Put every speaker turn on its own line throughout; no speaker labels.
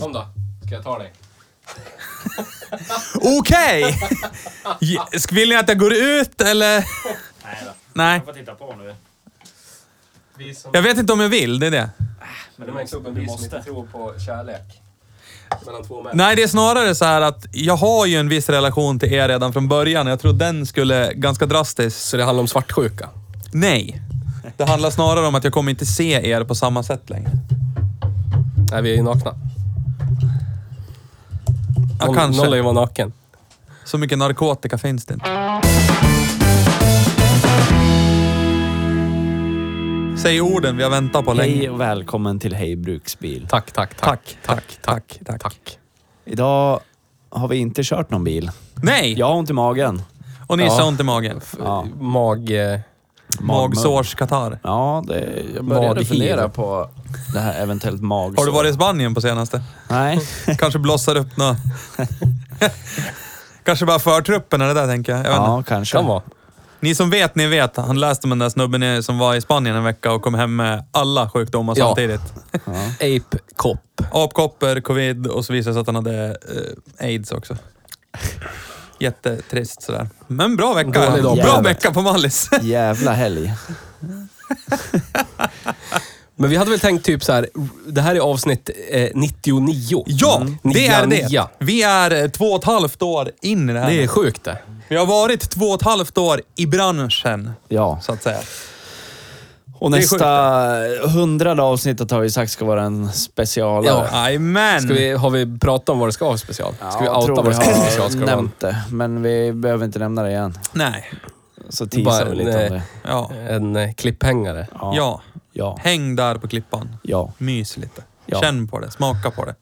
Kom då, ska jag ta dig.
Okej! Sk- Vill ni att jag går ut eller?
Nej då.
Nej,
Jag får titta på nu.
Vi som,
jag vet inte om jag vill. Det är det.
men den här klubben, vi som inte tror på kärlek mellan två män.
Nej, det är snarare så här att jag har ju en viss relation till er redan från början. Jag tror den skulle ganska drastiskt...
Så det handlar om svartsjuka?
Nej. Det handlar snarare om att jag kommer inte se er på samma sätt längre.
Nej, vi är ju nakna.
Ja,
Noll-
kanske.
Noll är ju vara naken.
Så mycket narkotika finns det inte. Säg orden vi har väntat på länge.
Hej och välkommen till Hej Bruksbil.
Tack, tack,
Tack,
tack. Tack, tack, tack. tack.
Idag har vi inte kört någon bil.
Nej!
Jag har ont i magen.
Och Nisse har
Ja.
ont i magen.
Ja.
Mag... eh,
Magsårskatarr.
Ja, det, jag började
Vad fundera
fundera på
på...
det här eventuellt magsår.
Har du varit i Spanien på senaste?
Nej.
Kanske blossar upp nå. Kanske bara förtruppen eller det där tänker jag. jag vet
Ja,
inte.
kanske.
Kan vara.
Ni som vet, ni vet. Han läste om den där snubben i- som var i Spanien en vecka och kom hem med alla sjukdomar
Ja.
samtidigt.
Ape Cop.
Apkoppor, covid och så visade det sig att han hade eh, aids också. Jättetrist sådär. Men bra vecka.
Dålig dag på
Bra
jobbet.
vecka på Mallis.
Jävla helg.
Men vi hade väl tänkt typ så här. det här är avsnitt eh, 99.
ja,
Mm.
det är
Nia,
det.
nia.
Vi är eh, två och ett halvt år in i det här.
Det är sjukt det.
Vi har varit två och ett halvt år i branschen,
Ja.
så att säga.
Och
Det är
nästa hundrade avsnittet har vi sagt ska vara en specialare.
Ja.
Jajamän!
Ska vi, har vi pratat om vad det ska vara för special? Ska vi
jag
outa
tror
vad det ska vara för special?
har
Ska det vara en-
nämnt det, men vi behöver inte nämna det igen.
Nej.
Så teasar
Bara-
vi lite
nej.
om det.
Ja.
en eh, klipphängare?
ja.
Ja.
Häng där på klippan.
Ja.
Mys lite.
Ja.
Känn på det. Smaka på det.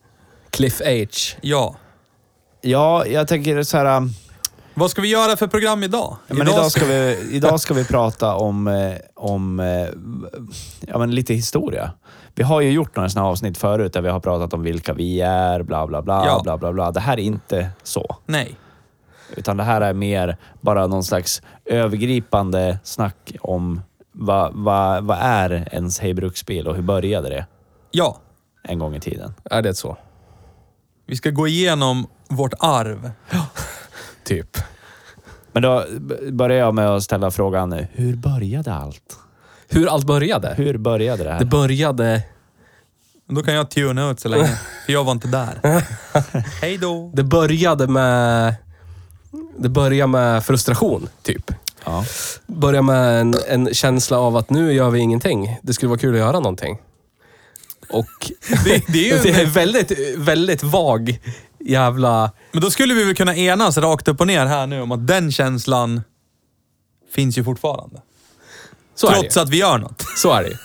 Cliff H.
Ja.
Ja, jag tänker så här... ähm,
Vad ska vi göra för program idag?
Men idag, ska vi, idag ska vi prata om, eh, om eh, ja, men lite historia. Vi har ju gjort några sådana avsnitt förut där vi har pratat om vilka vi är, bla bla bla,
Ja.
bla bla bla. Det här är inte så.
Nej.
Utan det här är mer bara någon slags övergripande snack om vad, vad, vad är ens Hej Bruksbil och hur började det
Ja.
en gång i tiden?
Är det så?
Vi ska gå igenom vårt arv.
Typ.
Men då b- börjar jag med att ställa frågan, eh, hur började allt?
Hur allt började?
Hur började det
Det
här?
började...
Då kan jag tuna ut så länge, för jag var inte där. Hej då!
Det började med... Det började med frustration, typ.
Ja.
Började med en, en känsla av att nu gör vi ingenting. Det skulle vara kul att göra någonting. Och
Det, det är
det
ju
är
en,
väldigt, väldigt vag jävla...
men då skulle vi väl kunna enas rakt upp och ner här nu om att den känslan finns ju fortfarande.
Så är det
Trots
ju.
att vi gör något.
Så är det ju.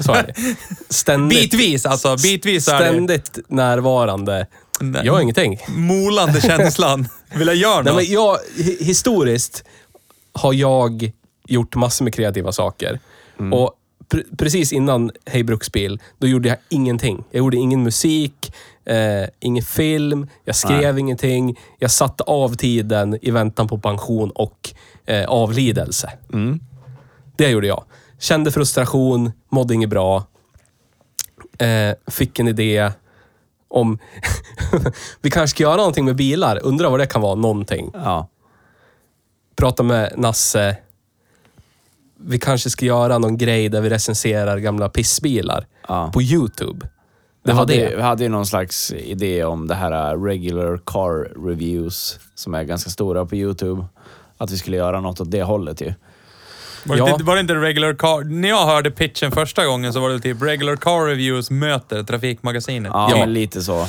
Så är det ju. Ständigt,
Bitvis alltså. Bitvis är det
ständigt närvarande.
Nej.
Gör ingenting.
molande känslan. Vill jag göra
Nej,
något?
men jag, hi- historiskt har jag gjort massor med kreativa saker. Och pr- precis innan Hej Bruksbil, då gjorde jag ingenting. Jag gjorde ingen musik, eh, ingen film, jag skrev ingenting. Jag satte av tiden i väntan på pension och eh, avlidelse. Det gjorde jag. Kände frustration, mådde inget bra. Eh, fick en idé om... vi kanske ska göra någonting med bilar. Undrar vad det kan vara. Någonting.
Ja.
Prata med Nasse. Vi kanske ska göra någon grej där vi recenserar gamla pissbilar
Ja.
på YouTube. Det
Vi
var
hade,
det.
Vi hade ju någon slags äh, idé om det här eh, regular car reviews som är ganska stora på YouTube. Att vi skulle göra något åt det hållet ju.
Var,
Ja.
det, inte- var det inte regular car... När jag hörde pitchen första gången så var det typ regular car reviews möter Trafikmagasinet.
Ja,
Ja.
men lite så.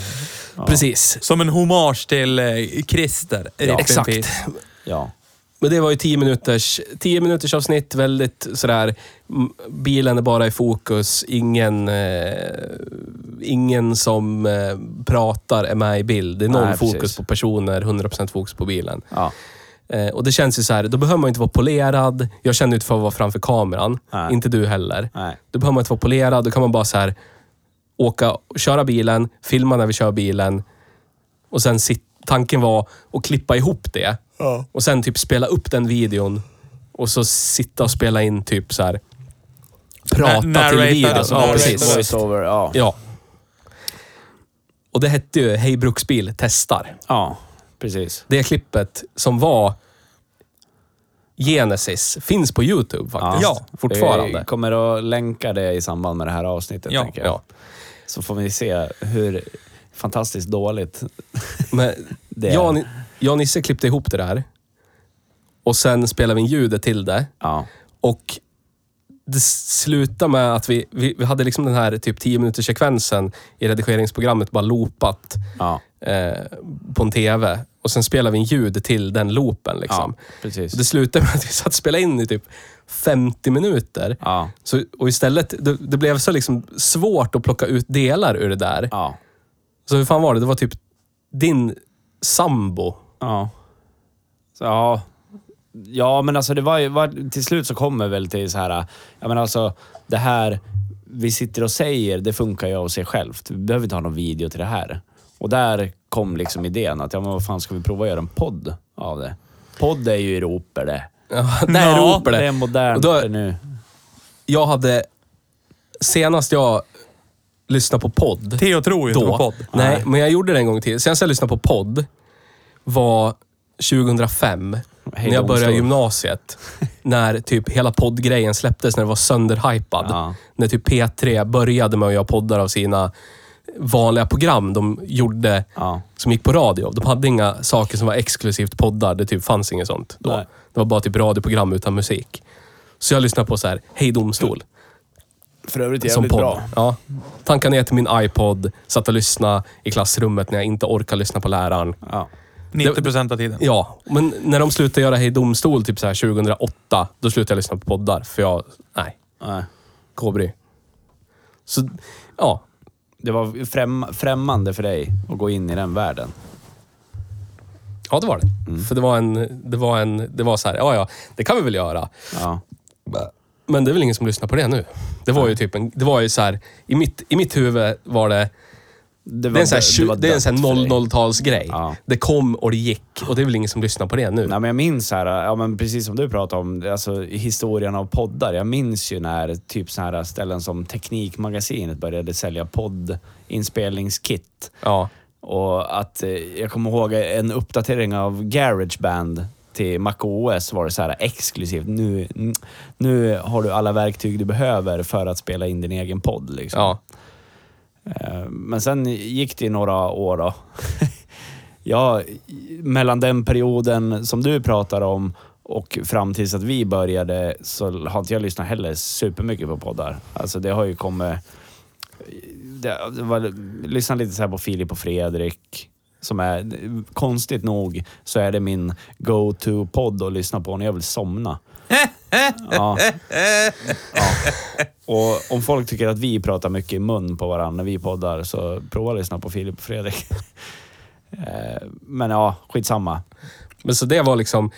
Precis.
Som en hommage till eh, Christer. Rip in
Exakt.
peace.
Ja.
Men det var ju 10 minuters, 10 minuters avsnitt, väldigt sådär... m- Bilen är bara i fokus, ingen, eh, ingen som eh, pratar är med i bild. Det är noll
Nej,
fokus
precis.
på personer, 100% fokus på bilen.
ja.
Eh, och det känns ju så här, då behöver man ju inte vara polerad. Jag känner ju inte för att vara framför kameran.
Nej.
Inte du heller.
Nej.
Då behöver man inte vara polerad. Då kan man bara så här åka, köra bilen, filma när vi kör bilen. Och sen sit, tanken var att klippa ihop det. Och sen typ spela upp den videon. Och så sitta och spela in typ så här. Prata till
narrata,
videon.
alltså,
ja,
narrata.
precis.
Voiceover, ja.
Ja. Och det hette ju Hej Bruksbil testar
Ja, precis.
det klippet som var Genesis finns på Youtube faktiskt.
Ja.
fortfarande.
Vi kommer att länka det i samband med det här avsnittet,
Ja,
tänker jag.
Ja.
Så får vi se hur fantastiskt dåligt...
Men
Det är-
jag, jag och Nisse klippte ihop det där. Och sen spelade vi in ljudet till det.
Ja.
Och det slutade med att vi, vi, vi hade liksom den här typ 10 minuters sekvensen i redigeringsprogrammet bara loopat
Ja.
eh, på en TV. Och sen spelade vi in ljud till den loopen. Liksom.
Ja, precis.
Och Det slutade med att vi satt och spelade in i typ 50 minuter.
Ja.
Så, och istället, det, det blev så liksom svårt att plocka ut delar ur det där.
Ja.
Så hur fan var det? Det var typ din sambo.
Ja. Så, ja. Ja, men alltså det var ju... Var, till slut så kommer väl till så här... Ja, men alltså det här vi sitter och säger, det funkar ju av sig självt. Vi behöver inte ha någon video till det här. Och där kom liksom idén att, ja men vad fan ska vi prova att göra en podd av det? Podd är ju Europa det.
Där
Ja,
ropar
Det är
det. Och
modernt
då-
nu.
Jag hade... Senast jag lyssnade på podd.
Theo tror ju inte
då,
på podd.
Nej, men jag gjorde det en gång till. Senast jag lyssnade på podd var 2005. när jag
domstol.
började gymnasiet. när typ hela poddgrejen släpptes, när det var sönderhypad.
Ja.
När typ P3 började med att göra poddar av sina vanliga program de gjorde
Ja.
som gick på radio. De hade inga saker som var exklusivt poddar. Det typ fanns inget sånt då.
Nej.
Det var bara typ radioprogram utan musik. Så jag lyssnade på så här, Hej Domstol.
För övrigt
som podd. Ja. Tankade ner till min iPod, satt och lyssnade i klassrummet när jag inte orkar lyssna på läraren.
Ja.
90 procent av tiden.
Ja, men när de slutade göra Hej Domstol typ så här 2008, då slutade jag lyssna på poddar. För jag, nej,
Nej.
kobry. Så, ja.
Det var främ, främmande för dig att gå in i den världen.
Ja, det var det. För det var en, det var en, det var så här, ja ja, det kan vi väl göra.
Ja.
Men det är väl ingen som lyssnar på det nu. Det var ju typ en, det var ju så här, i mitt, i mitt huvud var det, det är en sån här,
dö- det var
tju- det är en
dött
sån här
för dig.
00-talsgrej.
Ja.
Det kom och det gick och det är väl ingen som lyssnar på det nu.
Nej, men jag minns här, ja, men precis som du pratade om, alltså, historien av poddar. Jag minns ju när typ såna här ställen som Teknikmagasinet började sälja poddinspelningskit.
Ja.
Och att eh, jag kommer ihåg en uppdatering av Garageband till MacOS var det så här exklusivt. Nu, nu har du alla verktyg du behöver för att spela in din egen podd. Liksom.
ja.
Eh, Men sen gick det ju några år då. ja, i- mellan den perioden som du pratar om och fram tills att vi började så har inte jag lyssnat heller supermycket på poddar. Alltså det har ju kommit... Det det var, lyssna lite så här på Filip och Fredrik. Som är, konstigt nog så är det min go-to-podd att lyssna på när jag vill somna. Ja. Och om folk tycker att vi pratar mycket i mun på varandra när vi poddar så prova att lyssna på Filip och Fredrik. Eh, Men ja, skitsamma.
Men så det var liksom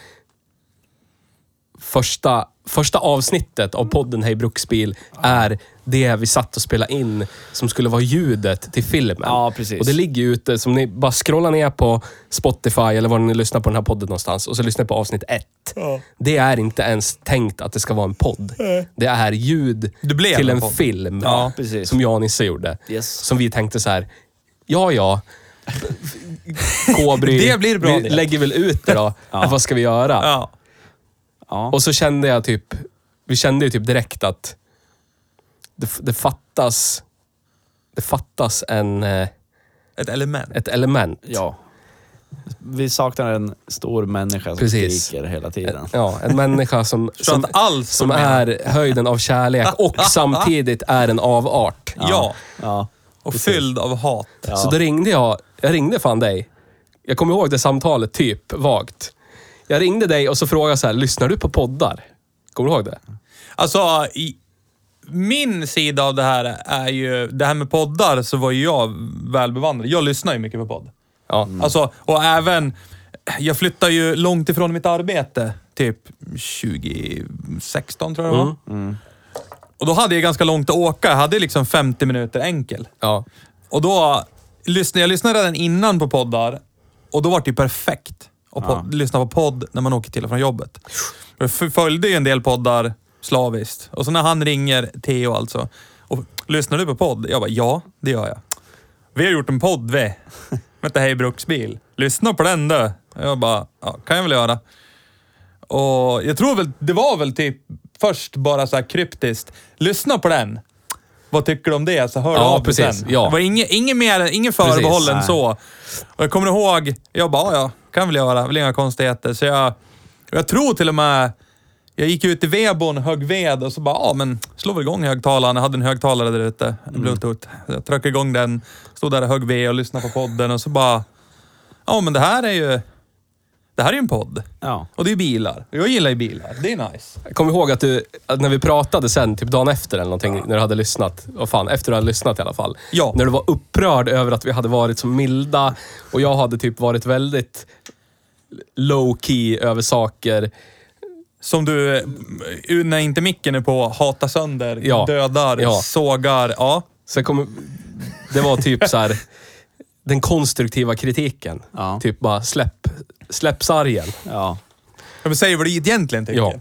första, första avsnittet av podden Hej Bruksbil är det vi satt och spelade in som skulle vara ljudet till filmen.
Ja, precis.
Och det ligger ju ute, som ni bara scrollar ner på Spotify eller var ni lyssnar på den här podden någonstans och så lyssnar ni på avsnitt ett. Det är inte ens tänkt att det ska vara en podd. Det är ljud
Det blev
till
en
en
podd.
film.
Ja,
precis.
Som jag och Nisse gjorde.
Yes.
Som vi tänkte så här, ja ja. Kobry.
Det blir bra
Vi
det.
lägger väl ut det då. Vad ska vi göra?
Ja.
Ja,
Och så kände jag typ, vi kände ju typ direkt att det, f- det fattas, det fattas en, eh,
Ett element.
ett element.
ja. Vi saknar en stor människa som
Precis.
skriker hela tiden.
Ja, en människa som,
Förstår
som,
inte alls
som
vad du menar.
är höjden av kärlek och samtidigt är en avart.
Ja.
Ja.
Och fylld av hat.
Så då ringde jag. Jag ringde fan dig. Jag kommer ihåg det samtalet, typ vagt. Jag ringde dig och så frågade jag så här, lyssnar du på poddar? Kommer du ihåg det?
Alltså, i, min sida av det här är ju... Det här med poddar så var ju jag välbevandrad. Jag lyssnar ju mycket på podd.
Ja.
Alltså, och även... Jag flyttade ju långt ifrån mitt arbete. Typ 2016 tror jag det var. Och då hade jag ganska långt att åka. Jag hade liksom 50 minuter enkel.
Ja.
Och då lyssnade jag lyssnade redan innan på poddar och då var det ju perfekt att pod- lyssna på podd när man åker till och från jobbet. Jag f- följde ju en del poddar slaviskt. Och så när han ringer, Theo alltså, och lyssnar du på podd? Jag bara, ja, det gör jag. Vi har gjort en podd vi, som heter Hej Bruksbil. Lyssna på den du. Jag bara, ja, kan jag väl göra. Och jag tror väl, det var väl typ först bara så här kryptiskt. Lyssna på den. Vad tycker du om det? Så hör
Ja,
du av dig
precis.
sen.
Ja.
Det var inget, inget mer, inget förbehåll än
Nej.
så. Och jag kommer ihåg, jag bara, ja, ja, kan väl göra, väl inga konstigheter. Så jag, jag tror till och med, jag gick ut i vedboden, högg ved och så bara, ja men slå väl igång högtalaren. Jag hade en högtalare där ute,
Mm.
en bluetooth. Jag tryckte igång den, stod där och högg ved och lyssnade på podden och så bara, ja men det här är ju, det här är ju en podd.
Ja.
Och det är bilar. Och Jag gillar ju bilar. Det är nice.
Jag kommer ihåg att du, att när vi pratade sen, typ dagen efter eller någonting, när du hade lyssnat. Vad fan, efter du hade lyssnat i alla fall.
Ja.
När du var upprörd över att vi hade varit så milda och jag hade typ varit väldigt low key över saker.
Som du, eh, när inte micken är på, hatar sönder,
Ja.
dödar,
Ja.
sågar. Ja.
Så jag kommer, det var typ så här den konstruktiva kritiken.
Ja.
Typ bara släpp, släpp sargen.
Ja.
Ja, men säger vad det egentligen tycker.
Ja.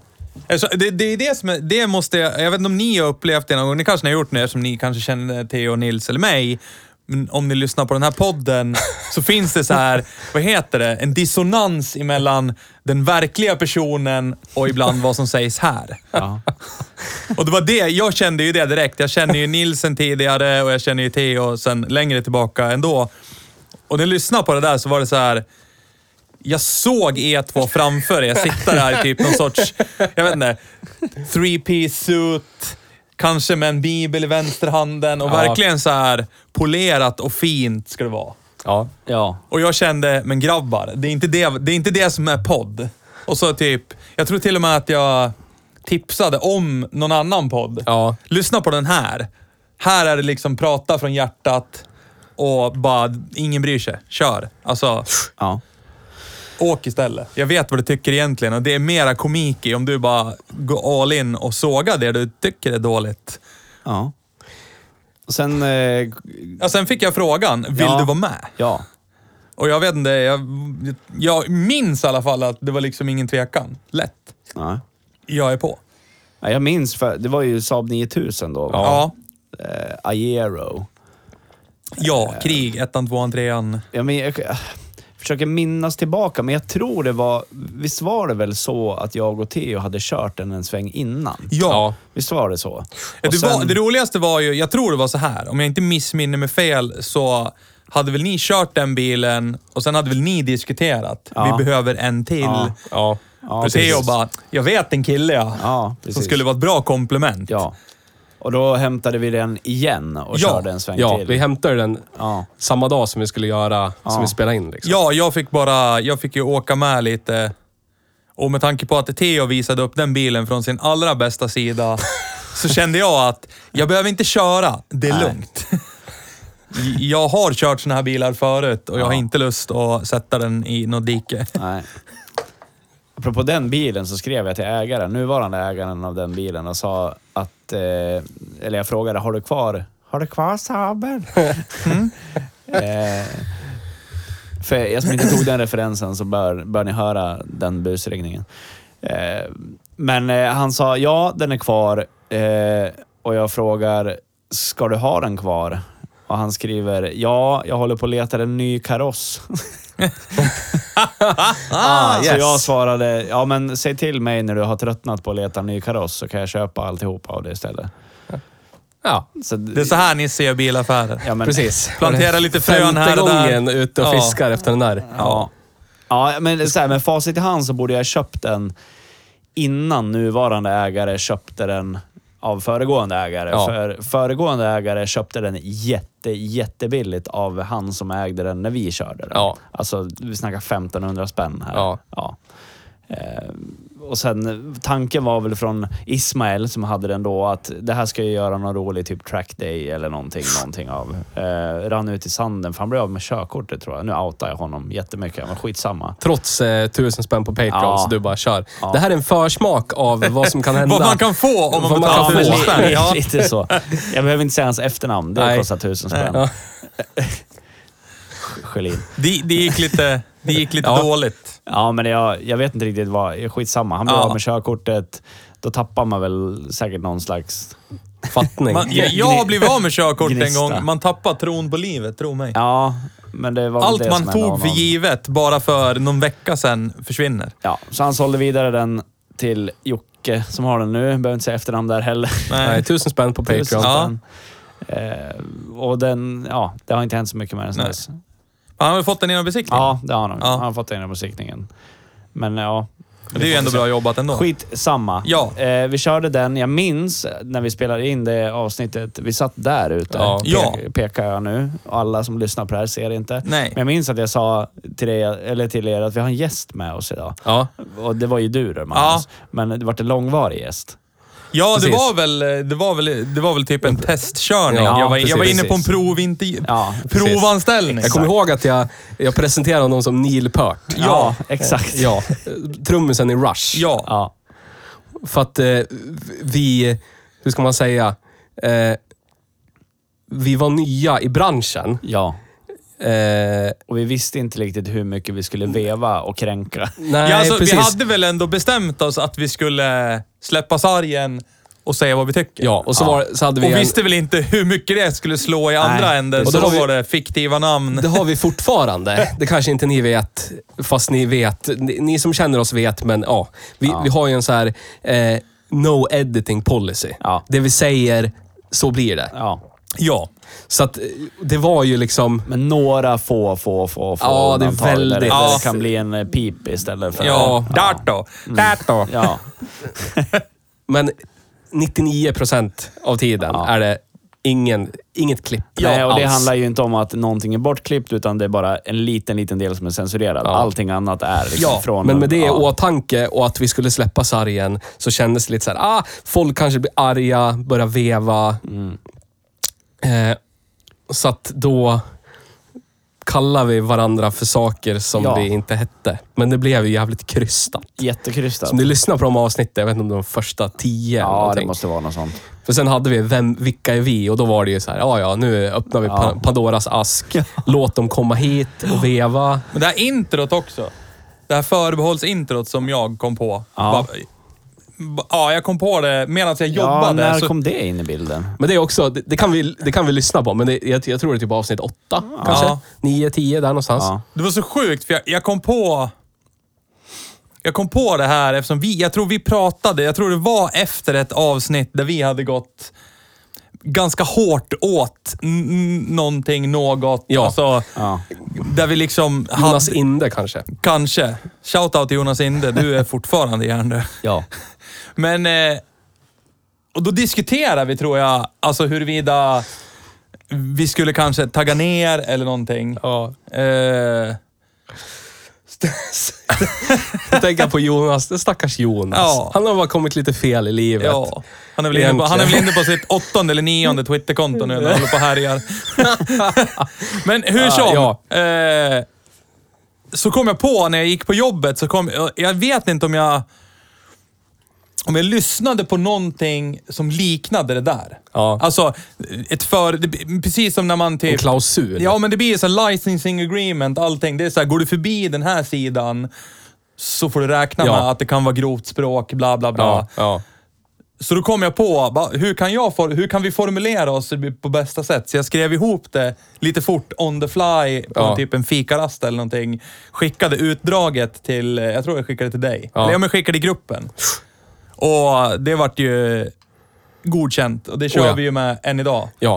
Alltså, det, det är det som är, det måste jag, jag vet inte om ni har upplevt det någon gång, ni kanske ni har gjort det eftersom ni kanske känner Theo, Nils eller mig. Men om ni lyssnar på den här podden så finns det så här, vad heter det, en dissonans emellan den verkliga personen och ibland vad som sägs här.
Ja.
Och det var det, jag kände ju det direkt. Jag känner ju Nilsen tidigare och jag känner ju Theo sen längre tillbaka ändå. Och när jag lyssnade på det där så var det så här. Jag såg er två framför er sitta där i typ någon sorts, jag vet inte, three piece suit. Kanske med en bibel i vänsterhanden och
Ja.
verkligen så här polerat och fint ska det vara.
Ja.
ja.
Och jag kände, men grabbar, det är inte det, det, är inte det som är podd. Och så typ, jag tror till och med att jag tipsade om någon annan podd.
Ja.
Lyssna på den här. Här är det liksom prata från hjärtat och bara, ingen bryr sig. Kör. Alltså,
ja.
åk istället. Jag vet vad du tycker egentligen och det är mera komik i om du bara går all in och sågar det du tycker är dåligt.
ja. Och sen... Eh,
Ja, sen fick jag frågan, vill
Ja.
du vara med?
ja.
Och jag vet inte, jag, jag minns i alla fall att det var liksom ingen tvekan. Lätt.
Nej.
Jag är på.
Ja, jag minns, för det var ju Saab 9000 då. va?
Ja.
Eh, Aero.
Ja, krig. Ettan, tvåan, trean.
Ja, men jag, jag försöker minnas tillbaka, men jag tror det var... Visst var det väl så att jag och Theo hade kört den en sväng innan?
Ja.
Visst var det så?
ja.
Och
Det, var,
sen-
det roligaste var ju, jag tror det var så här, om jag inte missminner mig fel så hade väl ni kört den bilen och sen hade väl ni diskuterat.
Ja.
Vi behöver en till.
Ja.
Ja.
Ja,
och
precis.
Theo bara, jag vet en kille ja.
Ja,
som
precis.
skulle vara ett bra komplement.
Ja. Och då hämtade vi den igen och
Ja.
körde en sväng
Ja,
till.
vi hämtade den
Ja.
samma dag som vi skulle göra, som vi spelade in. Liksom.
Ja, jag fick bara, jag fick ju åka med lite. Och med tanke på att Theo visade upp den bilen från sin allra bästa sida så kände jag att jag behöver inte köra, det är lugnt. Jag har kört såna här bilar förut och jag har inte lust att sätta den i något dike.
Nej. Apropå den bilen så skrev jag till ägaren, nuvarande ägaren av den bilen och sa att... Eh, eller jag frågade, har du kvar... Har du kvar Saaben? eh, för er som inte tog den referensen så bör, bör ni höra den busringningen. Eh, men eh, han sa, ja den är kvar. Eh, och jag frågar, ska du ha den kvar? Och han skriver, ja, jag håller på att leta en ny kaross.
Ah,
Så jag svarade, ja men säg till mig när du har tröttnat på att leta en ny kaross så kan jag köpa alltihopa av det istället.
Ja,
Så,
Det är så här ni ser bilaffärer.
ja, men,
precis.
Plantera lite frön
Femte
här och där.
gången ute och
Ja.
fiskar efter den där.
Ja. Ja, men så här, med facit i hand så borde jag ha köpt den innan nuvarande ägare köpte den av föregående ägare.
Ja.
För föregående ägare köpte den jätte, jättebilligt av han som ägde den när vi körde den.
Ja.
Alltså, vi snackar 1500 spänn här.
Ja.
Ja. Eh, och sen, tanken var väl från Ismael som hade den då att det här ska jag göra någon rolig typ track day eller någonting, någonting av. Eh, rann ut i sanden för han blev av med körkortet tror jag. Nu outar jag honom jättemycket, men skitsamma.
Trots eh, tusen spänn på Patreon,
Ja.
så du bara kör. Det här är en försmak av vad som kan hända.
Vad man kan få om man
Vad man
betalar
kan få.
tusen spänn. Ja.
Lite så. Jag behöver inte säga hans efternamn, det
Nej.
kostar tusen spänn.
Ja.
Sjölin.
Det, det gick lite, det gick lite dåligt.
Ja, men jag, jag vet inte riktigt vad. Skitsamma. Han blev
Ja.
av med körkortet. Då tappar man väl säkert någon slags...
Fattning.
Man, jag, jag har blivit av med körkort en
Gnista.
gång. Man tappar tron på livet, tro mig.
Ja, men det var väl
Allt
det
man
som hände
tog för
honom.
givet bara för någon vecka sedan försvinner.
Ja, så han sålde vidare den till Jocke som har den nu. Behöver inte säga efternamn där heller.
Nej, tusen spänn på Patreon.
Tusen
Ja.
spänn. Eh, och den, ja, det har inte hänt så mycket med den sen
Nej.
dess.
Han har väl fått den genom besiktning?
Ja, det har han.
Ja.
Han har fått den genom besiktningen. Men ja,
Det är ju ändå bra jobbat ändå.
Skitsamma.
Ja.
Eh, vi körde den. Jag minns när vi spelade in det avsnittet. Vi satt där ute.
Ja.
Ja.
Pe- pekar jag nu. Och alla som lyssnar på det här ser inte.
Nej.
Men jag minns att jag sa till, dig, eller till er att vi har en gäst med oss idag.
Ja.
Och det var ju du då, Magnus. Men det var en långvarig gäst.
Ja, det
Precis.
var, väl, det, var väl, det var väl typ en testkörning.
Ja,
jag, var, jag var
precis.
inne på en provintervju.
Ja,
precis.
Provanställning.
Jag kommer ihåg att jag, jag presenterade honom som Neil Peart.
Ja.
exakt.
Ja, trummisen i Rush.
Ja.
Ja.
För att eh, vi, hur ska man säga, eh, vi var nya i branschen.
ja.
Eh,
Och vi visste inte riktigt hur mycket vi skulle veva och kränka.
nej,
ja, alltså, vi
precis.
hade väl ändå bestämt oss att vi skulle släppa sargen och säga vad vi tycker.
Ja, och så, Var, så hade vi...
Och
en-
visste väl inte hur mycket det skulle slå i andra
Nej,
änden,
precis.
så då
Och då har
var det fiktiva namn.
Det har vi fortfarande. Det kanske inte ni vet, fast ni vet. Ni, ni som känner oss vet, men ja. Vi, vi har ju en så här eh, no editing policy.
Ja.
Det vi säger, så blir det.
Ja.
Ja. Så att eh, det var ju liksom...
Men några få, få, få, få
Ja, det är
undantag där
väldigt-
där
Ja.
det kan bli en eh, pip istället för...
Ja, där då. Där
Mm.
då.
Ja.
Men 99 procent av tiden
Ja.
är det ingen, inget klipp
Nej, och det
alls.
handlar ju inte om att någonting är bortklippt, utan det är bara en liten, liten del som är censurerad. Allting annat är liksom
Ja,
från...
men med det i
ja.
åtanke och att vi skulle släppa sargen så kändes det lite så här, ah, folk kanske blir arga, börjar veva.
Mm.
Eh, så att då kallar vi varandra för saker som
Ja.
vi inte hette. Men det blev ju jävligt krystat.
Jättekrystat.
Om ni lyssnar på de avsnitten, jag vet inte om de första tio eller
Ja, det
någonting.
måste vara något sånt.
För sen hade vi vem, Vilka är vi? Och då var det ju så här, ja ja, nu öppnar vi Pa- Pandoras ask. Låt dem komma hit och veva.
Men det här introt också. Det här förbehållsintrot som jag kom på.
Ja.
Bara- Ja, jag kom på det medan jag
Ja,
jobbade.
när
så-
kom det in i bilden?
Men det är också, det, det, kan vi, det kan vi lyssna på, men det, jag, jag tror det är typ avsnitt åtta
Ja.
kanske. Nio, tio där någonstans.
Ja.
Det var så sjukt, för jag, jag kom på... Jag kom på det här eftersom vi, jag tror vi pratade, jag tror det var efter ett avsnitt där vi hade gått ganska hårt åt n- n- någonting, något.
Ja.
Alltså,
Ja.
där vi liksom
Jonas
hade,
Inde kanske.
kanske. Shoutout till Jonas Inde, du är fortfarande hjärndöd.
Ja.
Men... Eh, och då diskuterade vi, tror jag, alltså huruvida vi skulle kanske tagga ner eller någonting.
Ja.
Eh,
Tänka på Jonas, den stackars Jonas.
Ja.
Han har bara kommit lite fel i livet.
Ja, han är, väl inne på, han är väl inne på sitt åttonde eller nionde Twitterkonto nu när han håller på och härjar. Men hur som.
Ah, Ja,
Eh, så kom jag på när jag gick på jobbet, så kom, jag- jag vet inte om jag... Om jag lyssnade på någonting som liknade det där.
Ja.
Alltså, ett för... Det, precis som när man typ...
En klausul.
Ja, men det blir ju så här licensing agreement, allting. Det är så här, går du förbi den här sidan så får du räkna
Ja.
med att det kan vara grovt språk, bla bla bla.
ja. ja.
Så då kom jag på, bara, hur kan, jag for, hur kan vi formulera oss på bästa sätt? Så jag skrev ihop det lite fort, on the fly, på
Ja.
typ en fikarast eller någonting. Skickade utdraget till, eh, jag tror jag skickade till dig.
Ja.
Eller ja, men skickade i gruppen. Och det vart ju godkänt och det kör
Oh ja.
vi ju med än idag.
ja.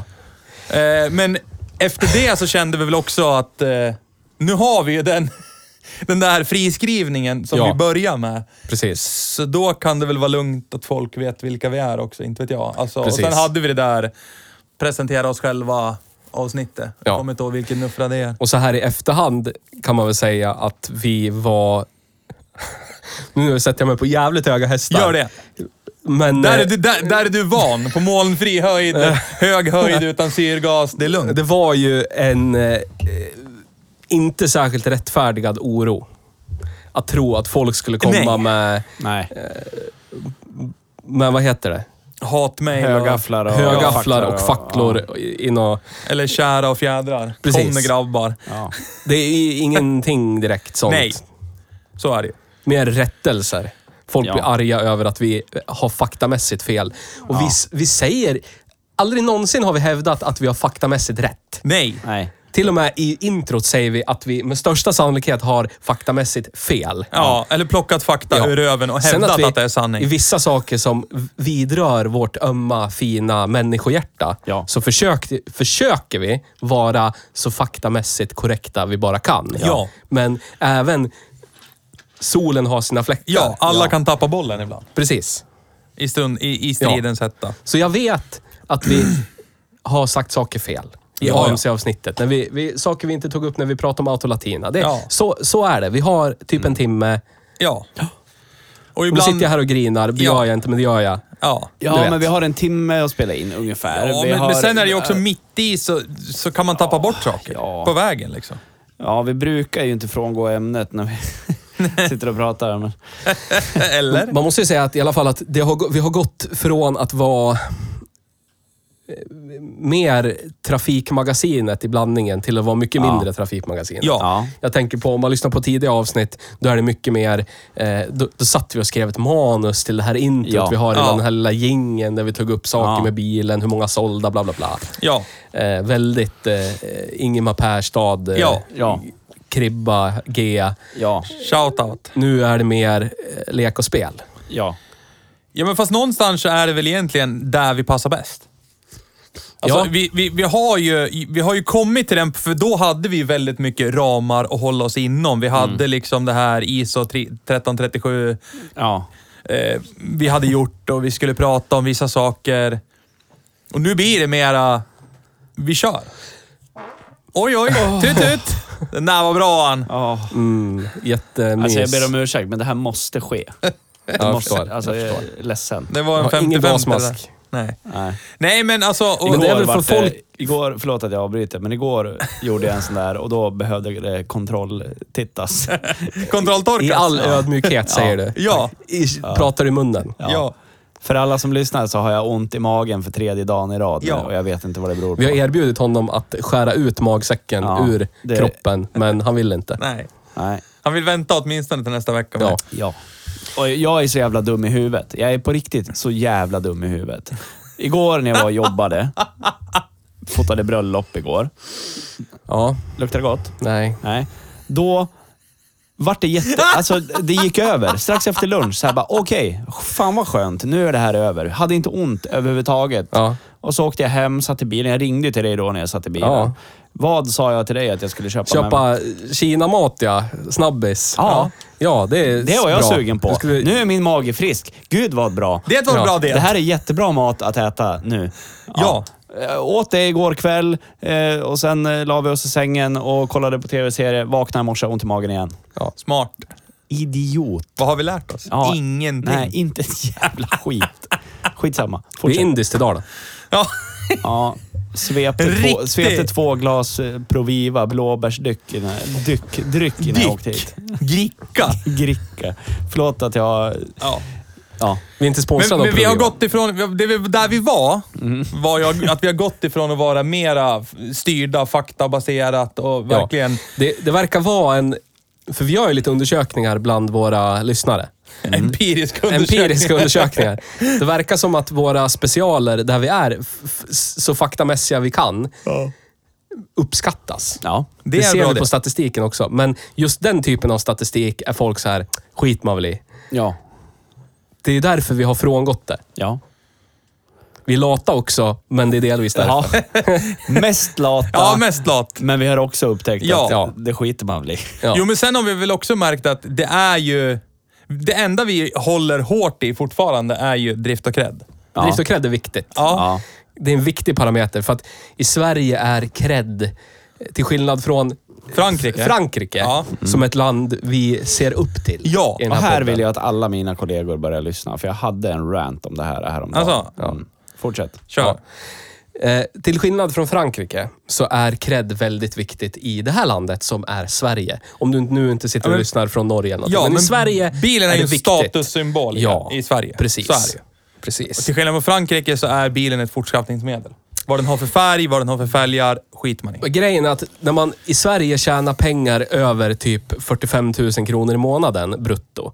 Eh, men efter det så kände vi väl också att eh, nu har vi ju den den där friskrivningen som
Ja.
vi börjar med.
Precis.
Så då kan det väl vara lugnt att folk vet vilka vi är också, inte vet jag. Alltså, och
Precis.
sen hade vi det där presentera oss själva avsnittet.
Ja.
Jag kommer inte ihåg vilken nuffra det är.
Och så här i efterhand kan man väl säga att vi var... nu sätter jag mig på jävligt höga hästar.
Gör det!
Men,
Där är,
eh,
du, där, där är du van. På molnfri höjd, hög höjd utan syrgas. Det är lugnt.
Det var ju en eh, inte särskilt rättfärdigad oro. Att tro att folk skulle komma
Nej.
med,
Nej.
med, vad heter det?
Hatmejl. och-
Högafflar och...
Högafflar och
ja.
facklor. I, i nå-
Eller kära och fjädrar.
Precis.
Kom nu grabbar.
Ja.
det är ju ingenting direkt sånt.
Nej. Så är det ju.
Mer rättelser. Folk
Ja.
blir arga över att vi har faktamässigt fel. Och vi, s- vi säger... Aldrig någonsin har vi hävdat att vi har faktamässigt rätt.
Nej.
Nej.
Till och med i introt säger vi att vi med största sannolikhet har faktamässigt fel.
Ja, eller plockat fakta
Ja.
ur röven och
Sen
hävdat att,
vi
det är
I
sanning.
vissa saker som vidrör vårt ömma, fina människohjärta
Ja.
så försökte, försöker vi vara så faktamässigt korrekta vi bara kan.
Ja.
Men även solen har sina fläckar.
Ja, alla kan tappa bollen ibland.
Precis.
I, stund, i, i stridens hetta.
Så jag vet att vi har sagt saker fel i
Ja, ja.
AMC-avsnittet. När vi, vi, saker vi inte tog upp när vi pratade om Autolatina. Det,
Ja.
så, så är det. Vi har typ en timme.
Ja. Och
Nu
ibland...
sitter jag här och grinar. Det
Ja.
gör jag inte, men det gör jag.
Ja.
Du
Ja,
vet.
men vi har en timme att spela in ungefär.
Ja,
vi
men,
har,
men sen är det ju också mitt i så, så kan man tappa bort saker
ja.
på vägen liksom.
Ja, vi brukar ju inte frångå ämnet när vi sitter och pratar. Men...
Eh, Eller?
Man måste ju säga att i alla fall att det har, gå- vi har gått från att vara eh, mer Trafikmagasinet i blandningen till att vara mycket
Ja.
mindre Trafikmagasinet.
Ja.
Jag tänker på, om man lyssnar på tidiga avsnitt, då är det mycket mer... Eh, då, då satt vi och skrev ett manus till det här introt
Ja.
vi har i
Ja.
den här lilla gingen där vi tog upp saker
Ja.
med bilen, hur många sålda, bla bla bla.
Ja.
Eh, väldigt eh, Ingemar Perstad, eh,
Ja.
Ja.
Kribba, G.
Ja.
Shout out.
Nu är det mer eh, lek och spel.
Ja.
Ja, men fast någonstans så är det väl egentligen där vi passar bäst. Alltså,
Ja.
vi, vi, vi, har ju, vi har ju kommit till den, för då hade vi väldigt mycket ramar att hålla oss inom. Vi hade liksom det här ISO 1337,
Ja.
eh, vi hade gjort och vi skulle prata om vissa saker. Och nu blir det mera, vi kör. Oj, oj, tut, tut. Den där var bra han.
Ja.
Mm, jättemys.
Alltså jag ber om ursäkt, men det här måste ske.
Ja,
Det
jag
måste,
förstår.
alltså,
jag
jag,
förstår.
är ledsen.
Det var en
Ja,
50-50.
ingen
det där.
gasmask.
Nej.
Nej.
Nej, men alltså... och-
Men det är väl
vart
för folk-
det- igår, förlåt att jag avbryter, men igår gjorde jag en sån där och då behövde det kontrolltittas.
Kontrolltorkas.
I all ödmjukhet säger du.
Ja.
I, Pratar i munnen.
Ja. ja.
För alla som lyssnar så har jag ont i magen för tredje dagen i rad nu
Ja.
och jag vet inte vad det beror på.
Vi har erbjudit honom att skära ut magsäcken
Ja,
ur
det-
kroppen, men han vill inte.
Nej.
Nej.
Han vill vänta åtminstone till nästa vecka.
Ja.
Ja. Och jag är så jävla dum i huvudet. Jag är på riktigt så jävla dum i huvudet. Igår när jag var och jobbade, fotade bröllop igår.
ja,
Luktar det gott?
nej.
Nej. Då vart det jätte... Alltså, det gick över. Strax efter lunch så här bara, okej, fan vad skönt. Nu är det här över. Hade inte ont överhuvudtaget.
Ja.
Och så åkte jag hem, satt i bilen. Jag ringde ju till dig då när jag satt i bilen.
Ja.
Vad sa jag till dig att jag skulle köpa? med-
Köpa Kina-mat ja, snabbis.
Ja.
Ja, det är
Det var jag
bra.
sugen på.
Du skulle-
Nu är min mage frisk. Gud vad bra.
Det var en
Ja.
bra del.
Det här är jättebra mat att äta nu.
Ja.
Eh, Åt det igår kväll eh, och sen eh, la vi oss i sängen och kollade på tv-serier. Vaknade i morse, ont i magen igen.
Smart.
Idiot.
Vad har vi lärt oss?
Ja.
Ingenting.
Nej, inte ett jävla skit. Skitsamma.
Det är
Fortsätt.
indiskt idag då.
Ja.
Ja, svepte, två,
Riktigt.
svepte två glas eh, Proviva blåbärsdryck innan, dyck, dryck innan jag åkte hit.
Dick. Glicka.
Gricka. Förlåt att jag...
Ja.
Ja.
Vi är inte sponsrade
Men,
av
men vi har
Proviva.
gått ifrån, det vi, där vi var,
Mm.
var jag, att vi har gått ifrån att vara mera styrda, faktabaserat och
Ja.
verkligen...
Det, det verkar vara en... För vi gör ju lite undersökningar bland våra lyssnare.
Empirisk undersökning.
Empiriska undersökningar. Det verkar som att våra specialer, där vi är f- f- så faktamässiga vi kan, uppskattas.
Ja.
Det,
Det är
ser
bra
vi
det.
på statistiken också. Men just den typen av statistik är folk så här, skit man väl i.
Ja.
Det är därför vi har frångått det.
Ja.
Vi är lata också, men det är delvis därför.
Ja. mest lata.
Ja, mest lat.
Men vi har också upptäckt
Ja.
att
Ja.
det skiter man väl i.
Ja.
Jo, men sen har vi väl också märkt att det är ju... Det enda vi håller hårt i fortfarande är ju drift och cred.
Drift och cred är viktigt.
Ja.
Det är en viktig parameter för att i Sverige är cred, till skillnad från
Frankrike.
Frankrike
Ja.
som ett land vi ser upp till.
Ja,
i den
Och här
podden.
vill jag att alla mina kollegor börjar lyssna, för jag hade en rant om det här häromdagen.
Alltså?
Mm. Fortsätt.
Kör.
Ja. Eh, till skillnad från Frankrike så är cred väldigt viktigt i det här landet som är Sverige. Om du nu inte sitter och
Ja, men-
lyssnar från Norge eller något.
Ja,
men,
men
i Sverige
bilen är
är
ju
det
en
viktigt.
statussymbol i-
ja,
i Sverige.
Precis.
Så är det ju.
Precis.
Till skillnad från Frankrike så är bilen ett fortskaffningsmedel. Vad den har för färg, vad den har för fälgar, skiter man i.
Och Grejen är att när man i Sverige tjänar pengar över typ 45 000 kronor i månaden brutto,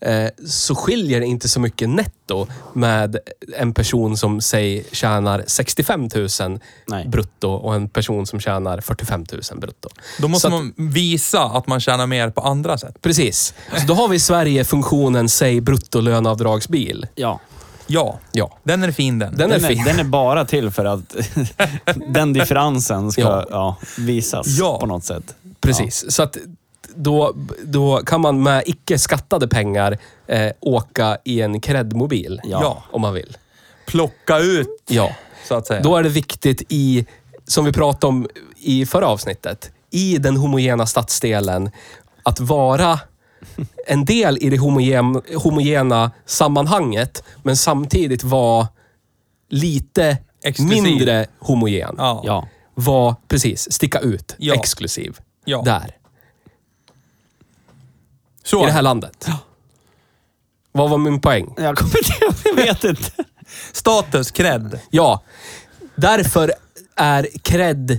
eh, så skiljer det inte så mycket netto med en person som säg tjänar 65 000
Nej.
brutto och en person som tjänar 45 000 brutto.
Då
Så
måste
att-
man visa att man tjänar mer på andra sätt.
Precis. Så då har vi i Sverige funktionen säg bruttolöneavdragsbil.
Ja.
Ja.
Ja.
Den är fin den.
Den är
Den
fin.
är, den är bara till för att den differensen ska
Ja.
ja. visas
Ja.
på något sätt.
Precis. Så att då, då kan man med icke skattade pengar eh, åka i en kredmobil.
Ja.
Om man vill.
Plocka ut,
Ja.
så att säga.
Då är det viktigt i, som vi pratade om i förra avsnittet, i den homogena stadsdelen, att vara en del i det homogen, homogena sammanhanget, men samtidigt vara lite
Exklusiv.
mindre homogen.
Ja.
Ja.
Var, precis, sticka ut,
Ja.
exklusiv.
Ja.
Där,
Så.
i det här landet. Vad var min poäng?
Jag kommer inte jag vet inte.
Status, cred.
Ja, därför är cred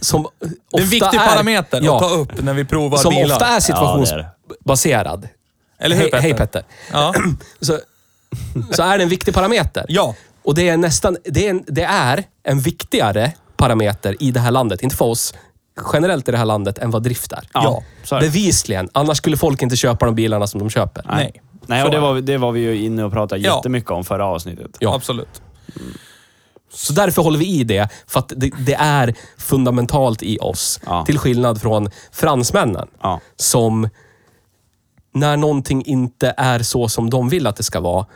som ofta
Det är en viktig
är,
parameter
ja,
att ta upp när vi provar
Som
bilar.
ofta är
Ja, det är
situationsbaserad.
Eller hur
hej,
Petter?
hej Petter.
Ja.
Så, så är det en viktig parameter.
ja.
Och det är nästan, det är, en, det är en viktigare parameter i det här landet, inte för oss, generellt i det här landet, än vad drift är.
Ja, så är det.
Bevisligen. Annars skulle folk inte köpa de bilarna som de köper.
Nej.
Nej, och det var, det var vi ju inne och pratade
Ja.
jättemycket om förra avsnittet.
Ja.
Absolut.
Så därför håller vi i det, för att det, det är fundamentalt i oss.
Ja.
Till skillnad från fransmännen.
Ja.
som när någonting inte är så som de vill att det ska vara,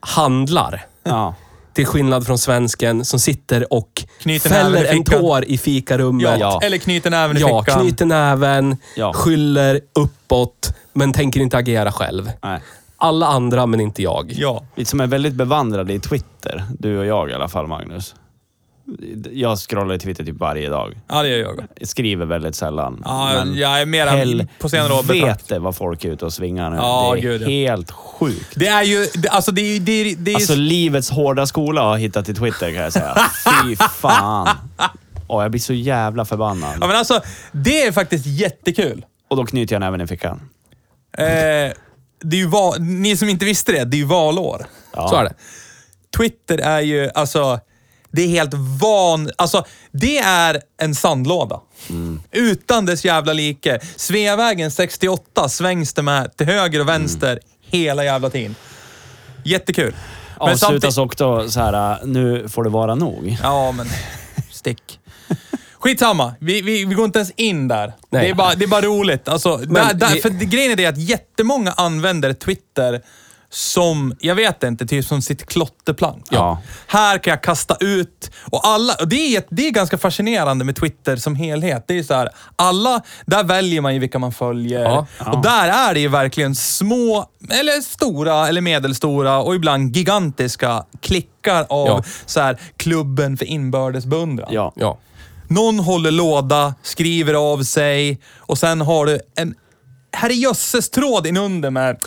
handlar.
Ja.
Till skillnad från svensken som sitter och
Knyter
fäller
näven i
en
fickan.
tår i fikarummet.
Ja. Eller knyter näven i
Ja,
fickan.
knyter näven,
Ja.
skyller uppåt, men tänker inte agera själv.
Nej.
Alla andra, men inte jag.
Ja.
Vi som är väldigt bevandrade i Twitter, du och jag i alla fall Magnus. Jag scrollar i Twitter typ varje dag.
ja, det gör jag.
Jag skriver väldigt sällan.
Ja,
men
jag är mer än- på senare år
vet
betrakt.
det vad folk är ute och svingar nu.
Ja,
det är
gud, ja.
helt sjukt.
Det är ju... Det, alltså det är ju... Det är, det är
Alltså livets hårda skola har jag hittat i Twitter kan jag säga. Fy fan. Åh, jag blir så jävla
ja,
förbannad.
men alltså, det är faktiskt jättekul.
Och då knyter jag näven i fickan.
Eh, det är ju val, ni som inte visste det, det är ju valår.
Ja.
Så är det.
Twitter är ju, alltså, det är helt van... Alltså, det är en sandlåda. Utan dess jävla like. Sveavägen 68 svängs det med till höger och vänster hela jävla tiden. Jättekul. Men
Avslutas
samtidigt-
också så här, nu får det vara nog.
Ja, men stick. Skitsamma, vi, vi, vi går inte ens in där.
Nej.
Det, är bara, det är bara roligt. Alltså, där, där,
vi-
för det- grejen är det att jättemånga använder Twitter som, jag vet inte, typ som sitt klotterplank.
Ja.
Här kan jag kasta ut. Och alla, och det, är, det är ganska fascinerande med Twitter som helhet. Det är så här, alla, där väljer man ju vilka man följer.
Ja.
Och där är det ju verkligen små, eller stora, eller medelstora och ibland gigantiska klickar av
Ja.
så här, klubben för inbördes beundran.
Ja.
Ja.
Någon håller låda, skriver av sig och sen har du en herrejösses tråd inunder med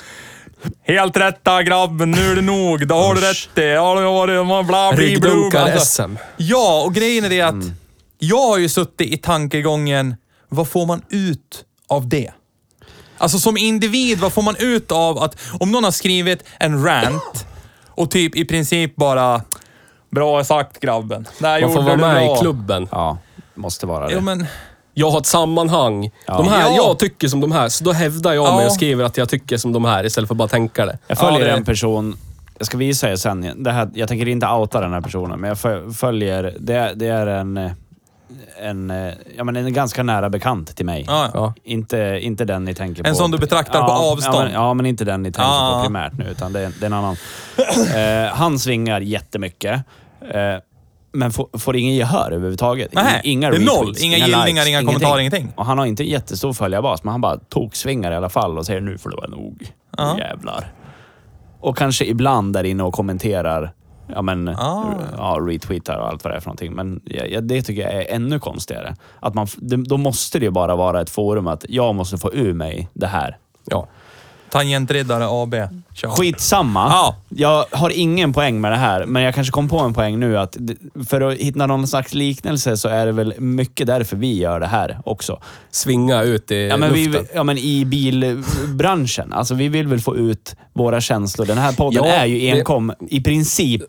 Helt rätta grabben, nu är det nog. Det har du rätt i. Ja, det har du. Man bla, bli, blu,
Ryggdunkar Mm.
alltså.
SM.
Ja, och grejen är det att jag har ju suttit i tankegången, vad får man ut av det? Alltså som individ, vad får man ut av att om någon har skrivit en rant och typ i princip bara Bra sagt grabben. Där
Man får
gjorde
vara
du
med
bra."
i klubben.
Ja, måste vara det.
Jo, men...
Jag har ett sammanhang. De här,
Ja.
Jag tycker som de här, så då hävdar jag
Ja.
mig och skriver att jag tycker som de här istället för att bara tänka det.
Jag följer
Ja, det-
en person, jag Jag ska visa er sen. Det här, jag tänker inte outa den här personen, men jag fö- följer... Det, det är en, eh, en, eh, ja, men en ganska nära bekant till mig.
Ja, ja.
Ja.
Inte, inte den ni tänker på.
En som du betraktar på avstånd.
Ja men, ja, men inte den ni tänker
Ah.
på primärt nu, utan det är, det är en annan. Eh, han svingar jättemycket, eh, men får, får ingen gehör överhuvudtaget.
Nej,
inga
det är
retweets,
noll. Inga gillningar, inga
ingenting.
kommentarer, ingenting.
Och han har inte en jättestor följarbas, men han bara toksvingar i alla fall och säger nu får det vara nog.
Ja.
Nu Jävlar. Och kanske ibland där inne och kommenterar. Ja, men
Ah.
ja, retweetar och allt vad det är för någonting. Men jag, jag, det tycker jag är ännu konstigare. Att man, f- det, då måste det ju bara vara ett forum att jag måste få ur mig det här.
Ja.
Tangentriddare AB. Kör.
Skitsamma.
Ja.
Jag har ingen poäng med det här, men jag kanske kom på en poäng nu. att d- För att hitta någon slags liknelse så är det väl mycket därför vi gör det här också.
Svinga ut i
Ja men, vi,
luften.
ja, men i bilbranschen. Alltså, vi vill väl få ut våra känslor. Den här podden
Ja,
är ju
det-
enkom i princip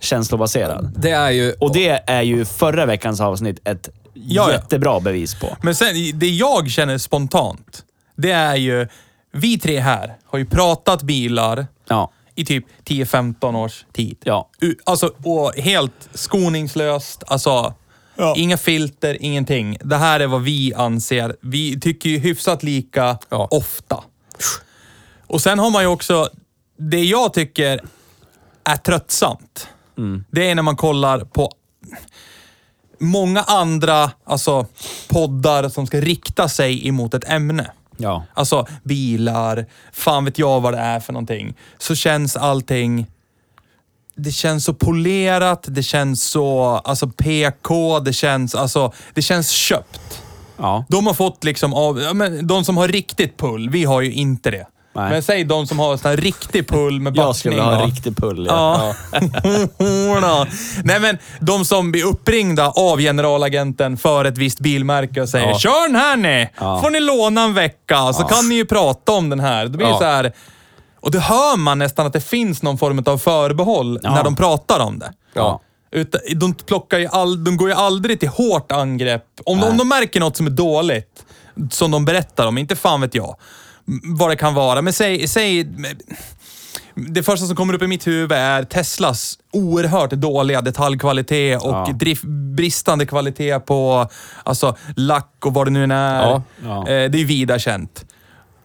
känslobaserad.
Det är ju...
Och det är ju förra veckans avsnitt ett
Ja, ja.
jättebra bevis på.
Men sen, det jag känner spontant, det är ju... Vi tre här har ju pratat bilar
Ja.
i typ 10-15 års tid.
Ja.
U- Alltså, och helt skoningslöst. Alltså,
Ja.
inga filter, ingenting. Det här är vad vi anser. Vi tycker ju hyfsat lika
Ja.
ofta. Och sen har man ju också, det jag tycker är tröttsamt,
Mm.
det är när man kollar på många andra alltså, poddar som ska rikta sig emot ett ämne.
Ja.
Alltså bilar, fan vet jag vad det är för någonting. Så känns allting... Det känns så polerat, det känns så alltså PK, det känns, alltså, det känns köpt.
Ja.
De har fått liksom av, ja, men de som har riktigt pull, vi har ju inte det.
Nej.
Men säg de som har sån här riktig pull med backning.
Jag skulle ha
va?
riktig pull. Ja.
Ja. Horna. Nej men, de som blir uppringda av generalagenten för ett visst bilmärke och säger
Ja.
“Kör den här ni!
Ja.
Får ni låna en vecka så kan ni ju prata om den här”. Då blir det
Ja.
så här... Och det hör man nästan att det finns någon form av förbehåll när de pratar om det.
Ja.
Utan, de, plockar ju all, de går ju aldrig till hårt angrepp. Om, om de märker något som är dåligt, som de berättar om, inte fan vet jag m- vad det kan vara. Men säg, säg... Det första som kommer upp i mitt huvud är Teslas oerhört dåliga detaljkvalitet och
Ja.
drif, bristande kvalitet på alltså, lack och vad det nu än är.
Ja.
Ja.
Eh, det är vida känt.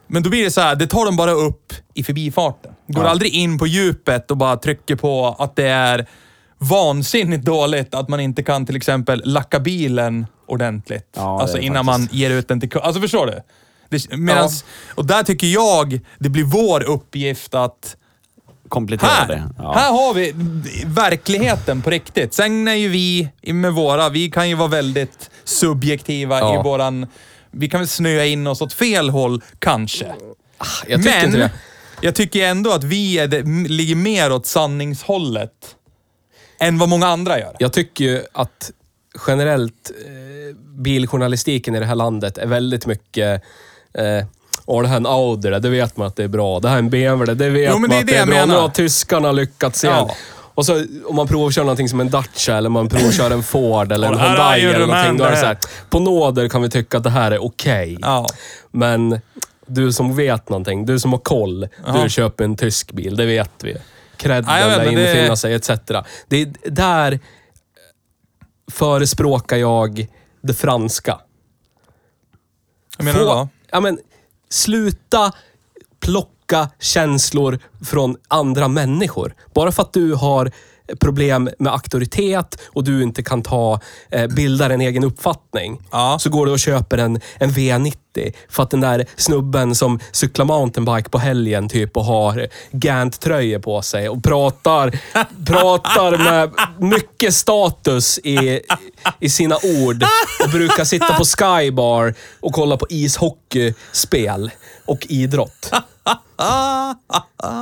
Men då blir det så här, det tar de bara upp i förbifarten. Går
Ja.
aldrig in på djupet och bara trycker på att det är vansinnigt dåligt att man inte kan till exempel lacka bilen ordentligt.
Ja, det
alltså
är
innan
faktiskt-
man ger ut den till kund. Alltså förstår du? Det, medans, Och där tycker jag det blir vår uppgift att
Komplettera
här,
det. Ja.
här har vi verkligheten på riktigt. Sen är ju vi med våra, vi kan ju vara väldigt subjektiva
Ja.
i våran... Vi kan väl snöa in oss åt fel håll, kanske.
Jag tycker
Men
inte det.
jag tycker ändå att vi är det, m- ligger mer åt sanningshållet än vad många andra gör.
Jag tycker ju att generellt eh, biljournalistiken i det här landet är väldigt mycket... Eh, Åh, det här är en Audi, det vet man att det är bra. Det här är en BMW, det vet
Jo, men
man
det är
att
det
det är
jag
bra.
menar.
Nu har tyskarna lyckats igen.
Ja.
Och så om man provkör någonting som en Dacia eller man provkör en Ford eller en
Och det här är
Hyundai
ju
eller någonting.
Rumän,
Då är det
det
så
här.
här, på nåder kan vi tycka att det här är okej.
Ja.
Men du som vet någonting, du som har koll,
Ja.
du köper en tysk bil, det vet vi. Credden
Ja, jag vet,
lär
men det-
infinna sig, etc. Det är där förespråkar jag det franska.
Jag menar du då?
ja, men, sluta plocka känslor från andra människor. Bara för att du har problem med auktoritet och du inte kan ta, eh, bilda en egen uppfattning.
Ja.
Så går du och köper en, en V90 för att den där snubben som cyklar mountainbike på helgen typ och har Gant-tröjor på sig och pratar, pratar med mycket status i, i sina ord och brukar sitta på skybar och kolla på ishockeyspel och idrott.
Ah,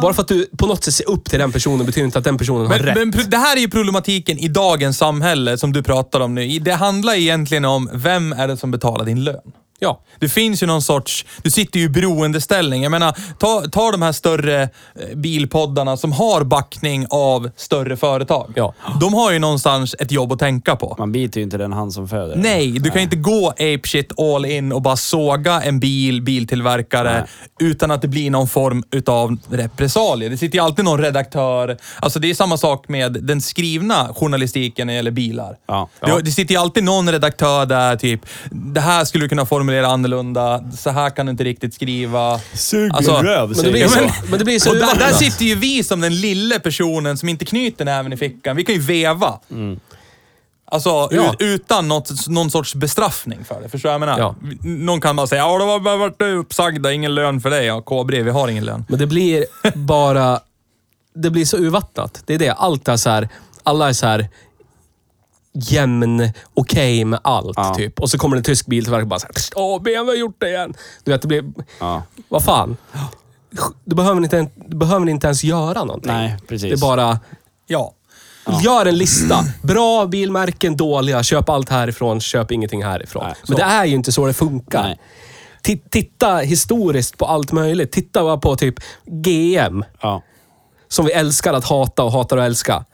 Bara för att du på något sätt ser upp till den personen betyder inte att den personen har
Men,
rätt.
men pr- det här är ju problematiken i dagens samhälle som du pratar om nu. I- Det handlar egentligen om vem är det som betalar din lön?
Ja.
Det finns ju någon sorts... Du sitter ju i beroendeställning. Jag menar, ta, ta de här större eh, bilpoddarna som har backning av större företag.
Ja.
De har ju någonstans ett jobb att tänka på.
Man biter ju inte den hand som föder.
Nej, du kan inte gå apeshit all in och bara såga en bil, biltillverkare, utan att det blir någon form utav repressalier. Det sitter ju alltid någon redaktör. Alltså det är samma sak med den skrivna journalistiken när det gäller bilar.
Ja.
Det, det sitter ju alltid någon redaktör där, typ, det här skulle du kunna formulera annorlunda, så här kan du inte riktigt skriva.
Sug
Alltså,
min röv,
men
Men det
säger
blir
Ja,
jag.
så.
men-
Men det blir så
och där, där
urvattnat.
sitter ju vi som den lille personen som inte knyter näven i fickan. Vi kan ju veva.
Mm.
Alltså
Ja.
ut, utan något, någon sorts bestraffning för det. Förstår du vad jag menar?
Ja.
Någon kan bara säga ja, det var bara varit uppsagda, ingen lön för dig. Ja, KB, vi har ingen lön.
Men det blir bara... Det blir så urvattnat. Det är det. Allt är så här... Alla är så här jämn, okej med allt,
Ja.
typ. Och så kommer det en tysk biltillverkare och bara så här, "Psst, Åh, BMW har gjort det igen. Du vet, det blir...
Ja.
Vad fan? Du behöver inte, en- du behöver inte ens göra någonting.
Nej, precis.
Det är bara...
Ja.
Gör en lista. Bra bilmärken, dåliga. Köp allt härifrån, köp ingenting härifrån.
Nej,
Men det är ju inte så det funkar.
Nej.
Ti- Titta historiskt på allt möjligt. Titta bara på typ GM,
Ja.
som vi älskar att hata och hatar att älska.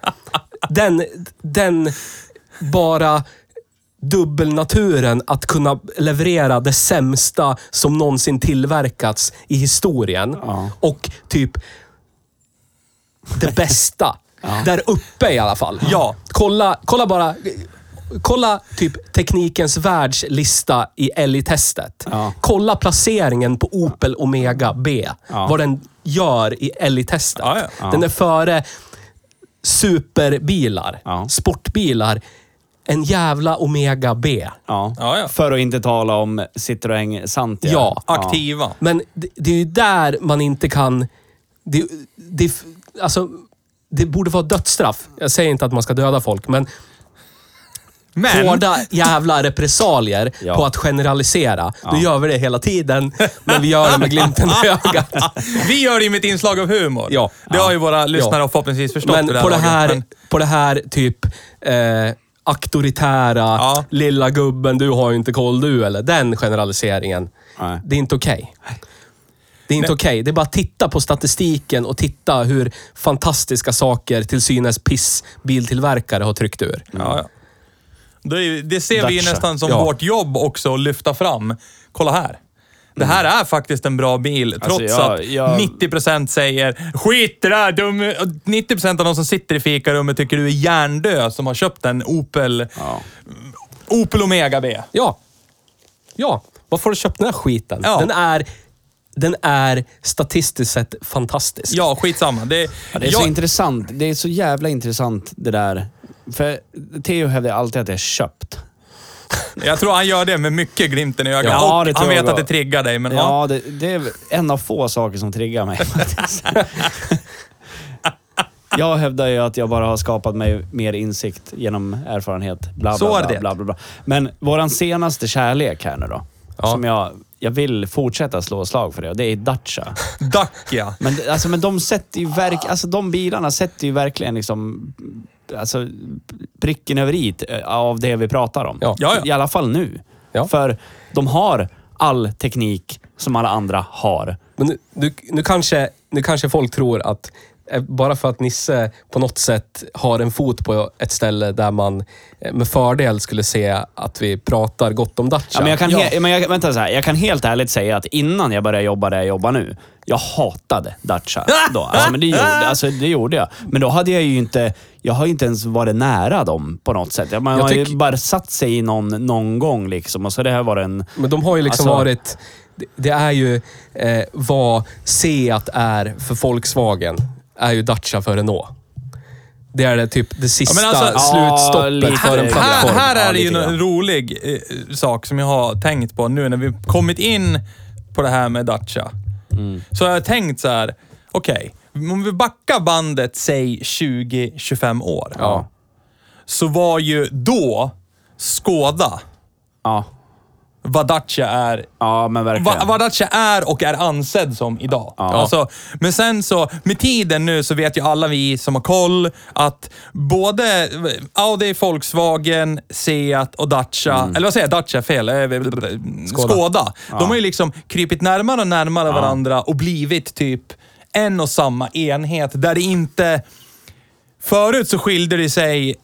Den, den bara dubbelnaturen att kunna leverera det sämsta som någonsin tillverkats i historien.
Ja.
Och typ det bästa. Där uppe i alla fall.
Ja.
Kolla, kolla bara. Kolla typ Teknikens världslista i älgtestet.
Ja.
Kolla placeringen på Opel Omega B.
Ja.
Vad den gör i älgtestet.
Ja, ja.
Den är före superbilar,
Ja.
sportbilar. En jävla Omega B.
Ja.
Ja, ja.
För att inte tala om Citroën Santia.
Ja.
Aktiva.
Men det, det är ju där man inte kan... Det, det, alltså, det borde vara dödsstraff. Jag säger inte att man ska döda folk, men
Men,
hårda jävla repressalier
Ja.
på att generalisera. Då gör vi det hela tiden, men vi gör det med glimten i ögat.
vi gör det ju med ett inslag av humor.
Ja.
Det har ju våra lyssnare
Ja.
förhoppningsvis förstått
Men
vid
på det
laget,
här,
men-
på det här typ eh, auktoritära,
Ja.
lilla gubben, du har ju inte koll du eller. Den generaliseringen.
Nej.
Det är inte okej. Det är inte okej. Det är bara att titta på statistiken och titta hur fantastiska saker till synes piss biltillverkare har tryckt ur.
Mm.
Ja, ja. Det, är- det ser vi ju
Dacia.
nästan som
Ja.
vårt jobb också att lyfta fram. Kolla här. Det här är faktiskt en bra bil, trots
Mm. Alltså, jag-
att
jag-
90% säger “Skit i det där, dum...” och 90% av de som sitter i fikarummet tycker du är hjärndö som har köpt en Opel,
Ja.
Opel Omega B.
Ja. Ja. Varför har du köpt den här skiten?
Ja.
Den, är, den är statistiskt sett fantastisk.
Ja, skitsamma. Det,
Ja, det är
jag,
så intressant. Det är så jävla intressant det där. För Theo hävdar alltid att det är köpt.
jag tror han gör det med mycket glimten i ögat.
Ja, det
och
tror
han
jag
vet att
också.
det triggar dig, men ja.
Ja, det, det är en av få saker som triggar mig. faktiskt. jag hävdar ju att jag bara har skapat mig mer insikt genom erfarenhet. Bla, bla,
Så är
bla,
det.
Bla, bla, bla. Men våran senaste kärlek här nu då,
Ja.
som jag, jag vill fortsätta slå slag för det, och det är Dacia.
Dacia.
Men, alltså, men de sätter ju verk, alltså, de bilarna sätter ju verkligen liksom, alltså, pricken över i av det vi pratar om.
Ja.
Ja, ja.
I alla fall nu.
Ja.
För de har all teknik som alla andra har.
Men nu, nu, nu, kanske, nu kanske folk tror att eh, bara för att Nisse på något sätt har en fot på ett ställe där man eh, med fördel skulle se att vi pratar gott om Dacia.
Ja, men jag kan,
Ja.
he- men jag, vänta så här. jag kan helt ärligt säga att innan jag började jobba där jag jobbar nu, jag hatade Dacia. Då. Alltså, men det, gjorde, alltså, det gjorde jag. Men då hade jag ju inte, jag har ju inte ens varit nära dem på något sätt. Man
Jag
har
tyck-
ju bara satt sig i någon, någon gång liksom och så det här var en...
Men de har ju liksom
Alltså-
varit... det- Det är ju eh, vad Seat är för Volkswagen, är ju Dacia för Renault. Det är det, typ det sista
men alltså-
Ja,
slutstoppet
lite-
för en
Här-
Här,
plattform.
Eh, här
Ja,
är det ju
lite grann.
en rolig eh, sak som jag har tänkt på nu när vi kommit in på det här med Dacia.
Mm.
Så har jag tänkt så här, okej, om vi backar bandet, säg 20-25 år.
Ja.
Så var ju då Skoda
Ja.
Vadacha är
Ja, men verkligen.
Va- Vadacha är och är ansedd som idag. Alltså, men sen så, med tiden nu så vet ju alla vi som har koll att både Audi, Volkswagen, Seat och Dacia, eller vad säger jag, Dacia fel, Eh, Skoda. Skoda. De har ju liksom krypit närmare och närmare varandra och blivit typ en och samma enhet där det inte... Förut så skilde det sig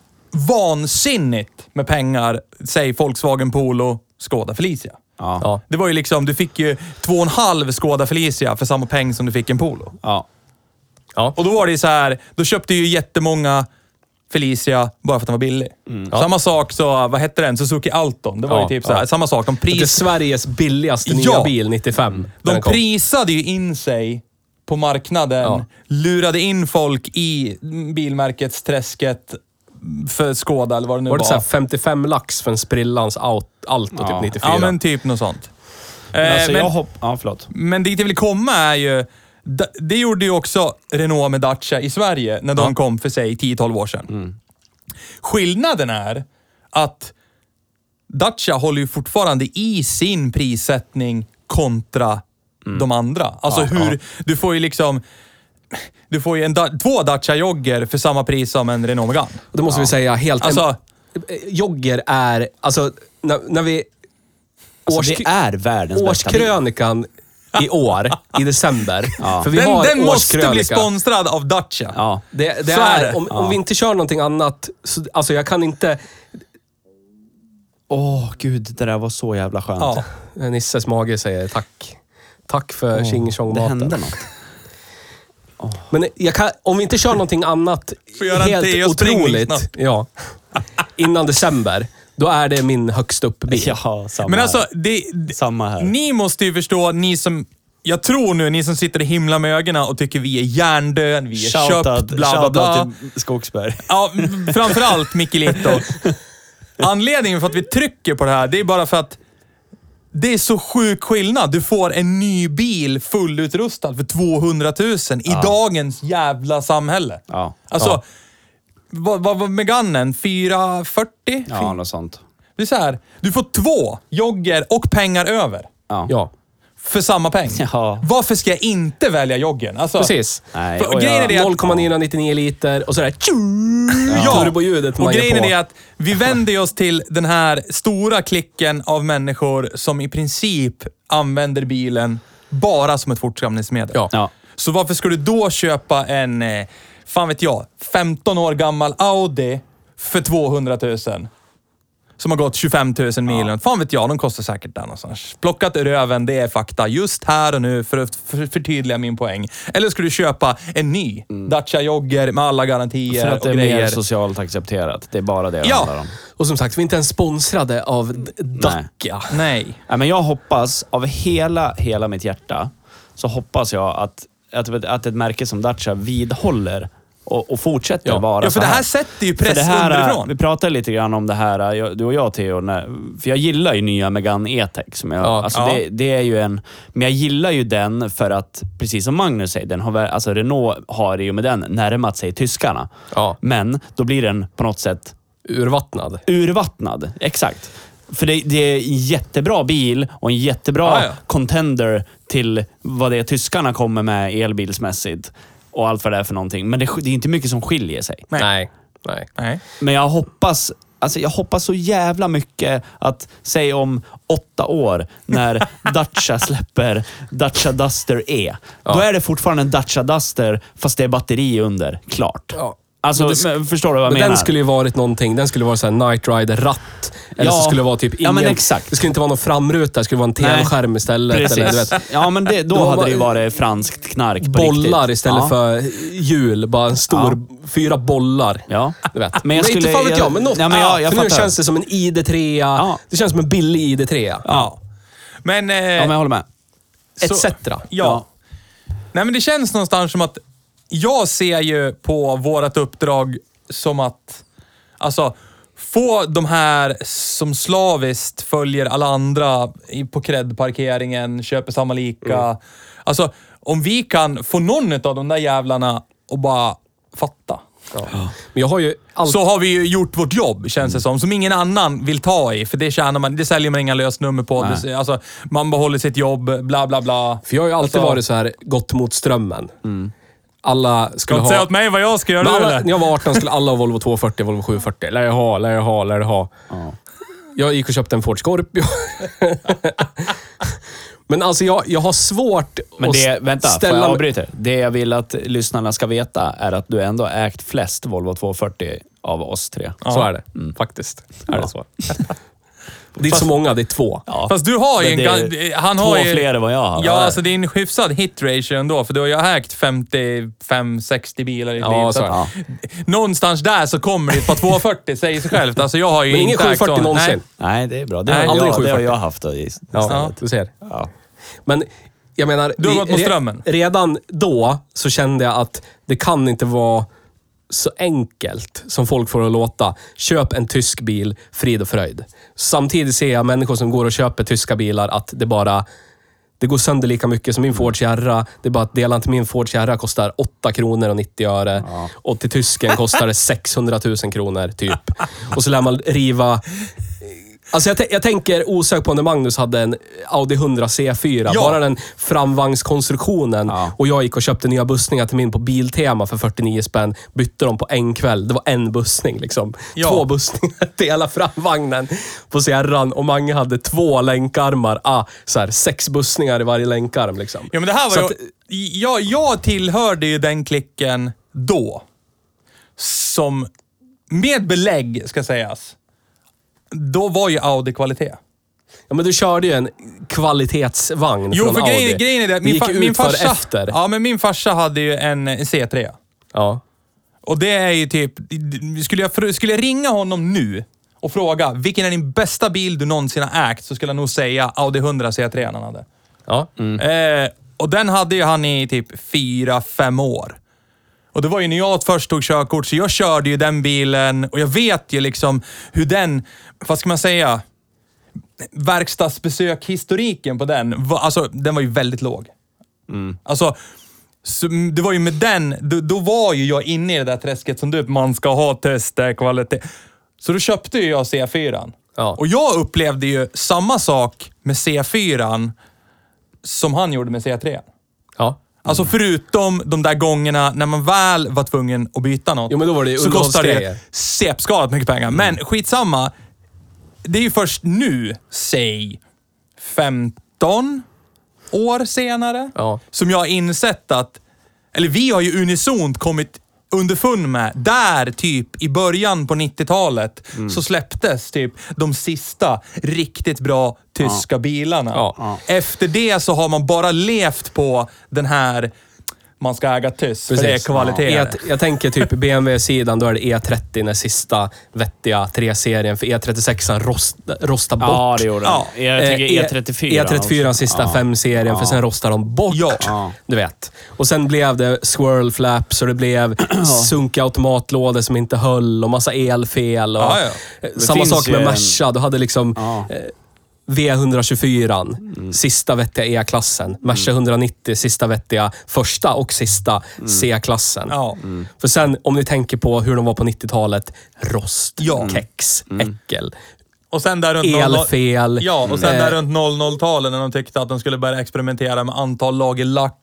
vansinnigt med pengar, säg Volkswagen Polo, Skoda Felicia.
Ja.
Ja.
Det var ju liksom, du fick ju två och en halv Skoda Felicia för samma peng som du fick en Polo.
Ja.
Ja.
Och då var det ju så här, då köpte ju jättemånga Felicia bara för att den var billig. Samma sak så, vad hette den? Suzuki Alton. Det var ju
Mm. Ja,
typ
ja.
så här, samma sak. De,
Det är
pris,
Sveriges billigaste nya
Ja.
bil 95. när
de
den kom.
prisade ju in sig på marknaden,
Ja.
lurade in folk i bilmärkets träsket för Skoda eller vad det nu
Var
var.
det så här 55 lax för en sprillans out, Alto
Ja.
typ 94?
ja, men typ något sånt.
Men
Eh,
alltså,
men-
jag hopp... Ja, förlåt.
Men dit jag vill komma är ju... da- Det gjorde ju också Renault med Dacia i Sverige när de kom för sig 10-12 år sedan.
Mm.
Skillnaden är att Dacia håller ju fortfarande i sin prissättning kontra
Mm.
de andra. Alltså hur... Du får ju liksom... Du får ju en, da- två Dacia Jogger för samma pris som en Renault Megane.
Och Det måste vi säga helt...
Alltså-
Eh, Jogger är... Alltså, när, när vi...
Alltså, det är världens bästa bil.
årskrönikan i år, i december. För vi
Den,
har
den måste bli
årskrönika.
sponsrad av Dacia.
Ja.
Det, det
Så är
är,
det.
Om, om vi inte kör någonting annat, så, alltså jag kan inte...
Åh, gud. Det där var så jävla skönt.
Ja.
Nisses mage säger tack. Tack för tjing tjong
Det hände
maten.
något.
Men jag kan, om vi inte kör någonting annat
Får göra en te
helt
och spring
otroligt,
snabbt.
ja, innan december, då är det min högst upp bil.
Ja, samma
Men alltså,
här.
det, det,
Samma här.
Ni måste ju förstå, ni som... Jag tror nu, ni som sitter i himla med ögonen och tycker vi är hjärndöd, vi är köpt, bla bla
shoutout
bla.
till Skogsberg.
Ja, m- framförallt Mikkelito. Anledningen för att vi trycker på det här, det är bara för att det är så sjuk skillnad. Du får en ny bil fullutrustad för 200 000 i dagens jävla samhälle.
Ja.
Alltså, vad vad var Meganen? 440?
Ja, något sånt.
Det är så här, du får två jogger och pengar över
Ja.
Ja,
för samma peng.
Ja.
Varför ska jag inte välja joggen? Alltså,
precis.
Nej,
För-
och
grejen
jag-
är det att,
0,999 liter och sådär
ja,
turboljudet man
och
ger
grejen är
på.
det att vi vänder oss till den här stora klicken av människor som i princip använder bilen bara som ett fortskaffningsmedel.
Ja.
Ja.
Så varför skulle du då köpa en, eh, fan vet jag, 15 år gammal Audi för 200 000? Som har gått 25 000 mil. Fan vet jag, de kostar säkert där någonstans. Plockat ur röven, det är fakta. Just här och nu för att för- förtydliga min poäng. Eller skulle du köpa en ny
Mm.
Dacia Jogger med alla garantier
För att det är
och grejer.
mer socialt accepterat. Det är bara det
Ja.
det handlar om.
Och som sagt, vi är inte ens sponsrade av D-
Nej.
Dacia.
Nej.
Ja, men jag hoppas, av hela, hela mitt hjärta, så hoppas jag att, att, att ett märke som Dacia vidhåller och, och fortsätter
Ja.
vara
Ja, för
så
det
här.
här sätter ju
För
press
det här, eh,
underifrån.
Vi pratade lite grann om det här, eh, jag- du och jag Theo, när, för jag gillar ju nya Megane E-Tech. Som jag,
Ja.
alltså
Ja.
Det, det är ju en, men jag gillar ju den för att, precis som Magnus säger, den har, väl- alltså Renault har i och med den närmat sig tyskarna.
Ja.
Men då blir den på något sätt
Urvattnad.
urvattnad. Exakt. För det, det är en jättebra bil och en jättebra
Ah, ja.
contender till vad det är tyskarna kommer med elbilsmässigt och allt vad det är för någonting. Men det, sk- det är inte mycket som skiljer sig.
Nej.
Nej. Nej.
Nej.
Men jag hoppas, alltså jag hoppas så jävla mycket att, säg om åtta år, när Dacia släpper Dacia Duster E. Då är det fortfarande en Dacia Duster, fast det är batteri under. Klart.
Ja.
Alltså,
Men det sk-
men förstår du vad jag
Men
menar?
den skulle ju varit någonting. Den skulle vara såhär Night Rider-ratt. Eller
Ja.
så skulle det vara typ
Ja,
ingen...
men exakt.
Det skulle inte vara någon framruta. Det skulle vara en
Nej.
tv-skärm istället. Eller, du vet,
Precis. Ja, men det, då
Då
hade
var-
det ju varit franskt knark på
bollar
riktigt.
istället
ja.
för hjul. Bara en stor... Fyra bollar.
Ja.
Du vet.
Men jag
Nej,
skulle-
inte fan vet jag, men något.
Nej, men jag- jag
för nu
fattar.
känns det som en ID3.
Ja.
Det känns som en billig ID3.
Ja. Men... Eh,
Ja, men jag håller med.
så-
Etc.
Ja. Nej, men det känns någonstans som att jag ser ju på vårt uppdrag som att alltså, få de här som slaviskt följer alla andra i- på kredparkeringen, köper samma lika. Alltså, om vi kan få någon av de där jävlarna att bara fatta.
Men jag har ju alltid...
Så har vi ju gjort vårt jobb, känns det som. Som ingen annan vill ta i, för det tjänar man. Det säljer man inga lösnummer på. Det, alltså, man behåller sitt jobb, bla bla bla.
För jag har ju alltid
Alltså-
varit så här gått mot strömmen.
Mm.
Alla
Ska
skulle
inte säga
ha...
åt mig vad jag ska göra
Men alla,
eller?
när jag var 18 skulle alla ha Volvo 240, Volvo 740. Lär jag ha, lär jag ha, lär jag ha. Jag gick och köpte en Ford Scorpio. Men alltså jag, jag har svårt
Men
att
det,
s-
vänta, får
ställa
jag
mig-
avbryta? Det jag vill att lyssnarna ska veta är att du ändå ägt flest Volvo 240 av oss tre.
Så är det.
Mm.
Faktiskt. Är det så. Det är inte så många, det är två.
Ja.
Fast du har ju en...
Men
gan-
det är
Han
två
har ju...
fler än vad jag har.
Ja, alltså det är en hyfsad hit ratio ändå, för du har ju ägt 55-60 bilar i ditt
Ja,
liv. Så
så
att, Någonstans där så kommer det ett par 240, säger sig självt. Alltså jag har ju
Men ingen
inte ägt
740
sån-
någonsin.
Nej.
Nej, det är bra. Det,
Nej,
har,
aldrig
jag, det har
740.
jag haft. då, just-
Ja, du ser.
Ja.
Men jag menar...
Du har
vi-
gått mot
re-
strömmen.
Redan då så kände jag att det kan inte vara så enkelt som folk får att låta. Köp en tysk bil, frid och fröjd. Samtidigt ser jag människor som går och köper tyska bilar att det bara... Det går sönder lika mycket som min Ford Sierra. Det är bara att delan till min Ford Sierra kostar 8 kronor och 90 öre. Och till tysken kostar det 600 000 kronor, typ. Och så lär man riva... Alltså jag, tän- jag tänker osökt på när Magnus hade en Audi 100 C4.
Ja.
Bara den framvagnskonstruktionen. Och jag gick och köpte nya bussningar till min på Biltema för 49 spänn. Bytte dem på en kväll. Det var en bussning liksom.
Ja.
Två bussningar till hela framvagnen på Sierran. Och Mange hade två länkarmar. Ah, så här, sex bussningar i varje länkarm liksom.
Ja, men det här var
Så
ju...
att-
jag, jag tillhörde ju den klicken då. Som, med belägg ska sägas, då var ju Audi kvalitet.
Ja, men du körde ju en kvalitetsvagn
Jo,
från
för
Audi.
grejen, grejen är det.
Vi gick
fa-
ut för
farsa,
efter.
Ja, men min farsa hade ju en C3.
Ja.
Och det är ju typ... Skulle jag, fr- skulle jag ringa honom nu och fråga vilken är din bästa bil du någonsin har ägt så skulle han nog säga Audi 100 C3 han hade.
Ja. Mm.
Eh, och den hade ju han i typ fyra fem år. Och det var ju när jag först tog körkort, så jag körde ju den bilen och jag vet ju liksom hur den, vad ska man säga, verkstadsbesökhistoriken på den, var, alltså den var ju väldigt låg. Alltså, så, mm, det var ju med den, då, då var ju jag inne i det där träsket som du, man ska ha tester, kvalitet. Så då köpte ju jag C4.
Ja.
Och jag upplevde ju samma sak med C4 som han gjorde med C3.
ja.
Alltså förutom de där gångerna när man väl var tvungen att byta något.
Jo, men då var det ju
så kostar det
underhållsgrejer. Mm.
sepskalat mycket pengar. Men skitsamma. Det är ju först nu, säg 15 år senare,
Ja.
som jag har insett att, eller vi har ju unisont kommit underfund med, där typ i början på 90-talet
Mm.
så släpptes typ de sista riktigt bra tyska bilarna.
Ja.
Efter det så har man bara levt på den här man ska äga tyst, för det är
Precis.
kvalitet.
Ja. E- Jag tänker typ BMW-sidan, då är det E30 när sista vettiga 3-serien. För E36 rost, rostar bort.
ja, det gjorde
Ja.
ja. Jag
Eh, E-
tycker E34.
E34
också.
sista
Ja.
5-serien, för sen rostar de bort.
Ja.
Du vet. Och sen blev det swirl flaps och det blev sunkiga automatlådor som inte höll och massa elfel. Och
Ja, ja.
Eh,
Det
Samma
finns
sak
ju
med
en-
Merca. Du hade liksom
Ja.
eh, V124,
Mm.
sista vettiga E-klassen. Merca 190, sista vettiga första och sista C-klassen.
Mm. Ja.
Mm.
För sen, om ni tänker på hur de var på 90-talet, rost,
Ja. Mm.
kex, äckel,
Och sen där runt 00
elfel.
Ja, och sen
Eh,
där runt 00-talet när de tyckte att de skulle börja experimentera med antal lager lack.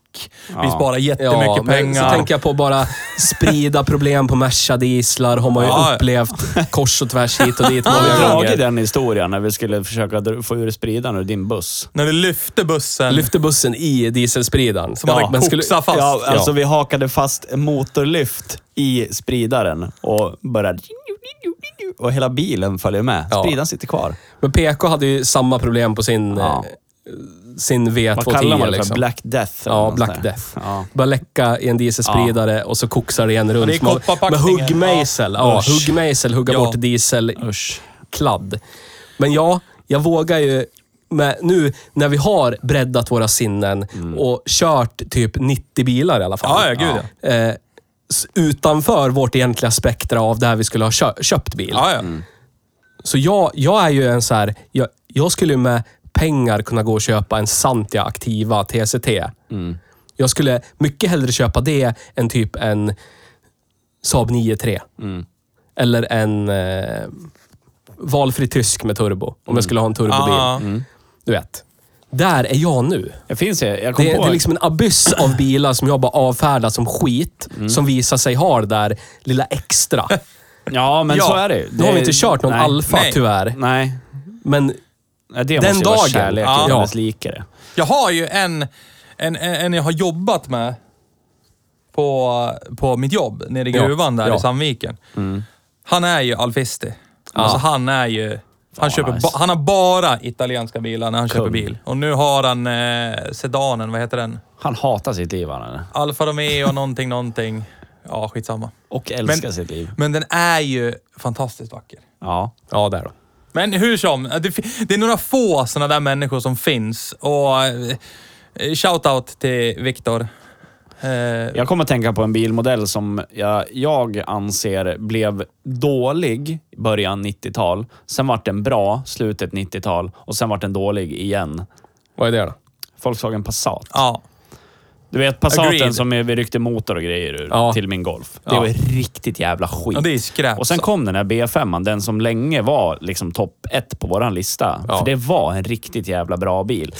Vi sparar jättemycket
men
pengar.
Så tänker jag på bara sprida problem på Merca-dieslar. Har man ju
Ja, ja.
upplevt kors och tvärs hit och dit
Vi
många
har dragit
gånger.
den historien när vi skulle försöka dra- få ur spridaren ur din buss.
När vi lyfte bussen.
Lyfte bussen i dieselspridaren.
Som hade
men skulle-
koksat fast.
Ja, alltså
Ja.
vi hakade fast en motorlyft i spridaren och började... Och hela bilen följer med.
Ja.
Spridaren sitter kvar.
Men PK hade ju samma problem på sin,
Ja.
eh, sin V210.
Vad kallar man det för?
liksom.
Black Death? eller
Ja,
något
Black
sånt där.
Death.
Ja.
Bara läcka i en dieselspridare och så koksar det igen
det är
runt. Med, med
kopparpackningen.
huggmejsel. Ja,
Usch.
huggmejsel hugga
Ja.
bort dieselkladd. Men ja, jag vågar ju med, nu när vi har breddat våra sinnen och kört typ 90 bilar i alla fall.
Mm. Ja, ja, gud,
Eh, s- utanför vårt egentliga spektra av där vi skulle ha kö- köpt bil.
ja, ja.
Så jag, jag är ju en så här, jag, jag skulle ju med pengar kunna gå och köpa en Santia Activa
Mm.
TCT. Jag skulle mycket hellre köpa det än typ en Saab 9-3.
Mm.
Eller en eh, valfri tysk med turbo. Om
Mm.
jag skulle ha en turbobil.
Ah.
Du vet. Där är jag nu.
Jag finns det. Jag kom
Det,
på...
det är liksom en abyss av bilar som jag bara avfärdar som skit.
Mm.
Som visar sig ha det där lilla extra.
Ja, men
Ja,
så är det ju.
Nu har vi inte kört någon
nej. Mm.
Alfa
Nej.
tyvärr.
Nej.
Men
Nej, det
Den
måste ju vara
dagen.
kärlek
Ja.
utan dess like det.
Jag har ju en, en, en jag har jobbat med på, på mitt jobb nere i
Ja,
gruvan där
ja.
i Sandviken. Han är ju alfisti. Alltså han är ju... Han,
Fan,
köper
nice.
ba, han har bara italienska bilar när han köper bil. Och nu har han eh, sedanen, vad heter den?
Han hatar sitt liv han eller?
Alfa Romeo någonting, någonting. Ja, skitsamma.
Och älskar
Men-
sitt liv.
Men den är ju fantastiskt vacker.
Ja.
ja, där då.
Men hur som, det, fi- det är några få sådana där människor som finns. Och eh, shout-out till Viktor. Eh,
Jag kommer att tänka på en bilmodell som jag, jag anser blev dålig i början 90-tal. Sen vart den bra slutet 90-tal och sen vart den dålig igen.
Vad är det då?
Volkswagen Passat.
Ja.
Du vet Passaten
Agreed.
som vi ryckte motor och grejer ur
Ja.
till min Golf. Det var riktigt jävla skit.
Ja, det är skräp.
Och sen
Så-
kom den här B5, den som länge var liksom topp ett på våran lista.
Ja.
För det var en riktigt jävla bra bil.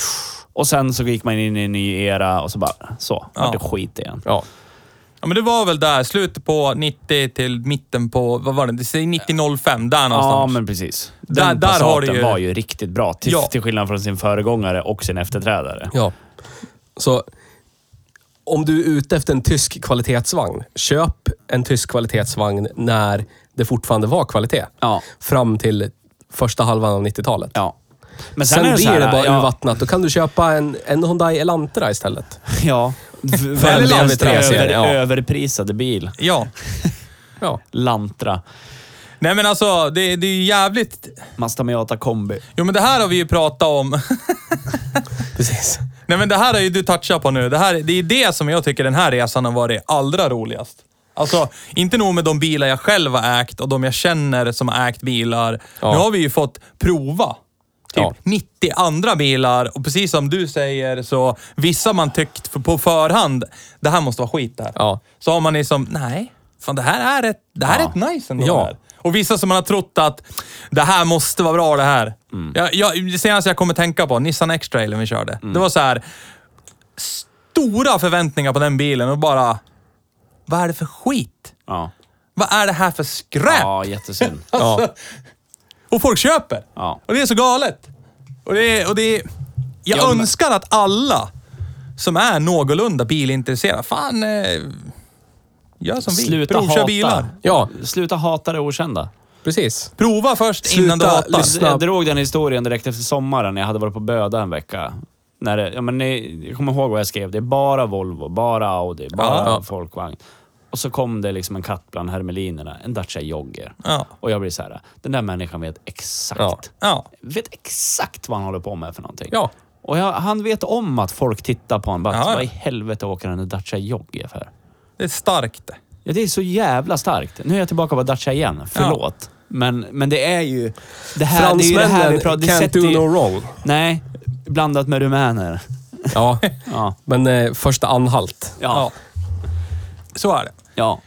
Och sen så gick man in i en ny era och så bara, så,
Ja.
vart det skit igen.
Ja.
Ja, men det var väl där, slutet på 90 till mitten på, vad var det, det säger 90-05, där
Ja,
någonstans.
men precis.
Där-
Den
där har
Passaten
du ju-
var ju riktigt bra, till,
Ja.
till skillnad från sin föregångare och sin efterträdare.
Ja. Så om du är ute efter en tysk kvalitetsvagn, köp en tysk kvalitetsvagn när det fortfarande var kvalitet.
Ja.
Fram till första halvan av 90-talet.
Ja. Men sen,
Sen,
är det, så
blir
här,
det bara
ja,
urvattnat. Då kan du köpa en, en Hyundai Elantra istället.
ja,
Eller
väldigt
Lantra,
över,
ja.
överprisade bil.
Ja.
Ja.
Lantra.
Nej men alltså, det, det är ju jävligt...
Mazda Miata kombi.
Jo men det här har vi ju pratat om.
Precis.
Nej men det här har ju du touchat på nu. Det, här, det är det som jag tycker den här resan har varit allra roligast. Alltså, inte nog med de bilar jag själv har ägt och de jag känner som har ägt bilar.
Ja.
Nu har vi ju fått prova typ
Ja.
90 andra bilar och precis som du säger så vissa man tyckt för- på förhand, det här måste vara skit där.
Ja.
Så har man liksom, nej, fan det här är rätt, det här är rätt nice ändå.
Ja.
det här. Och vissa som man har trott att det här måste vara bra det här.
Mm.
Jag, jag, det senaste jag kommer tänka på, Nissan X-trailen vi körde. Det var så här stora förväntningar på den bilen och bara, vad är det för skit?
Ja,
Vad är det här för skräp?
ja jättesynd.
Alltså,
Ja.
Och folk köper.
Ja.
Och det är så galet. Och det är, och det är, jag
Ja, men-
önskar att alla som är någorlunda bilintresserade, fan, eh, gör som vi.
Sluta
Provkör
hata.
bilar.
Ja,
Sluta hata det okända.
precis.
Prova först
Sluta
innan du hatar.
lyssna. Snabbt.
Jag drog den historien direkt efter sommaren när jag hade varit på Böda en vecka. När det, ja, men ni, jag kommer ihåg vad jag skrev. Det är bara Volvo, bara Audi, bara
Ja.
folkvagn. Och så kom det liksom en katt bland hermelinerna, en Dacia Jogger.
Ja.
Och jag blir så här, den där människan vet exakt.
Ja.
Ja.
Vet exakt vad han håller på med för någonting.
Ja.
Och jag, han vet om att folk tittar på honom. Bara,
Ja, ja.
Vad i helvete åker den där Dacia Jogger för?
Det är starkt.
Ja, det är så jävla starkt. Nu är jag tillbaka på Dacia igen. Förlåt. Men, men det är ju... Det här, det är ju det här vi
Fransmännen
pratar det
can't
sätter
do
ju-
no wrong.
Nej, blandat med rumäner.
Ja,
Ja.
men eh, första anhalt.
Ja.
Ja.
Så är det.
ja.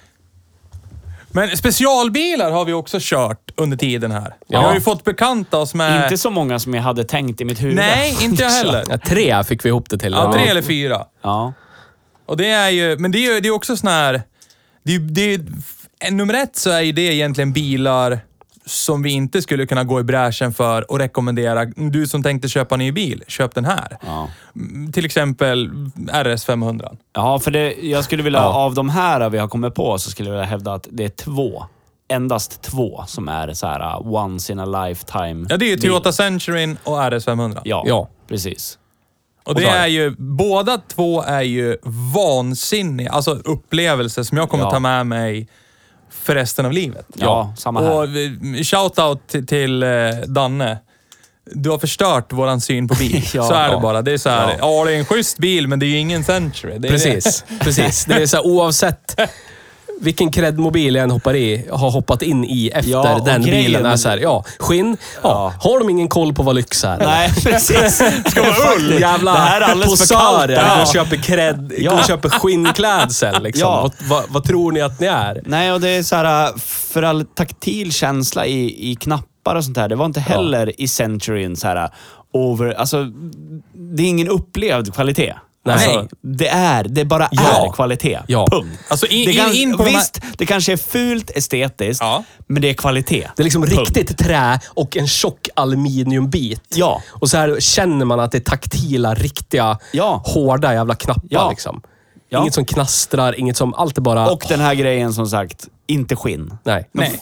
Men specialbilar har vi också kört under tiden här. Vi har ju fått bekanta oss med...
Inte så många som jag hade tänkt i mitt huvud.
Eh. Nej, inte jag heller.
Ja, tre fick vi ihop det till.
Ja, tre eller fyra.
Ja.
Och det är ju, men det är ju det är också sån här... Det är, ju- det är, eh, nummer ett så är ju det egentligen bilar som vi inte skulle kunna gå i bräschen för och rekommendera. Du som tänkte köpa en ny bil, köp den här.
Ja.
Mm, Till exempel RS 500.
ja, för det, jag skulle vilja,
Ja.
av de här vi har kommit på, så skulle jag vilja hävda att det är två. Endast två som är så här uh, once in a lifetime.
Ja, det är ju typ-
bilar.
Toyota Centuryn och RS 500.
Ja,
Ja.
precis.
Och det
Och så-
är ju, båda två är ju vansinniga, alltså upplevelser som jag kommer
Ja.
ta med mig för resten av livet.
Ja, samma här.
Och vi- shoutout till, till eh, Danne. Du har förstört våran syn på bil.
Ja.
så är det bara. Det är så här, ja. det är en schysst bil, men det är ju ingen Century. Det är
Precis, precis. Det är så här, oavsett vilken kredmobil jag än hoppar i, har hoppat in i efter
Ja, och
den
grejen
bilen. Är
med-
så här, ja, skinn. Ja.
Ja.
Har de ingen koll på vad lyx är?
Nej, precis. Ska
Faktiskt. Jävla
Det här är alldeles för kallt.
posörer.
Ja.
De köper, cred,
Ja.
de köper skinnklädsel. Liksom.
Ja.
Vad, vad, vad tror ni att ni är?
Nej, och det är så här, äh, för all taktil känsla i, i knappar och sånt här, det var inte heller i Centuryn så här äh, over... Alltså, det är ingen upplevd kvalitet.
Nej.
Alltså, det är, det bara
Ja.
är kvalitet.
Ja.
Punkt.
Alltså, in-
det
in- in på de här-
visst, det kanske är fult estetiskt,
Ja.
men det är kvalitet.
Det är liksom
Punkt.
riktigt trä och en tjock aluminiumbit.
Ja.
Och så här känner man att det är taktila, riktiga,
Ja.
hårda jävla knappar.
Ja.
Liksom.
Ja.
Inget som knastrar, inget som... Allt är bara...
Och den här grejen som sagt, inte skinn.
Nej.
Nej.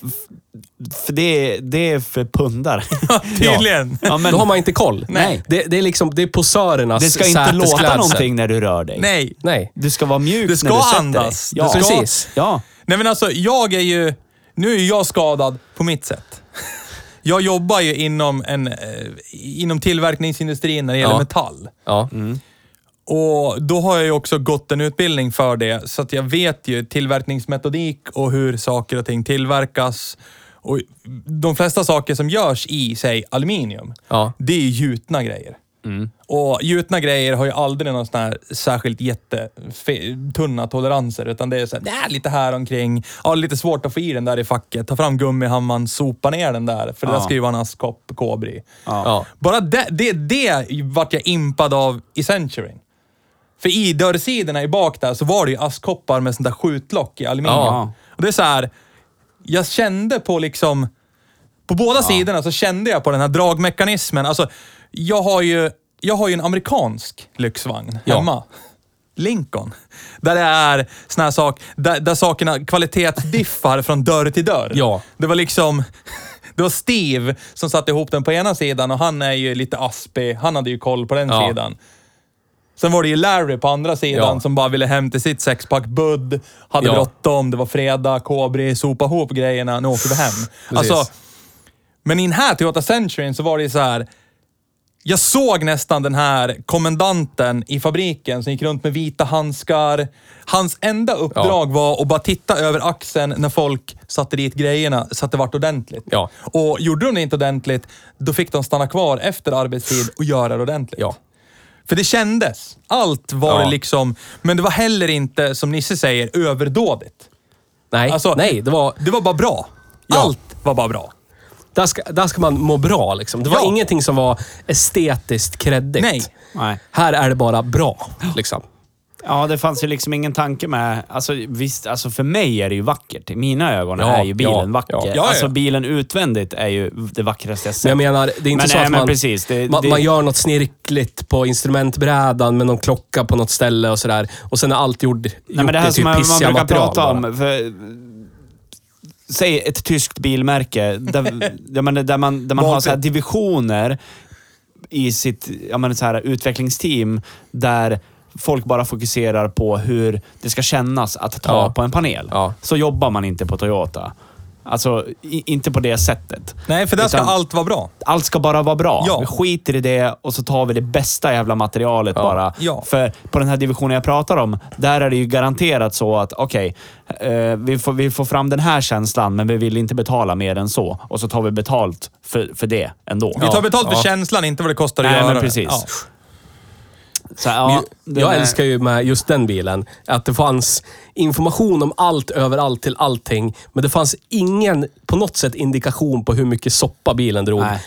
För det, är- det är för pundar.
Tydligen.
Ja, men
Då har man inte koll.
Nej.
Det, det är liksom, det är posörernas
det ska inte låta
sätesklädsel.
någonting när du rör dig.
Nej.
Nej.
Du ska vara mjuk
Det ska
när du sätter
andas.
dig. Ja,
Det ska- Precis.
Ja.
Nej men alltså, jag är ju... Nu är ju jag skadad på mitt sätt. Jag jobbar ju inom, en, eh, inom tillverkningsindustrin när det gäller
Ja.
metall.
Ja.
Och då har jag ju också gått en utbildning för det, så att jag vet ju tillverkningsmetodik och hur saker och ting tillverkas. Och de flesta saker som görs i, säg, aluminium,
Ja. Mm.
det är ju gjutna grejer. Och gjutna grejer har ju aldrig någon sån här särskilt jättetunna toleranser, utan det är så här, "Nä, lite här omkring. Ja, lite svårt att få i den där i facket. Ta fram gummihammaren, sopa ner den där, för det där
Ja.
ska ju vara en askkopp kobri.
Ja.
Bara det, det, det vart jag impad av i Centuring. För i dörrsidorna i bak där så var det ju askkoppar med sånt där skjutlock i aluminium.
Ja.
Och det är så här, jag kände på liksom, på båda sidorna så kände jag på den här dragmekanismen. Alltså, jag har ju, jag har ju en amerikansk lyxvagn
Ja.
hemma. Lincoln. Där det är såna här saker, där, där sakerna kvalitetsdiffar från dörr till dörr.
Ja.
Det var liksom... Det var Steve som satte ihop den på ena sidan och han är ju lite aspig. Han hade ju koll på den
Ja.
sidan. Sen var det ju Larry på andra sidan
Ja.
som bara ville hem till sitt sexpack Bud. Hade
Ja.
bråttom, det var fredag, Kobri, sopa ihop grejerna, nu åker vi hem. alltså, men i den här Toyota Centuryn så var det ju så här. Jag såg nästan den här kommendanten i fabriken som gick runt med vita handskar. Hans enda uppdrag var att bara titta över axeln när folk satte dit grejerna så att det vart ordentligt.
Ja.
Och gjorde de det inte ordentligt, då fick de stanna kvar efter arbetstid och göra det ordentligt.
Ja.
För det kändes. Allt var
Ja.
det liksom, men det var heller inte, som Nisse säger, överdådigt.
Nej.
Alltså,
Nej, det var...
Det var bara bra.
Ja.
Allt var bara bra.
Där ska, där ska man må bra liksom. Det var
Ja.
ingenting som var estetiskt kreddigt.
Nej.
Nej.
Här är det bara bra, liksom.
Ja, det fanns ju liksom ingen tanke med... Alltså visst, alltså för mig är det ju vackert. I mina ögon
Ja,
är ju bilen
ja,
vacker.
ja. Ja,
ja.
Alltså bilen utvändigt är ju det vackraste jag sett.
Men jag menar, det är inte
Men
så
nej,
att
men
man,
precis, det-
man,
det-
man gör något snirkligt på instrumentbrädan med någon klocka på något ställe och sådär. Och sen är allt gjord,
Nej, men det här
i
som
typ
man, man
pissiga
brukar
material
prata
bara.
om. För, säg ett tyskt bilmärke där, där man, där man, där man har så här divisioner i sitt ja, men så här, utvecklingsteam där folk bara fokuserar på hur det ska kännas att ta
Ja.
på en panel.
Ja.
Så jobbar man inte på Toyota. Alltså, i, inte på det sättet.
Nej, för där ska
Utan-
allt vara bra.
allt ska bara vara bra.
Ja.
Vi skiter i det och så tar vi det bästa jävla materialet bara.
Ja.
För på den här divisionen jag pratar om, där är det ju garanterat så att okej, eh, vi, får, vi får fram den här känslan, men vi vill inte betala mer än så. Och så tar vi betalt för, för det ändå.
Vi tar betalt för
ja.
känslan, inte vad det kostar att
Nej,
göra
men
det.
precis.
Ja.
Så, här,
Men
ja,
ju-
den
jag
är-
älskar ju med just den bilen att det fanns information om allt, överallt, till allting. Men det fanns ingen, på något sätt, indikation på hur mycket soppa bilen drog.
Nej.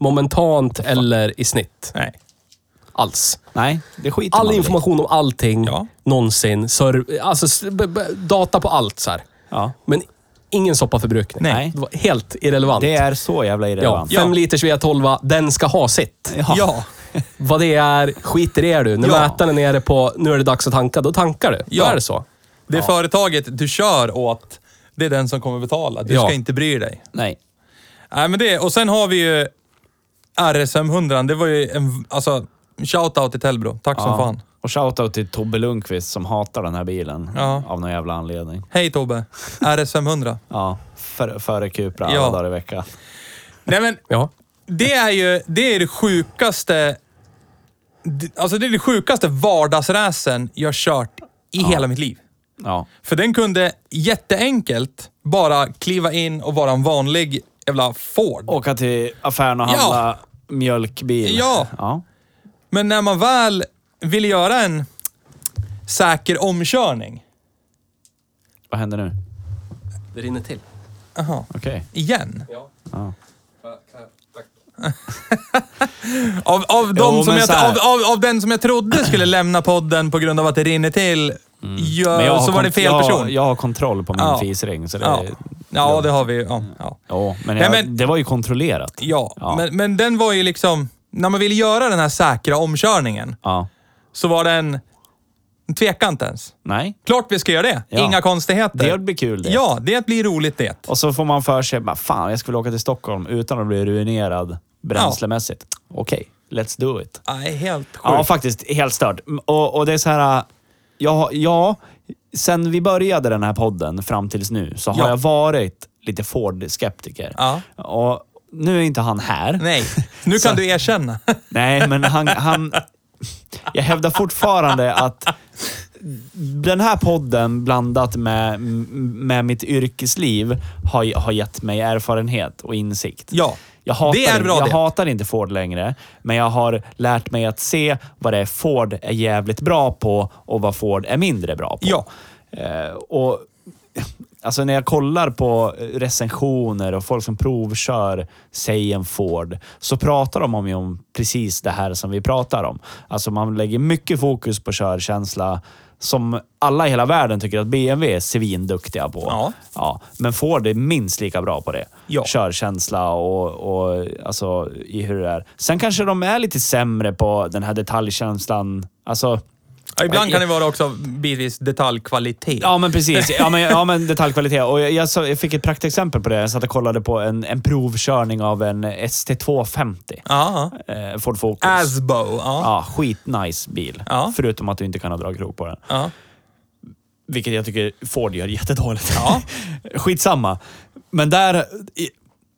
Momentant eller i snitt.
Nej.
Alls.
Nej, det skiter
All
man väl i.
information om allting
Ja.
någonsin. Serv- alltså, s- b- b- data på allt så här.
Ja.
Men ingen soppaförbrukning.
Nej.
Det var helt irrelevant.
Det är så jävla
Ja,
irrelevant.
fem liters V12, den ska ha sitt.
Ja.
Ja.
Vad det är, skiter i är du. När
Ja.
mätaren är nere på, nu är det dags att tanka, då tankar du.
Ja.
Då är det så.
Det företaget du kör åt, det är den som kommer betala. Du
Ja.
ska inte bry dig.
Nej.
Nej, men det. Och sen har vi ju RSM 100. Det var ju en... Alltså, shout-out till Tellbro. Tack som
Ja.
fan.
Och shoutout till Tobbe Lundqvist som hatar den här bilen.
Ja.
Av någon jävla anledning.
Hej Tobbe. RSM 100.
Ja, före, före Cupra alla
Ja.
dagar i veckan.
Nej, men
Ja.
det är ju det, är det sjukaste... det- Alltså det är det sjukaste vardagsräsen jag kört i hela mitt liv.
Ja.
För den kunde jätteenkelt bara kliva in och vara en vanlig jävla Ford.
Åka till affären och handla mjölkbil.
Ja.
ja.
Men när man väl ville göra en säker omkörning,
Vad händer nu?
Det rinner till.
aha,
Okej.
igen.
Ja.
Ja.
Av, av, de
Jo,
som
men
jag,
så här.
av, av, av den som jag trodde skulle lämna podden på grund av att det rinner till,
Mm. Men jag
ja,
har
så var det
kont-
fel
jag,
person.
Jag har kontroll på min
Ja.
fisring. Så det,
ja.
eh, ja. Mm.
ja, det har vi ju. Ja, ja.
men,
Nej,
jag,
men-
det var ju kontrollerat.
ja.
Ja.
Men, men den var ju liksom... När man ville göra den här säkra omkörningen
Ja.
så var den... Tveka inte ens.
Nej.
Klart vi ska göra det.
Ja.
Inga konstigheter.
Det blir kul det.
Ja, det blir roligt det.
Och så får man för sig, bara, fan jag skulle åka till Stockholm utan att bli ruinerad bränslemässigt. Okej, let's do it.
Nej, helt sjukt.
Ja, faktiskt. Helt stört. Mm, Och, och det är så här... Ja, ja, sen vi började den här podden fram tills nu så har
Ja.
jag varit lite Ford-skeptiker.
Ja.
Och nu är inte han här.
Nej, nu kan du erkänna.
Nej, men han, han... Jag hävdar fortfarande att den här podden blandat med, med mitt yrkesliv har, har gett mig erfarenhet och insikt.
Ja,
Jag hatar,
det är bra
jag
det.
hatar inte Ford längre, men jag har lärt mig att se vad det är Ford är jävligt bra på och vad Ford är mindre bra på.
Ja.
Eh, och Alltså när jag kollar på recensioner och folk som provkör, säg en Ford, så pratar de om, ju om precis det här som vi pratar om. Alltså man lägger mycket fokus på körkänsla som alla i hela världen tycker att BMW är svinduktiga på.
Ja.
Ja, men Ford är minst lika bra på det.
Ja.
Körkänsla och, och alltså, i hur det är. Sen kanske de är lite sämre på den här detaljkänslan. Alltså,
Ja, ibland kan det vara också bitvis detaljkvalitet.
Ja, men precis. Ja, men, ja, men detaljkvalitet. Och jag, jag, sa- jag fick ett praktexempel på det. Jag satt och kollade på en, en provkörning av en ST250.
Ja. ja.
Eh, Ford Focus.
Asbo. Ja.
Ja, skitnice bil.
Alltså. Ja.
Förutom att du inte kan ha dragkrok på den.
Ja.
Vilket jag tycker Ford gör jättedåligt. Ja. Skitsamma. Men där... i-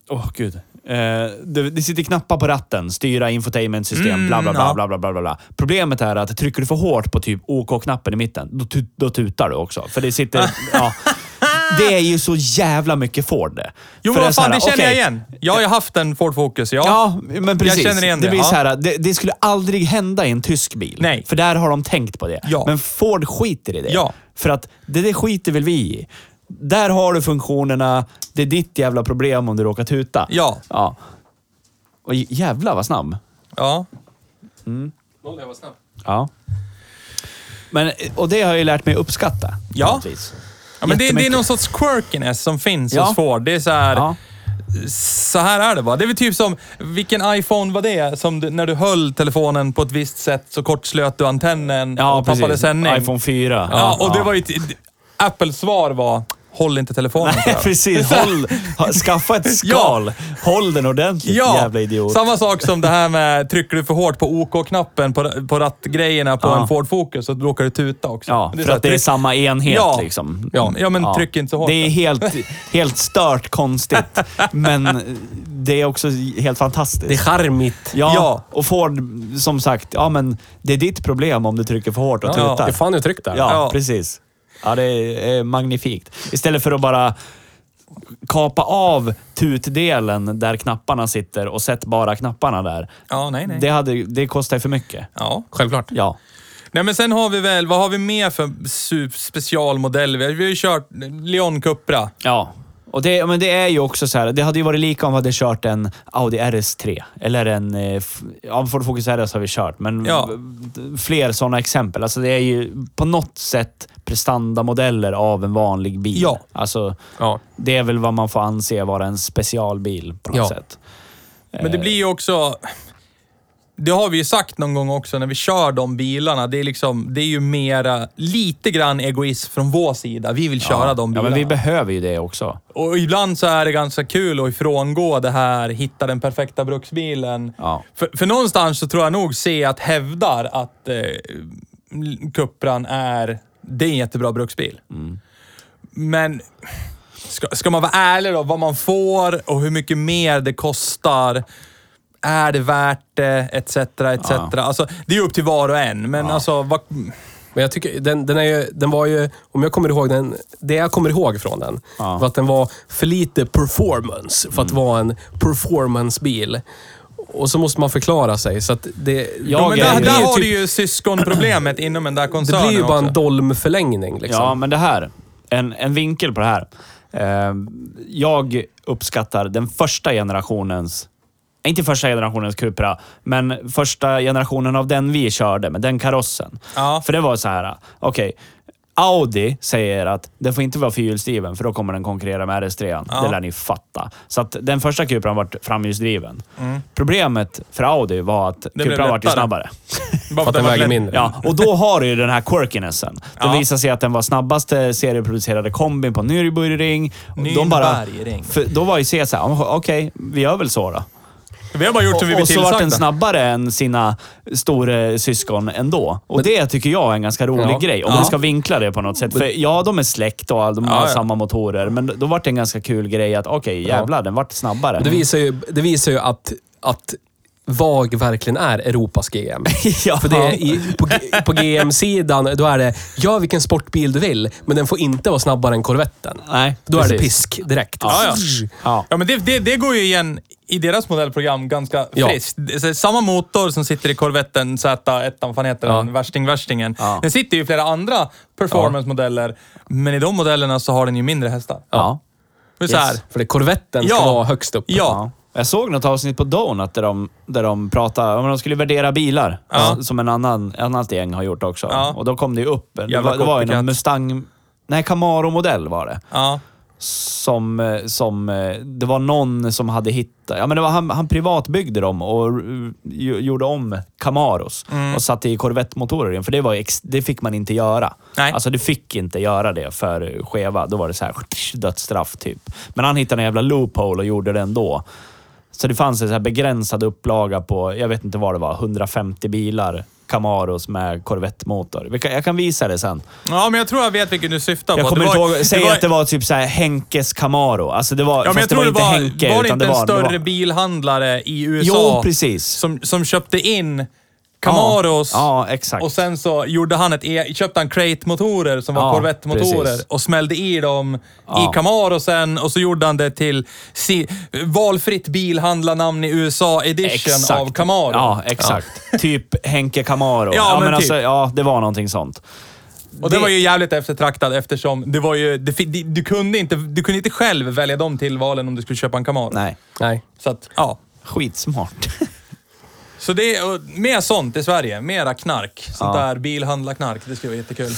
Åh, gud. Eh, det, det sitter knappar på ratten, styra infotainmentsystem, bla, bla, bla,
Mm, ja.
bla, bla, bla, bla, bla. Problemet är att trycker du för hårt på typ OK-knappen i mitten, då, tu- då tutar du också. För det sitter... ja. Det är ju så jävla mycket Ford det.
Jo,
För
men
är
vad
så
fan,
här,
det känner jag
okej,
igen. Jag har ju haft en Ford Focus, ja.
Ja, men precis.
känner igen
det.
det,
blir
ja.
så här, det, det skulle aldrig hända i en tysk bil.
Nej.
För där har de tänkt på det.
Ja.
Men Ford skiter i det.
Ja.
För att det, det skiter väl vi i. Där har du funktionerna. Det är ditt jävla problem om du råkar tuta.
Ja.
ja. Och j- jävlar vad snabb.
ja.
Mm.
Noll, jag var snabb.
Ja. Men, och det har jag ju lärt mig uppskatta. på
Ja.
något vis.
Ja, men det, det är
Jättemycket.
någon sorts quirkiness som finns
Ja.
hos Ford. Det är så här,
Ja.
så här är det bara. Det är väl typ som, vilken iPhone var det? Som du, när du höll telefonen på ett visst sätt så kortslöt du antennen
ja,
och tappade
precis.
sändning.
iPhone 4.
Ja, och det var ju... ett- Apples svar var, håll inte telefonen. på den."
Precis, håll, ha- skaffa ett skal. Håll den ordentligt, jävla idiot.
samma sak som det här med trycker du för hårt på OK-knappen på, på rattgrejerna på
Ja.
en Ford Focus så råkar du tuta också.
Ja,
Det är så
för
här,
att det är
tryck-
samma enhet
Ja.
liksom.
Ja, ja, men tryck inte så hårt.
Det är helt, helt stört konstigt, men det är också helt
Det är
fantastiskt.
charmigt.
Ja,
Ja.
och Ford, som sagt, ja men det är ditt problem om du trycker för hårt och
Ja.
tutar.
Det är fan jag tryckte.
Ja,
Ja.
precis. Ja, det är eh, magnifikt. Istället för att bara kapa av tutdelen där knapparna sitter och sätt bara knapparna där.
Ja, nej, nej.
Det, hade, det kostar ju för mycket.
Ja.
Självklart.
Ja.
Nej, men sen har vi väl, vad har vi mer för sup- specialmodell? Vi har vi har ju kört Leon Cupra.
Ja. Och det, men det är ju också så här, det hade ju varit lika om vi hade kört en Audi RS3. Eller en... eh, f- Ja, Ford Focus RS har vi kört, men
Ja.
v- fler sådana exempel. Alltså det är ju på något sätt prestandamodeller av en vanlig bil.
Ja.
Alltså,
Ja.
det är väl vad man får anse vara en specialbil på något
Ja.
sätt.
Men det
Eh.
blir ju också... Det har vi ju sagt någon gång också när vi kör de bilarna. Det är, liksom, det är ju mera, lite grann egoism från vår sida. Vi vill köra de
Ja,
bilarna.
men vi behöver ju det också.
Och ibland så är det ganska kul att ifrångå det här, hitta den perfekta bruksbilen.
Ja.
För, för någonstans så tror jag nog se att hävdar att eh, Cupran är, det är en jättebra bruksbil.
Mm.
Men ska, ska man vara ärlig då, vad man får och hur mycket mer det kostar. Är det värt det? Etc, etc. Alltså, det är ju upp till var och en, men alltså... Vad,
Men jag tycker, den, den, är ju, den var ju, om jag kommer ihåg den, det jag kommer ihåg från den,
Ja.
var att den var för lite performance för att vara en performancebil. Och så måste man förklara sig, så att det...
Ja,
det
Men
Jag
där,
är-
där
blir
har
typ-
du ju syskonproblemet inom den där
Det
koncernen
blir ju bara en
också.
dolmförlängning liksom.
Ja, men det här. En, en vinkel på det här. Eh, jag uppskattar den första generationens, inte första generationens Cupra, men första generationen av den vi körde med den karossen.
Ja.
För det var så här, okej. Audi säger att det får inte vara fyrhjulsdriven för då kommer den konkurrera med RS3. Det lär ni fatta. Så att den första Cupran vart framhjulsdriven. Problemet för Audi var att
Mm. blev
Cupran vart ju
lättare.
snabbare.
Bara
För att den
var
väger
lätt-
mindre.
Ja, och då har du ju den här quirkinessen. Det
Ja.
visar sig att den var snabbaste serieproducerade kombin på Nürburgring. Och De bara,
Nürnbergring.
för då var ju C så här, "Ja, okej, vi gör väl så då.
Vi har bara gjort som vi
Och,
blir
och så vart den
tillsagda.
snabbare än sina store syskon ändå. Och det tycker jag är en ganska rolig
Ja.
grej, om
Ja.
man ska vinkla det på något sätt. För ja, de är släkt och de har
Ja, ja.
samma motorer, men då vart det en ganska kul grej att okej, jävlar, den vart snabbare.
Mm.
Det visar ju, det visar ju att, att VAG verkligen är Europas GM.
Ja.
För det är i, på, G- på GM-sidan, då är det gör vilken sportbil du vill, men den får inte vara snabbare än Corvetten.
Nej,
Då är det
precis.
pisk direkt.
Ja, ja.
Ja.
Ja, men det, det, det går ju igen i deras modellprogram ganska
Ja.
friskt. Det är så- Samma motor som sitter i Corvetten Z1, vad fan heter den? Värsting, värstingen.
Ja.
Den sitter ju i flera andra performance-modeller, men i de modellerna så har den ju mindre hästar.
Ja.
Det är så här.
För det Corvetten ska
Ja.
vara högst upp.
Ja.
Jag såg något avsnitt på Donut där de, där de pratade om de skulle värdera bilar.
Ja.
S- Som en annan, en annat gäng har gjort också.
Ja.
Och då kom det ju upp. Det
Jävla
var, det var ju
copycat.
någon Mustang... Nej, Camaro-modell var det.
Ja.
Som, eh, som... eh, Det var någon som hade hittat... Ja, men det var han, han privatbyggde dem och eh, gj- gjorde om Camaros. Och satte i Corvette-motorer igen. För det, var, ju ex- det fick man inte göra.
Nej.
Alltså du fick inte göra det för skeva. Då var det så här dödsstraff typ. Men han hittade en jävla loophole och gjorde det ändå. Så det fanns en så här begränsad upplaga på, jag vet inte vad det var, 150 bilar. Camaros med Corvette-motor. Vi kan- Jag kan visa det sen.
ja, men jag tror jag vet vilken du syftar på.
Jag kommer
Det
inte
var-
ihåg. Säg att det var typ så här Henkes Camaro. Alltså det var,
Ja,
fast
men jag tror det var,
inte Henke,
var det
utan
inte en
var- det
större
var-
bilhandlare i USA
Jo, precis.
som, som köpte in Camaros
Ja, ja, exakt.
och sen så gjorde han ett, e- köpte han Crate-motorer som var
Ja,
Corvette-motorer
precis.
och smällde i dem
Ja.
i Camarosen och så gjorde han det till si, valfritt bilhandlarnamn i USA edition
Exakt.
av Camaro.
Ja, exakt. Typ Henke Camaro.
Ja, men typ.
ja, det var någonting sånt.
Och det, var ju jävligt eftertraktad eftersom det var ju, det, fi- det, du, kunde inte, du kunde inte själv välja de tillvalen om du skulle köpa en Camaro.
Nej,
Nej.
Så att, ja.
skitsmart.
Så det är och mer sånt i Sverige. Mera knark. Sånt
Ja.
där bilhandlarknark. Det skulle vara jättekul.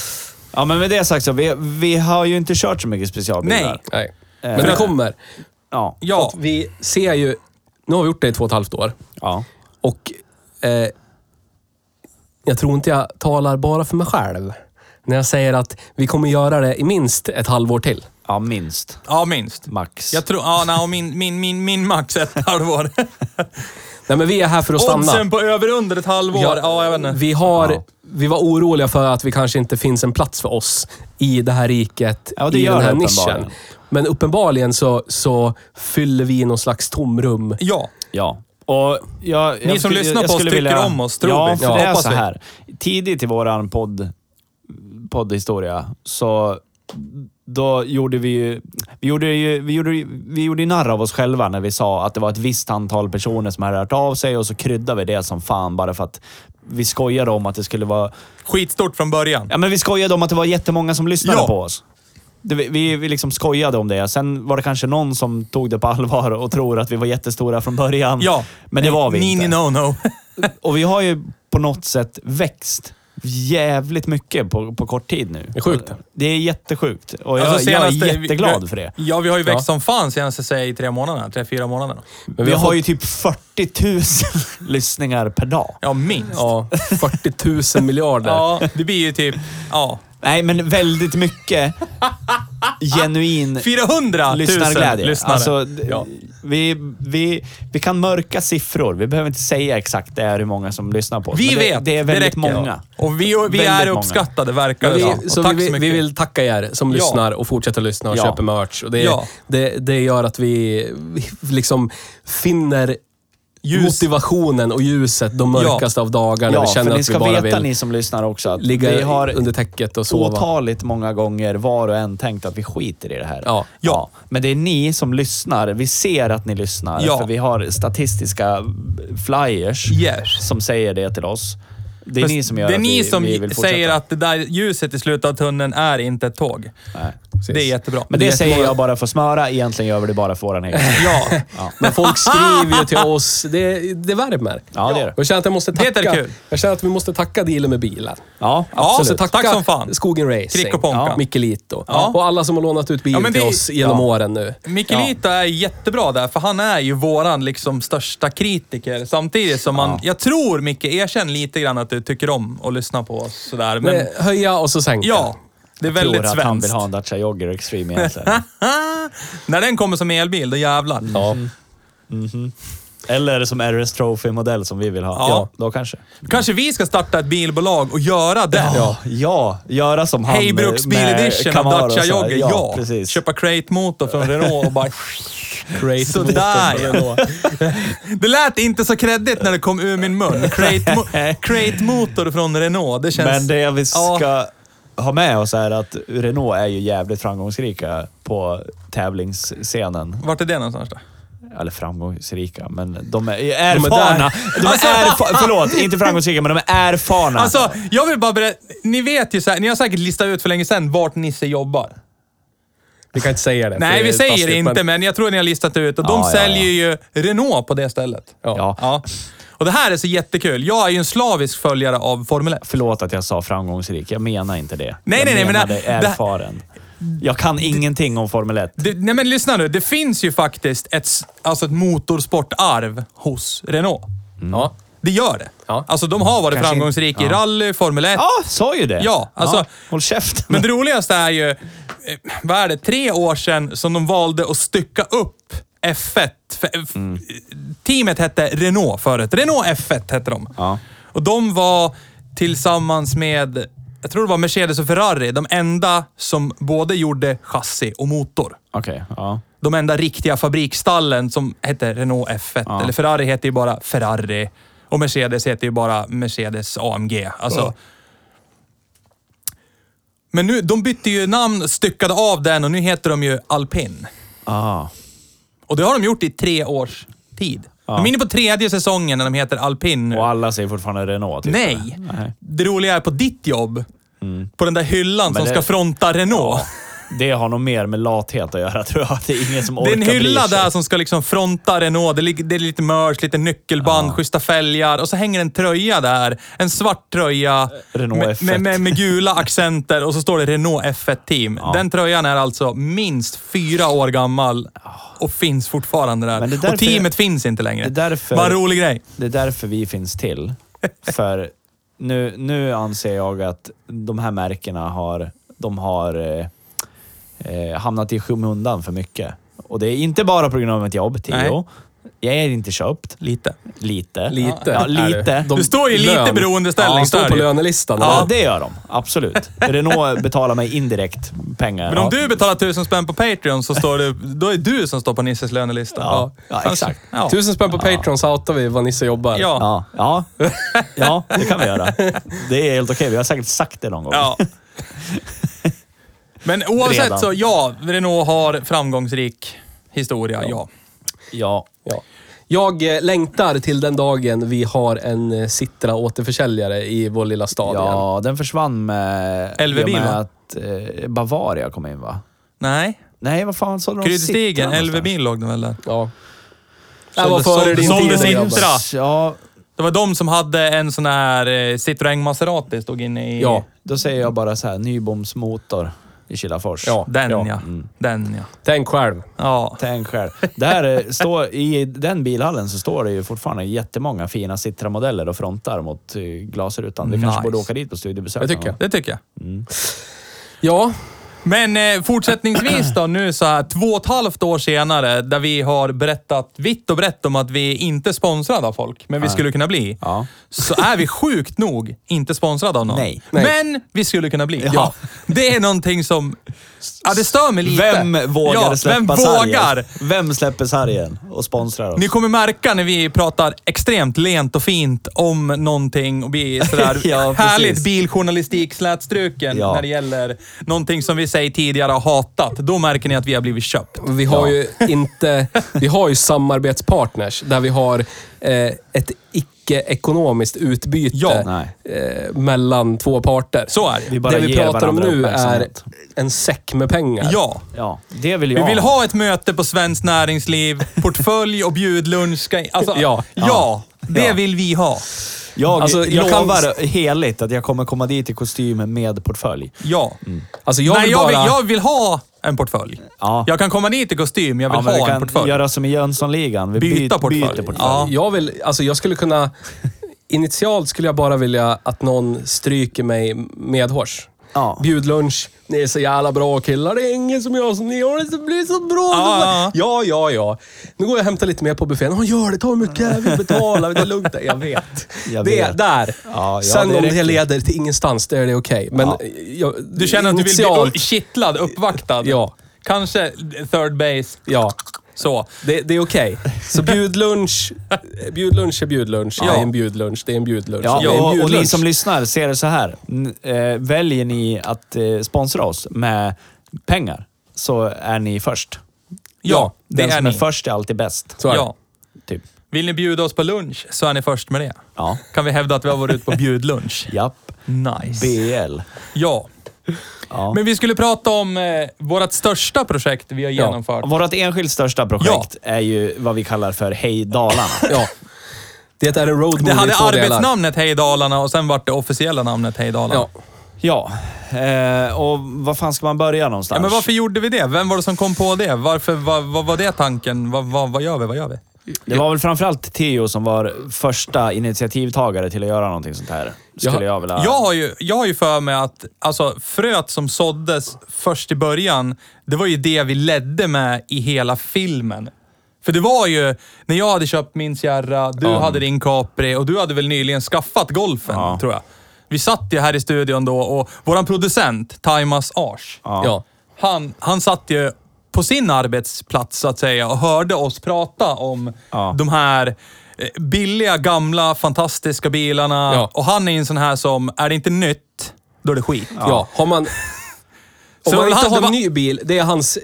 Ja, men med det sagt så, vi, vi har ju inte kört så mycket specialbilar.
Nej.
Nej.
Eh,
Men det kommer.
Ja.
Ja.
För att Vi ser ju... Nu har vi gjort det i två och ett halvt år.
ja.
Och eh, jag tror inte jag talar bara för mig själv när jag säger att vi kommer göra det i minst ett halvår till.
Ja, minst.
Ja, minst.
Max.
Jag tror... Ja, nej, och min, min, min, min max ett halvår.
Nej, men vi är här för att stanna.
Oddsen på över under ett halvår. Ja, jag vet inte.
Vi, har,
Ja.
vi var oroliga för att vi kanske inte finns en plats för oss i det här riket,
Ja, det
i
gör
den här
det
nischen.
uppenbarligen.
Men uppenbarligen så, så fyller vi någon slags tomrum.
Ja.
Ja. Och jag,
Ni
jag
som
skulle-
lyssnar på
jag
oss
skulle
tycker om oss, tror
ja,
vi.
För
Ja,
det är
hoppas
så
vi.
här. Tidigt i vår podd, poddhistoria så då gjorde vi ju... Vi gjorde ju vi gjorde, ju- vi gjorde ju narr av oss själva när vi sa att det var ett visst antal personer som hade hört av sig och så kryddade vi det som fan bara för att vi skojade om att det skulle vara...
Skitstort från början.
Ja, men vi skojade om att det var jättemånga som lyssnade
Ja.
på oss. Det, vi- vi, vi liksom skojade om det. Sen var det kanske någon som tog det på allvar och tror att vi var jättestora från början.
Ja.
Men det var vi
Nini
inte.
no no.
Och vi har ju på något sätt växt jävligt mycket på, på kort tid nu.
är sjukt.
Det är jättesjukt. Och jag,
Alltså,
jag är
vi-
jätteglad
vi-
för det.
Ja, vi har ju växt
Ja.
som fan senaste, säg, tre månaderna. Tre, fyra månaderna.
Men
vi, har
fått-
ju typ 40 000 lyssningar per dag.
Ja, minst. Ja.
ja, 40 000 miljarder.
det blir ju typ... Ja.
Nej, men väldigt mycket genuin
400 000
lyssnarglädje.
lyssnare.
Alltså, d-
ja.
vi, vi, vi kan mörka siffror. Vi behöver inte säga exakt det är hur många som lyssnar på oss.
Vi
men det,
vet.
Det är väldigt
räcker.
många.
Och vi, och vi
Väldigt
är
många.
uppskattade, verkar
Men
det
vi,
som. Och
så
tack
vi,
så mycket.
vi vill tacka er som
Ja.
lyssnar och fortsätter lyssna och
Ja.
köper merch. Och det,
Ja.
det, det gör att vi, vi liksom finner
ljus.
motivationen och ljuset de mörkaste av dagarna.
Ja,
vi
för
känner
ni
att vi
ska
bara
veta
vill
ni som lyssnar också att
ligga
vi har
under täcket och sova.
otaligt många gånger var och en tänkt att vi skiter i det här.
Ja.
ja. Men det är ni som lyssnar. Vi ser att ni lyssnar.
Ja.
För vi har statistiska flyers
Yes.
som säger det till oss. Det är ni som gör
det är
att
ni
vi,
som
vi vill fortsätta.
säger att det där ljuset i slutet av tunneln är inte ett tåg.
Nej.
Precis.
Det är jättebra.
Men det,
är
säger
jättemånga-
jag bara för att smöra. Egentligen gör vi det bara för våran egen skull.
Ja.
Men folk skriver ju till oss. Det, det värmer.
Ja, det gör det.
Jag känner att jag måste
Det är
tacka.
kul.
Jag känner att vi måste tacka dealen med bilen.
Ja.
Ja,
Absolut.
tack
Tacka
som fan.
Skogen Racing.
Krick och Ponka.
Ja. Mikkelito.
Ja.
Och alla som har lånat ut bil
Ja, men
till
det-
oss genom
ja.
åren nu.
Mikkelito är jättebra där, för han är ju våran liksom största kritiker. Samtidigt som man... Jag tror, Micke, erkänn lite grann att du tycker om att lyssna på oss sådär. Men
Men, höja och så sänka.
ja, det är väldigt
tror att han vill
svenskt.
ha en Dacia Jogger Extreme egentligen.
Ah, när den kommer som elbil, då jävlar.
Ja.
Eller som RS Trophy-modell som vi vill ha.
Ja.
Då kanske.
Kanske vi ska starta ett bilbolag och göra det.
Ja, ja, göra som han
Hej Bruksbil
med
edition av
Camaro och
Dacia
så här.
Jogger. Ja,
Ja, precis.
Köpa crate-motor från Renault och bara...
Great.
Sådär ja. Det lät inte så kreddigt när det kom ur min mun. Crate-mo- Crate-motor från Renault, det känns...
Men det vi
Ja.
ska ha med oss är att Renault är ju jävligt framgångsrika på tävlingsscenen.
Vart är det någonstans då?
Eller framgångsrika, men de är erfarna. De är erfa- förlåt, inte framgångsrika, men de är erfarna.
Alltså, jag vill bara berätta. Ni vet ju så här, ni har säkert listat ut för länge sedan vart Nisse jobbar.
Vi kan inte säga det. för
Nej,
det är
vi säger
taskigt,
det inte, men jag tror ni har listat ut. Och de
Ja, ja,
säljer ju Renault på det stället.
ja,
Ja. Och det här är så jättekul. Jag är ju en slavisk följare av Formel 1.
Förlåt att jag sa framgångsrik, jag menar inte det.
Nej,
jag
nej, nej, men
menade
det- det-
erfaren. Jag kan ingenting om Formel 1.
Det, nej men lyssna nu, det finns ju faktiskt ett, s- alltså ett motorsportarv hos Renault.
Ja.
Det gör det.
Ja.
Alltså de har varit
Kanske
framgångsrika i
inte- ja.
rally, Formel 1.
Ja, sa ju det.
Ja, alltså-
håll käften.
Men det roligaste är ju, eh, vad är det, tre år sedan som de valde att stycka upp F1. För, eh, f-
Mm.
Teamet hette Renault förut. Renault F1 hette de.
Ja.
Och de var tillsammans med, jag tror det var Mercedes och Ferrari, de enda som både gjorde chassi och motor.
Okej, ja.
De enda riktiga fabrikstallen som hette Renault F1.
Ja.
Eller Ferrari heter ju bara Ferrari. Och Mercedes heter ju bara Mercedes AMG. Alltså, Men nu, de bytte ju namn, styckade av den och nu heter de ju Alpin.
Ah.
Och det har de gjort i tre års tid. De är inne på tredje säsongen när de heter Alpin nu.
Och alla säger fortfarande Renault. typ.
Nej!
Nej. Mm.
Det roliga är på ditt jobb, på den där hyllan som
det-
ska fronta Renault.
Det har nog mer med lathet att göra tror jag. Det är ingen som
Det
orkar
är en
bry
hylla
sig.
där som ska liksom fronta Renault. Det lig- det är lite merch, lite nyckelband, schyssta fälgar och så hänger en tröja där. En svart tröja
Renault
med,
F1.
med, med, med gula accenter och så står det Renault F1 Team. Den tröjan är alltså minst fyra år gammal och finns fortfarande där.
Ah. Men det är därför
Och teamet
jag-
finns inte längre.
det är därför-
Vad en rolig grej.
Det är därför vi finns till. För nu, nu anser jag att de här märkena har, de har eh, eh, hamnat i skymundan för mycket. Och det är inte bara på grund av mitt jobb, Theo.
Nej.
Jag är inte köpt.
Lite.
Lite.
Lite.
Ja,
är det.
lite.
De-
Du står ju i lite
lön.
beroendeställning,
Ja, de
så
står
är
på
det ju.
lönellistan.
Ja,
Ja.
det gör de. Absolut. Renault betalar mig indirekt pengar.
Men om du betalar tusen spänn på Patreon så står du, då är du som står på Nisses lönelista.
Ja, ja, exakt.
Ja.
Tusen spänn på Patreon så outar vi vad Nisse jobbar.
Ja.
Ja, ja, ja, det kan vi göra. Det är helt okej. Vi har säkert sagt det någon gång.
Ja. Men oavsett
Redan.
så, ja, Renault har framgångsrik historia, ja.
ja.
Ja. Jag eh, längtar till den dagen vi har en eh, Citra återförsäljare i vår lilla stad igen.
Ja, den försvann med...
LV-bil,
i och med
va?
att eh, Bavaria kom in, va?
Nej,
Nej, vad fan sålde de
kryddstigen,
Citra någonstans?
LV-bil låg den väl där.
Ja. Det här
Sålde-
var före
sålde-
din
sålde
tid.
Citra.
grabbar.
Ja,
Det var de som hade en sån här eh, Citroën Maserati, stod inne i...
Ja.
då säger jag bara så här, Nybomsmotor i Kilafors.
Ja.
Den ja.
Mm.
Den ja.
Tänk själv.
Ja.
Tänk själv. Där eh, står, I den bilhallen så står det ju fortfarande jättemånga fina Citra-modeller och frontar mot eh, glasrutan. Vi kanske
Nice.
borde åka dit på studiebesök.
Det tycker jag.
Det tycker jag.
Ja,
Men eh, fortsättningsvis då, nu så här två och ett halvt år senare, där vi har berättat vitt och brett om att vi är inte är sponsrade av folk, men vi skulle kunna bli.
Ja.
Så är vi sjukt nog inte sponsrade av någon.
Nej.
Nej.
Men vi skulle kunna bli. Ja. Det är någonting som... Ja, det stör mig lite.
Vem vågar
ja,
släppa
Vem vågar?
sargen? Vem släpper sargen och sponsrar oss?
Ni kommer märka när vi pratar extremt lent och fint om någonting och blir sådär
Ja, precis.
härligt biljournalistik slätstruken
Ja.
när det gäller någonting som vi säger tidigare har hatat. Då märker ni att vi har blivit köpt.
Vi har ju inte... Vi har ju samarbetspartners där vi har eh, ett icke-ekonomiskt utbyte
Ja.
Nej.
eh, mellan två parter.
Så är det.
Vi bara
det vi
ger
pratar om
varandra
nu är
uppmärksamhet.
en säck med pengar.
Ja.
Ja, det vill jag.
Vi vill ha ett möte på Svenskt Näringsliv, portfölj och bjudlunch. Ska, alltså,
Ja.
ja. ja, det
Ja.
vill vi ha.
Jag
Alltså, jag kan-
lovar heligt att jag kommer komma dit i kostym med portfölj.
Ja.
Mm.
Alltså jag
Nej,
vill
jag
bara...
vill, jag vill ha en portfölj.
Ja.
Jag kan komma dit i kostym, jag
Ja,
vill
men
ha
vi
en
kan
portfölj.
göra som i Jönssonligan. Vi
Byta
byt-
portfölj.
byter portfölj.
Ja.
Jag vill, alltså jag skulle kunna... Initialt skulle jag bara vilja att någon stryker mig medhårs.
Ja.
Bjudlunch, ni är så jävla bra killar. Det är ingen som jag som ni har det, så blir så bra.
Ja,
ja, ja, ja. Nu går jag och hämtar lite mer på buffén. Ja, gör det. Ta mycket. Vi betalar. Det är lugnt. Jag vet.
Jag
det är
vet.
där.
ja,
Sen
det
om det
räcker.
leder till ingenstans, då är det okej. Men
Ja.
jag,
Du känner att du vill bli
initialt-
upp- kittlad, uppvaktad?
Ja.
Kanske third base,
Ja.
så.
Det, det är okej. Så bjudlunch, bjudlunch är bjudlunch. Det är en bjudlunch, det är en bjudlunch.
Ja,
det är en
och, och ni
bjudlunch.
som lyssnar ser det så här. N- eh, väljer ni att eh, sponsra oss med pengar så är ni först.
Ja, det
Den
är
som är
ni.
först är alltid bäst.
Så är det.
Ja.
Typ.
Vill ni bjuda oss på lunch så är ni först med det.
Ja.
Kan vi hävda att vi har varit ute på bjudlunch?
Japp.
Nice.
BL.
Ja.
Ja.
Men vi skulle prata om eh, vårt största projekt vi har genomfört.
Vårt enskilt största projekt är ju vad vi kallar för Hej Dalarna.
Ja. Det är en road movie
Det hade
i två delar.
arbetsnamnet Hej Dalarna och sen vart det officiella namnet Hej Dalarna.
Ja.
Ja.
ja, eh, och vad fan ska man börja någonstans?
men varför gjorde vi det? Vem var det som kom på det? Varför, vad, vad var det tanken? Vad, vad, vad gör vi? Vad gör vi?
Det var väl framförallt Theo som var första initiativtagare till att göra någonting sånt här. Skulle jag, vilja...
Jag har, ju, jag har ju för mig att alltså, fröet som såddes först i början, det var ju det vi ledde med i hela filmen. För det var ju när jag hade köpt min Sierra, du hade din Capri och du hade väl nyligen skaffat golfen,
Ja.
tror jag. Vi satt ju här i studion då och våran producent, Timas Ars,
Ja.
Ja.
han, han satt ju på sin arbetsplats så att säga och hörde oss prata om
Ja.
de här eh, billiga, gamla, fantastiska bilarna.
Ja.
Och han är en sån här som, är det inte nytt, då är det skit.
Ja. Har man... Om
Så
man
han-
inte har
det
en
var-
ny bil, det är hans...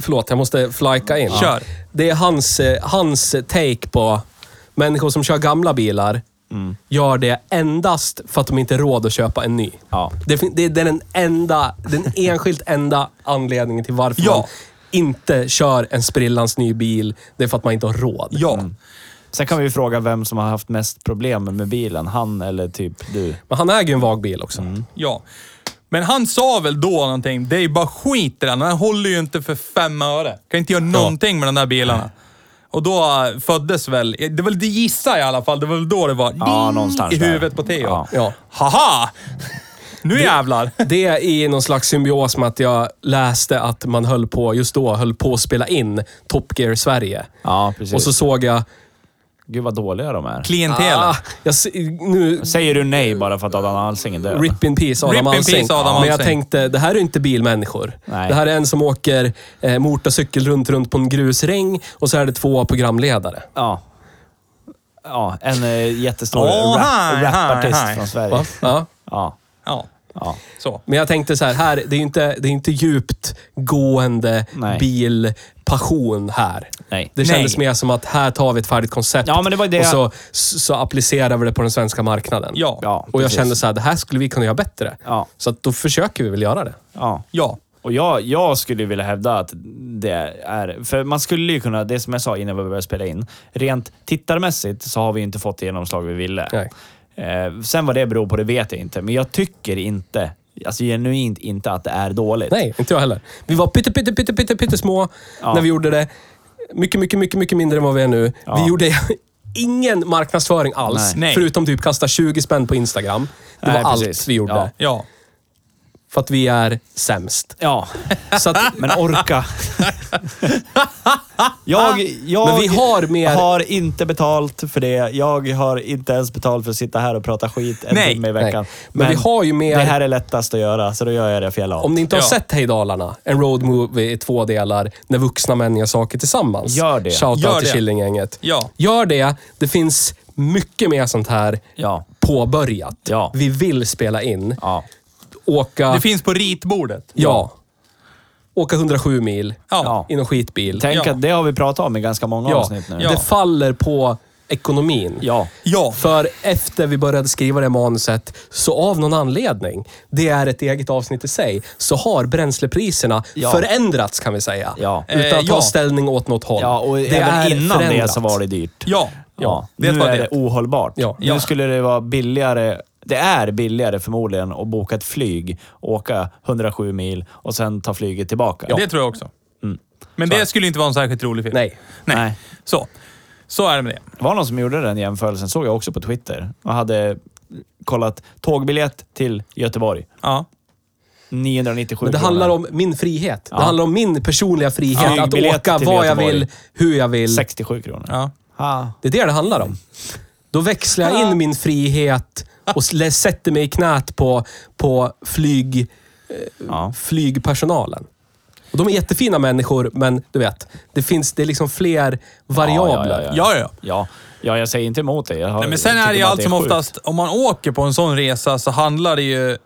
Förlåt, jag måste flika in.
Kör.
Det är hans, eh, hans take på människor som kör gamla bilar. Gör det endast för att de inte har råd att köpa en ny.
Ja.
Det, fin- det, det är den enda, den enskilt enda anledningen till varför
Ja.
man inte kör en sprillans ny bil. Det är för att man inte har råd.
Ja.
Sen kan vi ju fråga vem som har haft mest problem med bilen. Han eller typ du.
Men han äger ju en vag bil också.
ja. Men han sa väl då någonting, det är ju bara skit i den. Den håller ju inte för fem öre. Kan inte göra någonting med de där bilarna. Och då eh, föddes väl, det var det gissar jag i alla fall, det var väl då det var
Ja,
ding
någonstans
i
där.
huvudet på Theo.
Ja.
Ja.
Haha! Nu jävlar!
Det är i någon slags symbios med att jag läste att man höll på, just då, höll på att spela in Top Gear Sverige.
Ja, precis.
Och så såg jag...
Gud vad dåliga de är.
Klientelet.
Ah, jag, se- nu,
Säger du nej bara för att Adam Alsing är död?
rip in peace Adam
Rip in
Alsing.
peace, Adam
Men jag
Alsing.
tänkte, det här är inte bilmänniskor.
Nej.
Det här är en som åker eh, motorcykel runt, runt på en grusring och så är det två programledare.
Ja. Ja, en eh, jättestor
Åh,
rap,
hi,
rapartist
hi, hi.
från Sverige.
Va? Ja.
Ja.
Ja,
ja.
så.
Men jag tänkte så här, här det, är ju inte, det är inte djupt gående
Nej.
bilpassion här.
Nej.
Det kändes
Nej.
mer som att här tar vi ett färdigt koncept
Ja, men det var det
och så,
jag-
så applicerar vi det på den svenska marknaden.
Ja.
Ja,
och jag
precis.
kände så här, det här skulle vi kunna göra bättre.
Ja.
Så att då försöker vi väl göra det.
ja.
Ja.
Och jag, jag skulle ju vilja hävda att det är... För man skulle ju kunna, det som jag sa innan vi började spela in, rent tittarmässigt så har vi ju inte fått det genomslag vi ville.
Nej.
Eh, sen vad det beror på, det vet jag inte. Men jag tycker inte, alltså genuint inte att det är dåligt.
Nej, inte jag heller. Vi var pytte, pytte, pytte, pytte, pytte små
Ja.
när vi gjorde det. Mycket, mycket, mycket, mycket mindre än vad vi är nu.
Ja.
Vi gjorde ingen marknadsföring alls,
Nej.
förutom typ kasta 20 spänn på Instagram. Det
Nej,
var
precis.
allt vi gjorde.
Ja.
Ja.
För att vi är sämst.
Ja,
Så att,
men orka. jag jag
Men vi har mer-
har inte betalt för det. Jag har inte ens betalt för att sitta här och prata skit en
Nej,
timme i
nej.
veckan.
Men, vi har ju mer...
Det här är lättast att göra, så då gör jag det för jag är lat.
Om ni inte har
Ja.
sett Hej Dalarna, en road movie i två delar, när vuxna män gör saker tillsammans.
Gör det.
Shoutout
Gör
till
det.
Killinggänget.
Ja.
Gör det. Det finns mycket mer sånt här
Ja.
påbörjat.
Ja.
Vi vill spela in.
Ja.
Åka...
Det finns på ritbordet.
Ah. ja. Åka 107 mil
Ja.
Ja.
i någon skitbil.
Tänk
Ja.
att det har vi pratat om i ganska många
ja.
avsnitt nu.
Ja.
Det faller på ekonomin.
Ja.
Ja.
För efter vi började skriva det manuset, så av någon anledning, det är ett eget avsnitt i sig, så har bränslepriserna
Ja.
förändrats kan vi säga.
Ja.
Utan att
Eh,
ta
ja.
ställning åt något håll.
Ja, och även innan det så var det dyrt.
Ja.
Ja,
Det
nu
var
är
det.
det ohållbart.
Ja.
Nu
Ja.
skulle det vara billigare. Det är billigare förmodligen att boka ett flyg, åka 107 mil och sen ta flyget tillbaka.
Det tror jag också. Men det skulle inte vara en särskilt rolig film.
Nej.
Nej.
Nej.
Så. Så är det med det.
Det var någon som gjorde den jämförelsen, såg jag också på Twitter. Och hade kollat tågbiljett till Göteborg.
Ja.
997
Men det
kronor.
handlar om min frihet.
Ja.
Det handlar om min personliga frihet
Ja.
att
Biljett
åka
till
vad jag
Göteborg.
vill, hur jag vill.
67 kronor.
ja.
Ha.
Det är det det handlar om. Då växlar jag in min frihet och s- sätter mig i knät på, på flyg...
Ja.
flygpersonalen. Och de är jättefina människor, men du vet, det finns det är liksom fler variabler.
Ja.
Ja, ja.
Ja. ja, jag säger inte emot dig. Jag har,
Nej, men sen
jag
är det
tycker
ju
bara
allt
att
som
är sjukt.
oftast, om man åker på en sån resa så handlar det ju...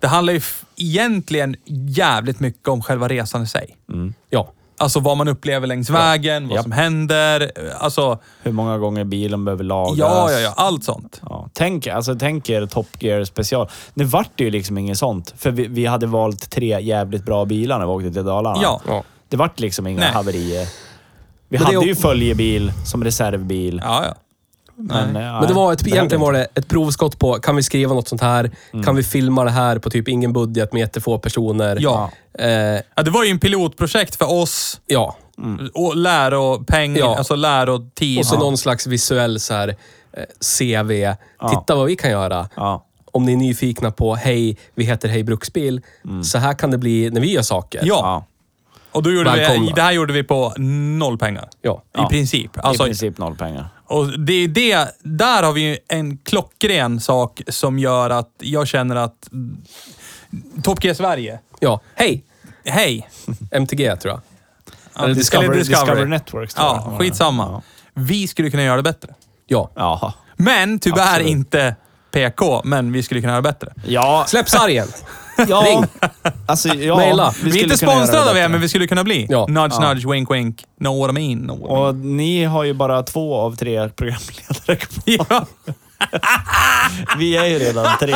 Det handlar ju f- egentligen jävligt mycket om själva resan i sig.
Ja.
Alltså vad man upplever längs vägen, vad
Mm. Japp.
som händer. Alltså,
Hur många gånger bilen behöver lagas.
ja, ja, ja. Allt sånt.
Ja, tänk, alltså, tänk er Top Gear special. Nu vart det ju liksom inget sånt, för vi, vi hade valt tre jävligt bra bilar när vi åkte till Dalarna.
Ja.
Ja.
Det vart liksom inga
Nej.
haverier.
Men
Vi
det
hade
är-
ju följebil som reservbil.
Ja, ja.
men, Mm.
Men det var ett, egentligen var det ett provskott på, kan vi skriva något sånt här? Kan vi filma det här på typ ingen budget med jättefå personer?
Ja.
Eh,
ja. Det var ju en pilotprojekt för oss.
ja.
Mm.
Och läropeng,
Ja.
alltså lärotid.
Och så
Ja.
någon slags visuell så här, eh, CV. Titta vad vi kan göra.
Ja.
Om ni är nyfikna på, hej, vi heter Hej Bruksbil. Så här kan det bli när vi gör saker.
Ja,
Mm. Ja,
och då gjorde vi,
Välkomna.
det här gjorde vi på noll pengar.
Ja.
I princip. Alltså,
i princip noll pengar.
Och det är det, där har vi ju en klockren sak som gör att jag känner att Top Gear Sverige,
ja. Hej!
hej!
MTG tror jag.
Eller
Discovery- Discovery Networks, tror
Ja,
jag.
skitsamma.
Ja.
Vi skulle kunna göra det bättre.
Ja.
Ja.
Men tyvärr
Absolut.
inte PK, men vi skulle kunna göra det bättre.
Ja.
Släpp sargen!
ja. Alltså, ja.
Maila.
vi
Vi är
skulle
inte
kunna göra det
sponsrade av
bättre.
er, men vi skulle kunna bli.
Ja.
Nudge, nudge, wink, wink. Know what I mean. Know what I mean.
Och ni har ju bara två av tre programledare kvar.
Ja.
Vi är ju redan tre.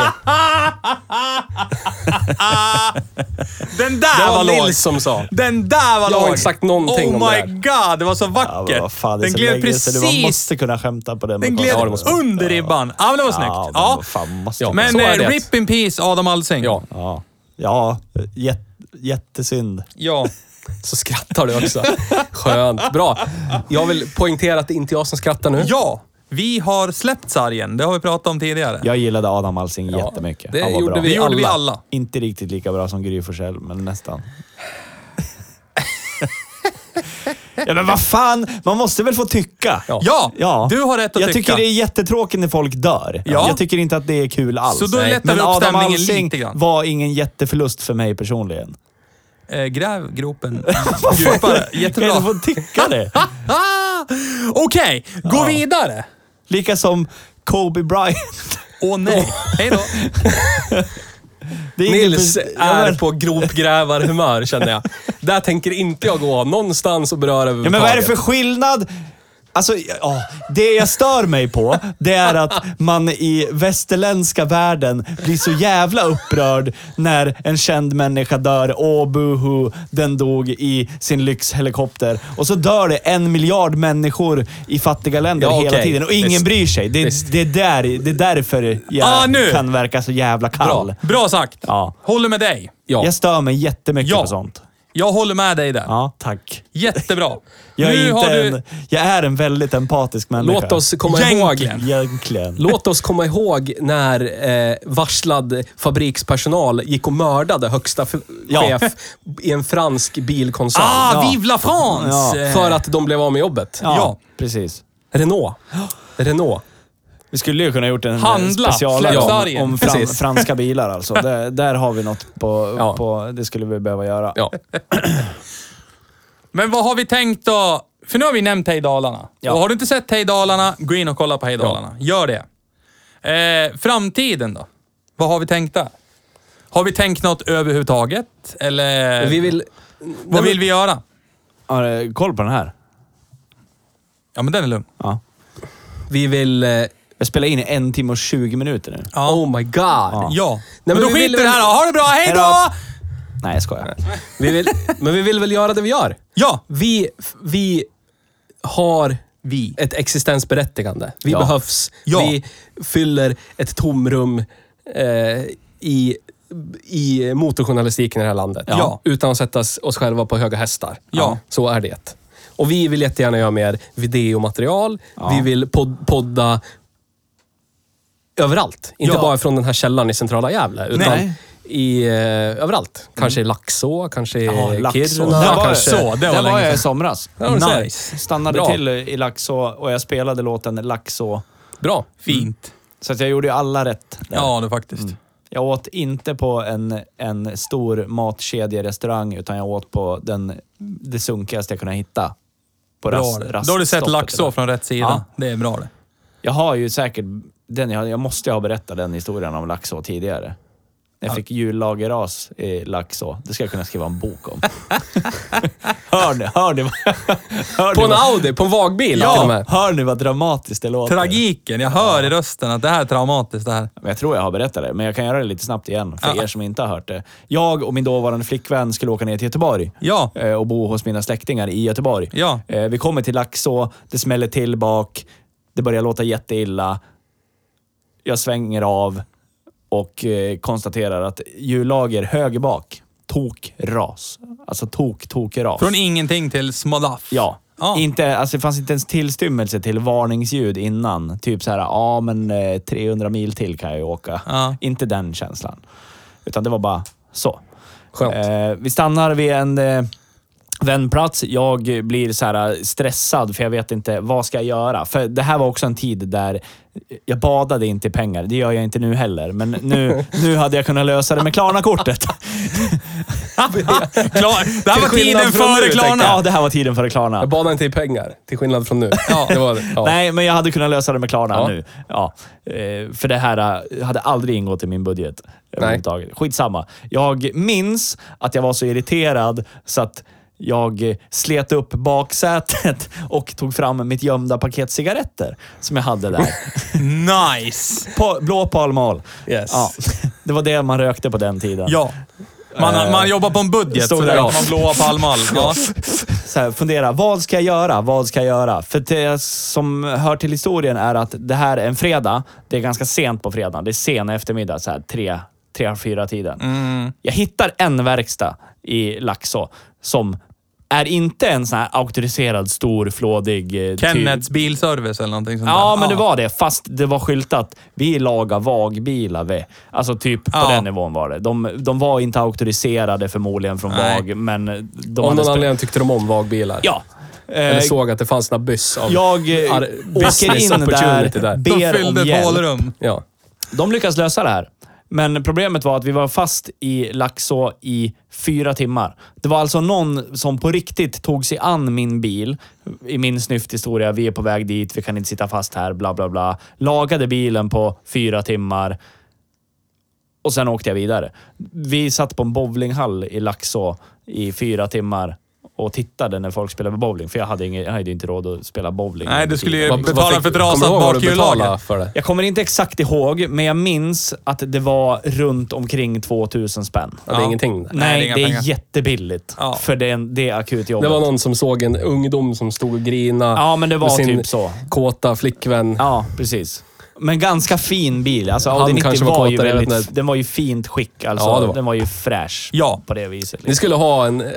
Den där
Det
var
var
låg!
Lill som sa.
Den där var
Jag har
låg!
inte sagt någonting
oh
om det här.
my god, det var så
Ja,
vackert!
men vad fan, det är
den
så
gled
länge sedan. Man
precis
måste kunna skämta på den.
Den
med
gled
kolla.
under ribban. Ja, men det var snyggt.
Ja, men
Ja.
vad fan, måste
Ja.
ja.
Men
så är
eh,
det.
rip in peace Adam Alsing.
Ja,
Ja, ja jät, jättesynd.
ja.
så skrattar du också. Skönt. Bra. Jag vill poängtera att det inte är jag som skrattar nu.
Ja, vi har släppt sargen. Det har vi pratat om tidigare.
Jag gillade Adam Alsing jättemycket.
det
Han var
gjorde
bra.
det
vi
gjorde vi
alla.
alla.
Inte riktigt lika bra som Gry Forssell, men nästan. ja, men vad fan! Man måste väl få tycka?
Ja.
Ja,
Ja.
du har rätt att
jag
tycka.
tycker det är jättetråkigt när folk dör.
Ja.
Jag tycker inte att det är kul alls.
Så då
Nej.
lättar
Men
vi upp
Adam
stämningen
Alsing
lite grann.
var ingen jätteförlust för mig personligen.
Eh, gräv gropen djupare.
Kan jag
Jättebra.
få tycka det?
Ah, Okej, gå vidare.
Lika som Kobe Bryant.
Åh nej. Hej då.
Det är ingen
Nils
pers- Ja,
är
men-
på gropgrävarhumör känner jag. Där tänker inte jag gå någonstans och beröra
Ja, men vad är det för
överhuvudtaget.
skillnad? Alltså, ja, det jag stör mig på, det är att man i västerländska världen blir så jävla upprörd när en känd människa dör. Åh, buhu, den dog i sin lyxhelikopter. Och så dör det en miljard människor i fattiga länder
Ja,
hela
okej.
tiden och ingen
Visst.
bryr sig. Det,
Visst.
det, är, där, det är därför jag
Ah, nu!
kan verka så jävla kall.
Bra sagt.
Ja.
Håller med dig.
Ja.
Jag stör mig jättemycket
Ja.
på sånt.
Jag håller med dig där.
Ja, tack.
Jättebra.
Jag
nu
är,
har
inte
du...
en, jag är en väldigt empatisk människa.
Låt oss komma ihåg...
Egentligen.
Egentligen.
Låt oss komma ihåg när eh, varslad fabrikspersonal gick och mördade högsta f-
Ja.
chef i en fransk bilkoncern.
Ah,
Ja.
vive la France! Eh,
För att de blev av med jobbet.
Ja,
Ja.
precis.
Renault. Renault.
Vi skulle ju kunna gjort en eh,
Handla,
special
släpp
om,
sargen.
om fran,
Precis.
franska bilar alltså. Där, där har vi något på,
Ja.
på... Det skulle vi behöva göra.
Ja.
Men vad har vi tänkt då? För nu har vi nämnt Hej Dalarna.
Ja.
Och har du inte sett Hej Dalarna, gå in och kolla på Hej Dalarna. Gör det. Eh, framtiden då? Vad har vi tänkt där? Har vi tänkt något överhuvudtaget? Eller
Vi vill...
vad vill vi göra?
Har du koll på den här?
Ja, men den är lugn.
Ja.
Vi vill... Eh,
Jag spelar in i en timme och 20 minuter nu.
Oh my god.
Ja.
men
men, då skiter
vi vill
vi i det här
väl-
då. Ha det bra, hej
Hej
då!
då! Nej, jag skojar.
Vi vill, men vi vill väl göra det vi gör?
Ja,
Vi, vi har
vi.
ett existensberättigande. Vi
Ja.
behövs.
Ja.
Vi fyller ett tomrum eh, i, i motorjournalistiken i det här landet.
Ja.
Utan att sätta oss själva på höga hästar.
Ja.
Så är det. Och vi vill jättegärna göra mer videomaterial.
Ja.
Vi vill pod- podda överallt. Inte
Ja.
bara från den här källaren i centrala Gävle. Utan
Nej.
I, eh, överallt. Kanske i Laxå, kanske i
Laxå.
Kiruna.
Där var,
kanske.
jag,
Det var
där var
länge
jag
sedan.
i somras.
Ja, du ser.
Nice.
Stannade
Bra.
till i Laxå och jag spelade låten Laxå.
Bra.
Fint.
Så att jag gjorde ju alla rätt. där.
Ja, det faktiskt.
Jag åt inte på en, en stor matkedjerestaurang, utan jag åt på den, det sunkigaste jag kunde hitta. På
Bra
rast,
det. Då har du sett
raststoppet
Laxå
där.
från rätt sida.
Ja.
Det är bra det.
Jag har ju säkert... Den, jag, jag måste ju ha berättat den historien om Laxå tidigare. När jag fick jullageras i Laxå. Det ska jag kunna skriva en bok om. hör ni? Hör ni? vad- Hör
På
ni
en
vad,
Audi, på en vagbil till och
ja,
med.
hör ni vad dramatiskt det låter?
Tragiken. Jag hör i rösten att det här är traumatiskt det här.
Men Jag tror jag har berättat det, men jag kan göra det lite snabbt igen för
Ja.
er som inte har hört det. Jag och min dåvarande flickvän skulle åka ner till Göteborg
Ja.
eh, och bo hos mina släktingar i Göteborg.
Ja.
Eh, Vi kommer till Laxå, det smäller till bak, det börjar låta jätteilla. Jag svänger av och eh, konstaterar att hjullager höger bak, tok ras. Alltså tok, tok ras.
Från ingenting till smadaff.
Ja.
Ja.
Inte, alltså det fanns inte ens tillstymmelse till varningsljud innan. Typ så här, ja men eh, 300 mil till kan jag ju åka.
Ja.
Inte den känslan. Utan det var bara så.
Skönt.
Eh, vi stannar vid en eh, vändplats. Jag blir så här eh, stressad för jag vet inte vad ska jag göra. För det här var också en tid där jag badade inte i pengar. Det gör jag inte nu heller. Men nu, nu hade jag kunnat lösa det med Klarna-kortet.
Klar, det här
Till
var
skillnad
tiden
från nu,
före
tänkte jag.
Klarna.
Ja, det här var tiden före Klarna.
Jag badar inte i pengar, till skillnad från nu. Ja. Det var, det. ja.
Nej, men jag hade kunnat lösa det med Klarna
Ja.
nu. Ja. Eh, För det här eh, hade aldrig ingått i min budget överhuvudtaget. Skitsamma. Jag minns att jag var så irriterad så att jag eh, slet upp baksätet och tog fram mitt gömda paket cigaretter som jag hade där.
Nice!
Pa- Blå Pall Mall.
Yes.
Ja. Det var det man rökte på den tiden.
Ja. Man, man jobbar på en budget,
Stod
så
där.
där kan man blåa på all mall. Ja.
så här, fundera, vad ska jag göra? Vad ska jag göra? För det som hör till historien är att det här är en fredag. Det är ganska sent på fredagen. Det är sen eftermiddag, så här, tre, tre, fyra tiden.
Mm.
Jag hittar en verkstad i Laxå som är inte en sån här auktoriserad, stor, flådig... eh, typ-
Kennets bilservice eller någonting sånt
Ja,
där.
men det var det. Fast det var skyltat. Vi lagar vagbilar vi. Alltså typ på
Ja.
den nivån var det. De, de var inte auktoriserade förmodligen från
Nej.
VAG, men de
Av
hade...
någon
spe-
anledning tyckte de om vagbilar.
Ja.
Eller
Eh,
såg att det fanns några byss av
jag eh,
ar-
åker
business
in där,
opportunity där.
De
ber om
fyllde
hjälp.
valrum.
Ja.
De lyckas lösa det här. Men problemet var att vi var fast i Laxå i fyra timmar. Det var alltså någon som på riktigt tog sig an min bil. I min snyfthistoria, vi är på väg dit, vi kan inte sitta fast här, bla bla bla. Lagade bilen på fyra timmar. Och sen åkte jag vidare. Vi satt på en bowlinghall i Laxå i fyra timmar och tittade när folk spelade bowling. För jag hade, inget, jag hade ju inte råd att spela bowling.
Nej, du skulle ju
Vad- vad
betala
fick-
för ett
kommer
rasat
du ihåg vad du betalade
bakhjullager.
för det?
Jag kommer inte exakt ihåg, men jag minns att det var runt omkring 2000 spänn.
Ja, Det är ingenting. där.
Nej, det är
Nej,
inga
det är
pengar.
jättebilligt.
Ja.
För det, är en- det är akutjobbet.
Det var någon som såg en ungdom som stod och grina
Ja, men det var
med sin
typ så.
kåta flickvän.
Ja, precis. Men ganska fin bil. Alltså
Han
Audi 90
kanske var
var, ju
kåtare, jag vet
väldigt,
inte.
den var ju fint skick. Alltså,
Ja, det var.
Den var ju fräsch
Ja.
på det viset. liksom.
Ni skulle ha en eh,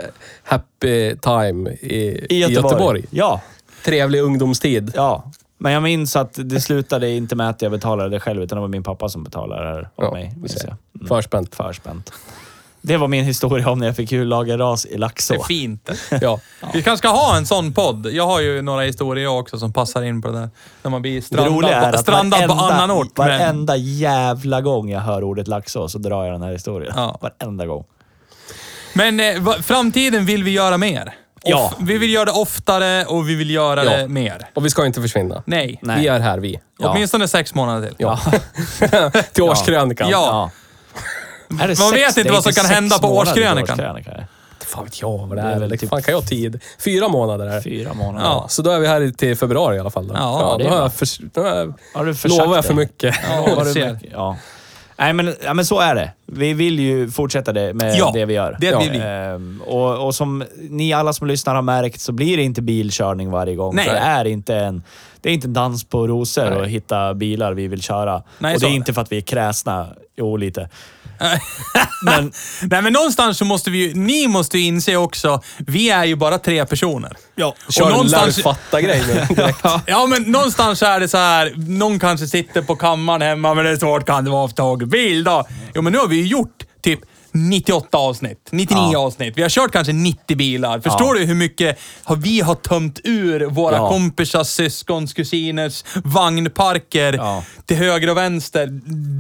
happy time i, i Göteborg.
Ja,
Trevlig ungdomstid.
ja. Men jag minns att det slutade inte med att jag betalade det själv, utan det var min pappa som betalade det här åt
Ja,
mig.
vi
minns
ser.
jag. Mm.
Förspänt.
Förspänt. Det var min historia om när jag fick hjullagerras i
Det
Laxå.
är fint.
Ja.
Vi kanske ska ha en sån podd. Jag har ju några historier jag också som passar in på det där. När man blir
Det roliga
strandad,
är
på,
att
strandad på
varenda-
annan ort. Men,
Varenda jävla gång jag hör ordet Laxå så drar jag den här historien.
Ja.
Varenda gång.
men eh, va- framtiden vill vi göra mer. Of-
Ja.
Vi vill göra det oftare och vi vill göra
Ja.
det mer.
Och vi ska inte försvinna.
Nej.
Nej.
Vi är här vi.
Åtminstone sex månader till.
Ja. Till årskrönikan.
Ja.
Är det
Man
sex-
vet inte
det är
vad som kan
sex
hända på
månader
årskrönikan.
till årskrönikan.
Fan vet jag vad det
Det är
är.
väl
Eller
typ-
fan kan jag ha tid? Fyra månader är det.
Fyra månader.
Ja, så då är vi här i- till februari i alla fall. Då,
Ja,
då
det är
har
bra.
jag förs- då har jag-
Har du försagt
lovar jag för
dig?
mycket.
Ja,
Har
du
du
ser.
mycket? Ja. Nej, men, ja, men så är det. Vi vill ju fortsätta det med
Ja,
det vi gör.
det vill vi.
Ehm, och, och som ni alla som lyssnar har märkt så blir det inte bilkörning varje gång.
Nej.
För Det, är inte en, det är inte en dans på rosor att hitta bilar vi vill köra.
Nej,
och det
så
är
är
inte för att vi är kräsna. Jo, lite.
Nej, men någonstans så måste vi ju, ni måste ju inse också, vi är ju bara tre personer.
Ja.
Kör en
någonstans-
larvfatta-grej nu. direkt.
Ja, men någonstans så är det så här, någon kanske sitter på kammaren hemma, men det är svårt kan det vara att få tag i bil då? Jo, men nu har vi ju gjort typ 98 avsnitt, 99
Ja.
avsnitt. Vi har kört kanske 90 bilar. Förstår du hur mycket har vi har tömt ur våra
Ja.
kompisars, syskons, kusiners vagnparker
Ja.
till höger och vänster?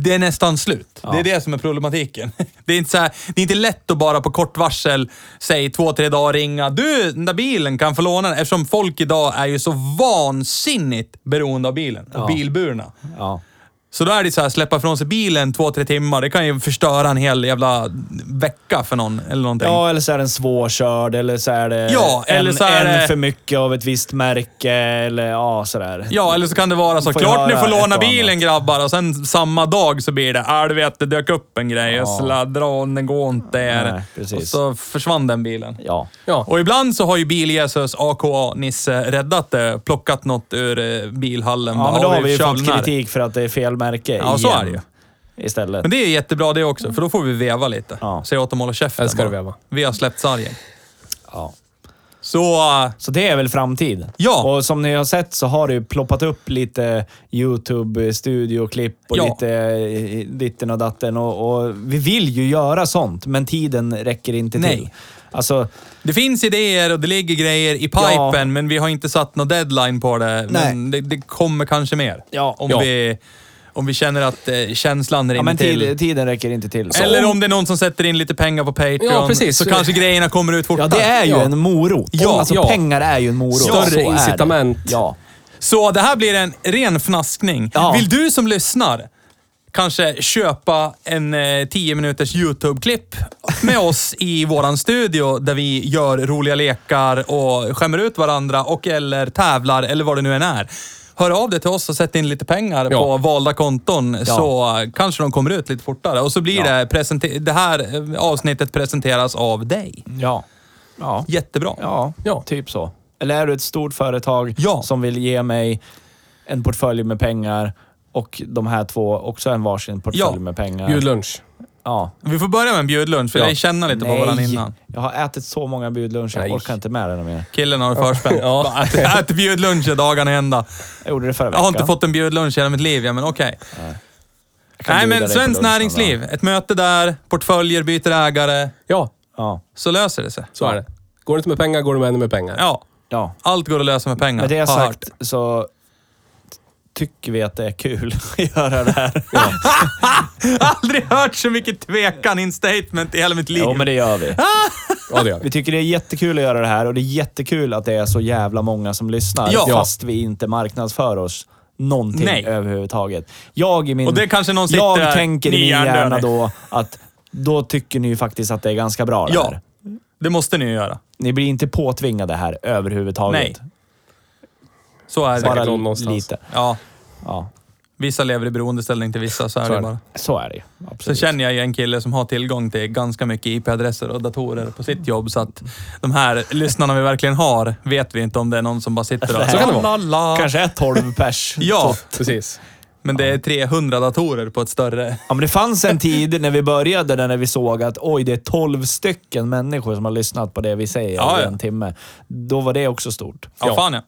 Det är nästan slut. Det är
Ja.
det som är problematiken. Det är, inte så här, det är inte lätt att bara på kort varsel, säg två, tre dagar ringa. Du, den där bilen kan få låna den. Eftersom folk idag är ju så vansinnigt beroende av bilen och
Ja.
bilburna.
Ja.
Så då är det så här, släppa ifrån sig bilen två, tre timmar. Det kan ju förstöra en hel jävla vecka för någon eller någonting.
ja, eller så är den svårkörd, eller så är det
Ja, eller
en,
så är
en
det-
för mycket av ett visst märke, eller ja, sådär.
Ja, eller så kan det vara så.
Får
Klart ni
göra
får
ett
låna
och
bilen grabbar och sen samma dag så blir det, ja du vet, det dök upp en grej. Jag
Ja.
sladdade och den går inte.
Nej, precis.
och så försvann den bilen.
Ja.
Ja.
Och ibland så har ju Bil-Jesus, aka Nisse, räddat det. Plockat något ur eh, bilhallen.
Ja,
Bara,
men då har vi ju
kör
fått
den här.
kritik för att det är fel märke
Ja, så
igen.
är det ju.
Istället.
Men det är jättebra det också, för då får vi veva lite.
Ja.
Säga åt dem att hålla käften.
Älskar att
bara.
veva.
Vi har släppt sargen.
Ja.
Så, eh,
Så det är väl framtid?
Ja.
Och som ni har sett så har det ju ploppat upp lite YouTube-studioklipp och
Ja.
lite eh, ditten och datten. Och, och vi vill ju göra sånt, men tiden räcker inte till.
Nej.
Alltså,
det finns idéer och det ligger grejer i pipen,
Ja.
men vi har inte satt någon deadline på det. Men det, det kommer kanske mer.
Ja.
Om,
Ja.
Vi, om vi känner att eh, känslan
ja,
rinner
men
till.
tid, tiden räcker inte till. Så-
Eller om det är någon som sätter in lite pengar på Patreon,
Ja, precis.
så kanske grejerna kommer ut fortare.
Ja, det är ju
Ja.
en morot.
Ja,
alltså
ja.
pengar är ju en morot.
Större
Så är det.
incitament.
Ja.
Så det här blir en ren fnaskning.
Ja.
Vill du som lyssnar kanske köpa en eh, 10 minuters YouTube-klipp med oss i våran studio där vi gör roliga lekar och skämmer ut varandra och eller tävlar eller vad det nu än är. Hör av dig till oss och sätt in lite pengar
Ja.
på valda konton så eh, kanske de kommer ut lite fortare. Och så blir
Ja.
det, presente- det här eh, avsnittet presenteras av dig.
Ja. Ja.
Jättebra.
Ja,
Ja.
typ så. Eller är du ett stort företag
Ja.
som vill ge mig en portfölj med pengar och de här två också en varsin portfölj
Ja.
med pengar.
Bjud lunch.
Ja.
Vi får börja med en bjudlunch, för
Ja.
jag känner lite på varandra innan.
Jag har ätit så många bjudluncher. Jag
Nej.
orkar inte med det någon mer.
Killen har det förspänt.
Ja.
Bara, Ät bjudlunch är dagarna ända.
Jag gjorde det förra
Jag
veckan.
har inte fått en bjudlunch i hela mitt liv, ja, men okej.
Jag kan
Nej, men
bjuda dig på
Svenskt
lunch någon
Näringsliv.
dag.
Ett möte där, portföljer byter ägare,
Ja,
Ja.
så löser det sig.
så är det. Går det inte med pengar, går det med ännu mer pengar.
Ja,
ja.
allt går att lösa med pengar.
Med det
Har hört.
sagt så tycker vi att det är kul att göra det här.
Aldrig hört så mycket tvekan in statement i hela mitt liv.
Jo, men det gör vi.
Ja, det gör vi.
Vi tycker det är jättekul att göra det här och det är jättekul att det är så jävla många som lyssnar
Ja.
fast vi inte marknadsför oss någonting
Nej.
överhuvudtaget. Jag i min...
Och det kanske någon sitter
Jag
där,
tänker i
ni
min
hjärndöda.
hjärna då att då tycker ni ju faktiskt att det är ganska bra det
Ja,
här.
det måste ni ju göra.
Ni blir inte påtvingade här överhuvudtaget.
Nej. Så är
Bara
det.
Säkert
Bara
någon någonstans.
lite.
Ja,
Ja,
vissa lever i beroendeställning till vissa, så är
Så
det
är det.
bara.
så är det ju.
Sen
Absolut.
känner jag ju en kille som har tillgång till ganska mycket IP-adresser och datorer på sitt jobb, så att de här lyssnarna vi verkligen har vet vi inte om det är någon som bara sitter och...
Så kan det
La,
vara.
la, la.
Kanske är 12 pers.
Ja,
Precis.
Men det är 300 datorer på ett större.
Ja, men det fanns en tid när vi började, där när vi såg att oj, det är 12 stycken människor som har lyssnat på det vi säger
Ja,
i
ja.
en timme. Då var det också stort.
Ja,
Ja.
fan ja.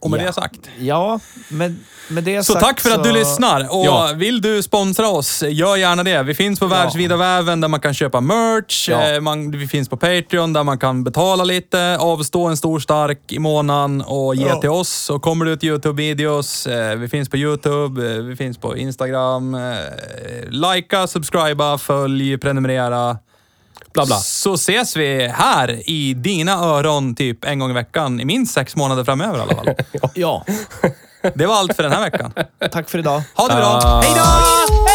Och med
Ja.
det sagt.
Ja, men med det
Så
sagt
tack för att du
så-
lyssnar. Och
Ja.
vill du sponsra oss, gör gärna det. Vi finns på världsvida väven där man kan köpa merch.
Ja.
Eh, Man, vi finns på Patreon där man kan betala lite, avstå en stor stark i månaden och ge till oss. Och kommer det ut YouTube-videos, eh, vi finns på YouTube, eh, vi finns på Instagram. Eh, Likea, subscriba, följ, prenumerera.
Bla, bla.
Så ses vi här i dina öron typ en gång i veckan i minst sex månader framöver i alla fall.
Ja,
Det var allt för den här veckan.
tack för idag.
Ha det bra! Hej då!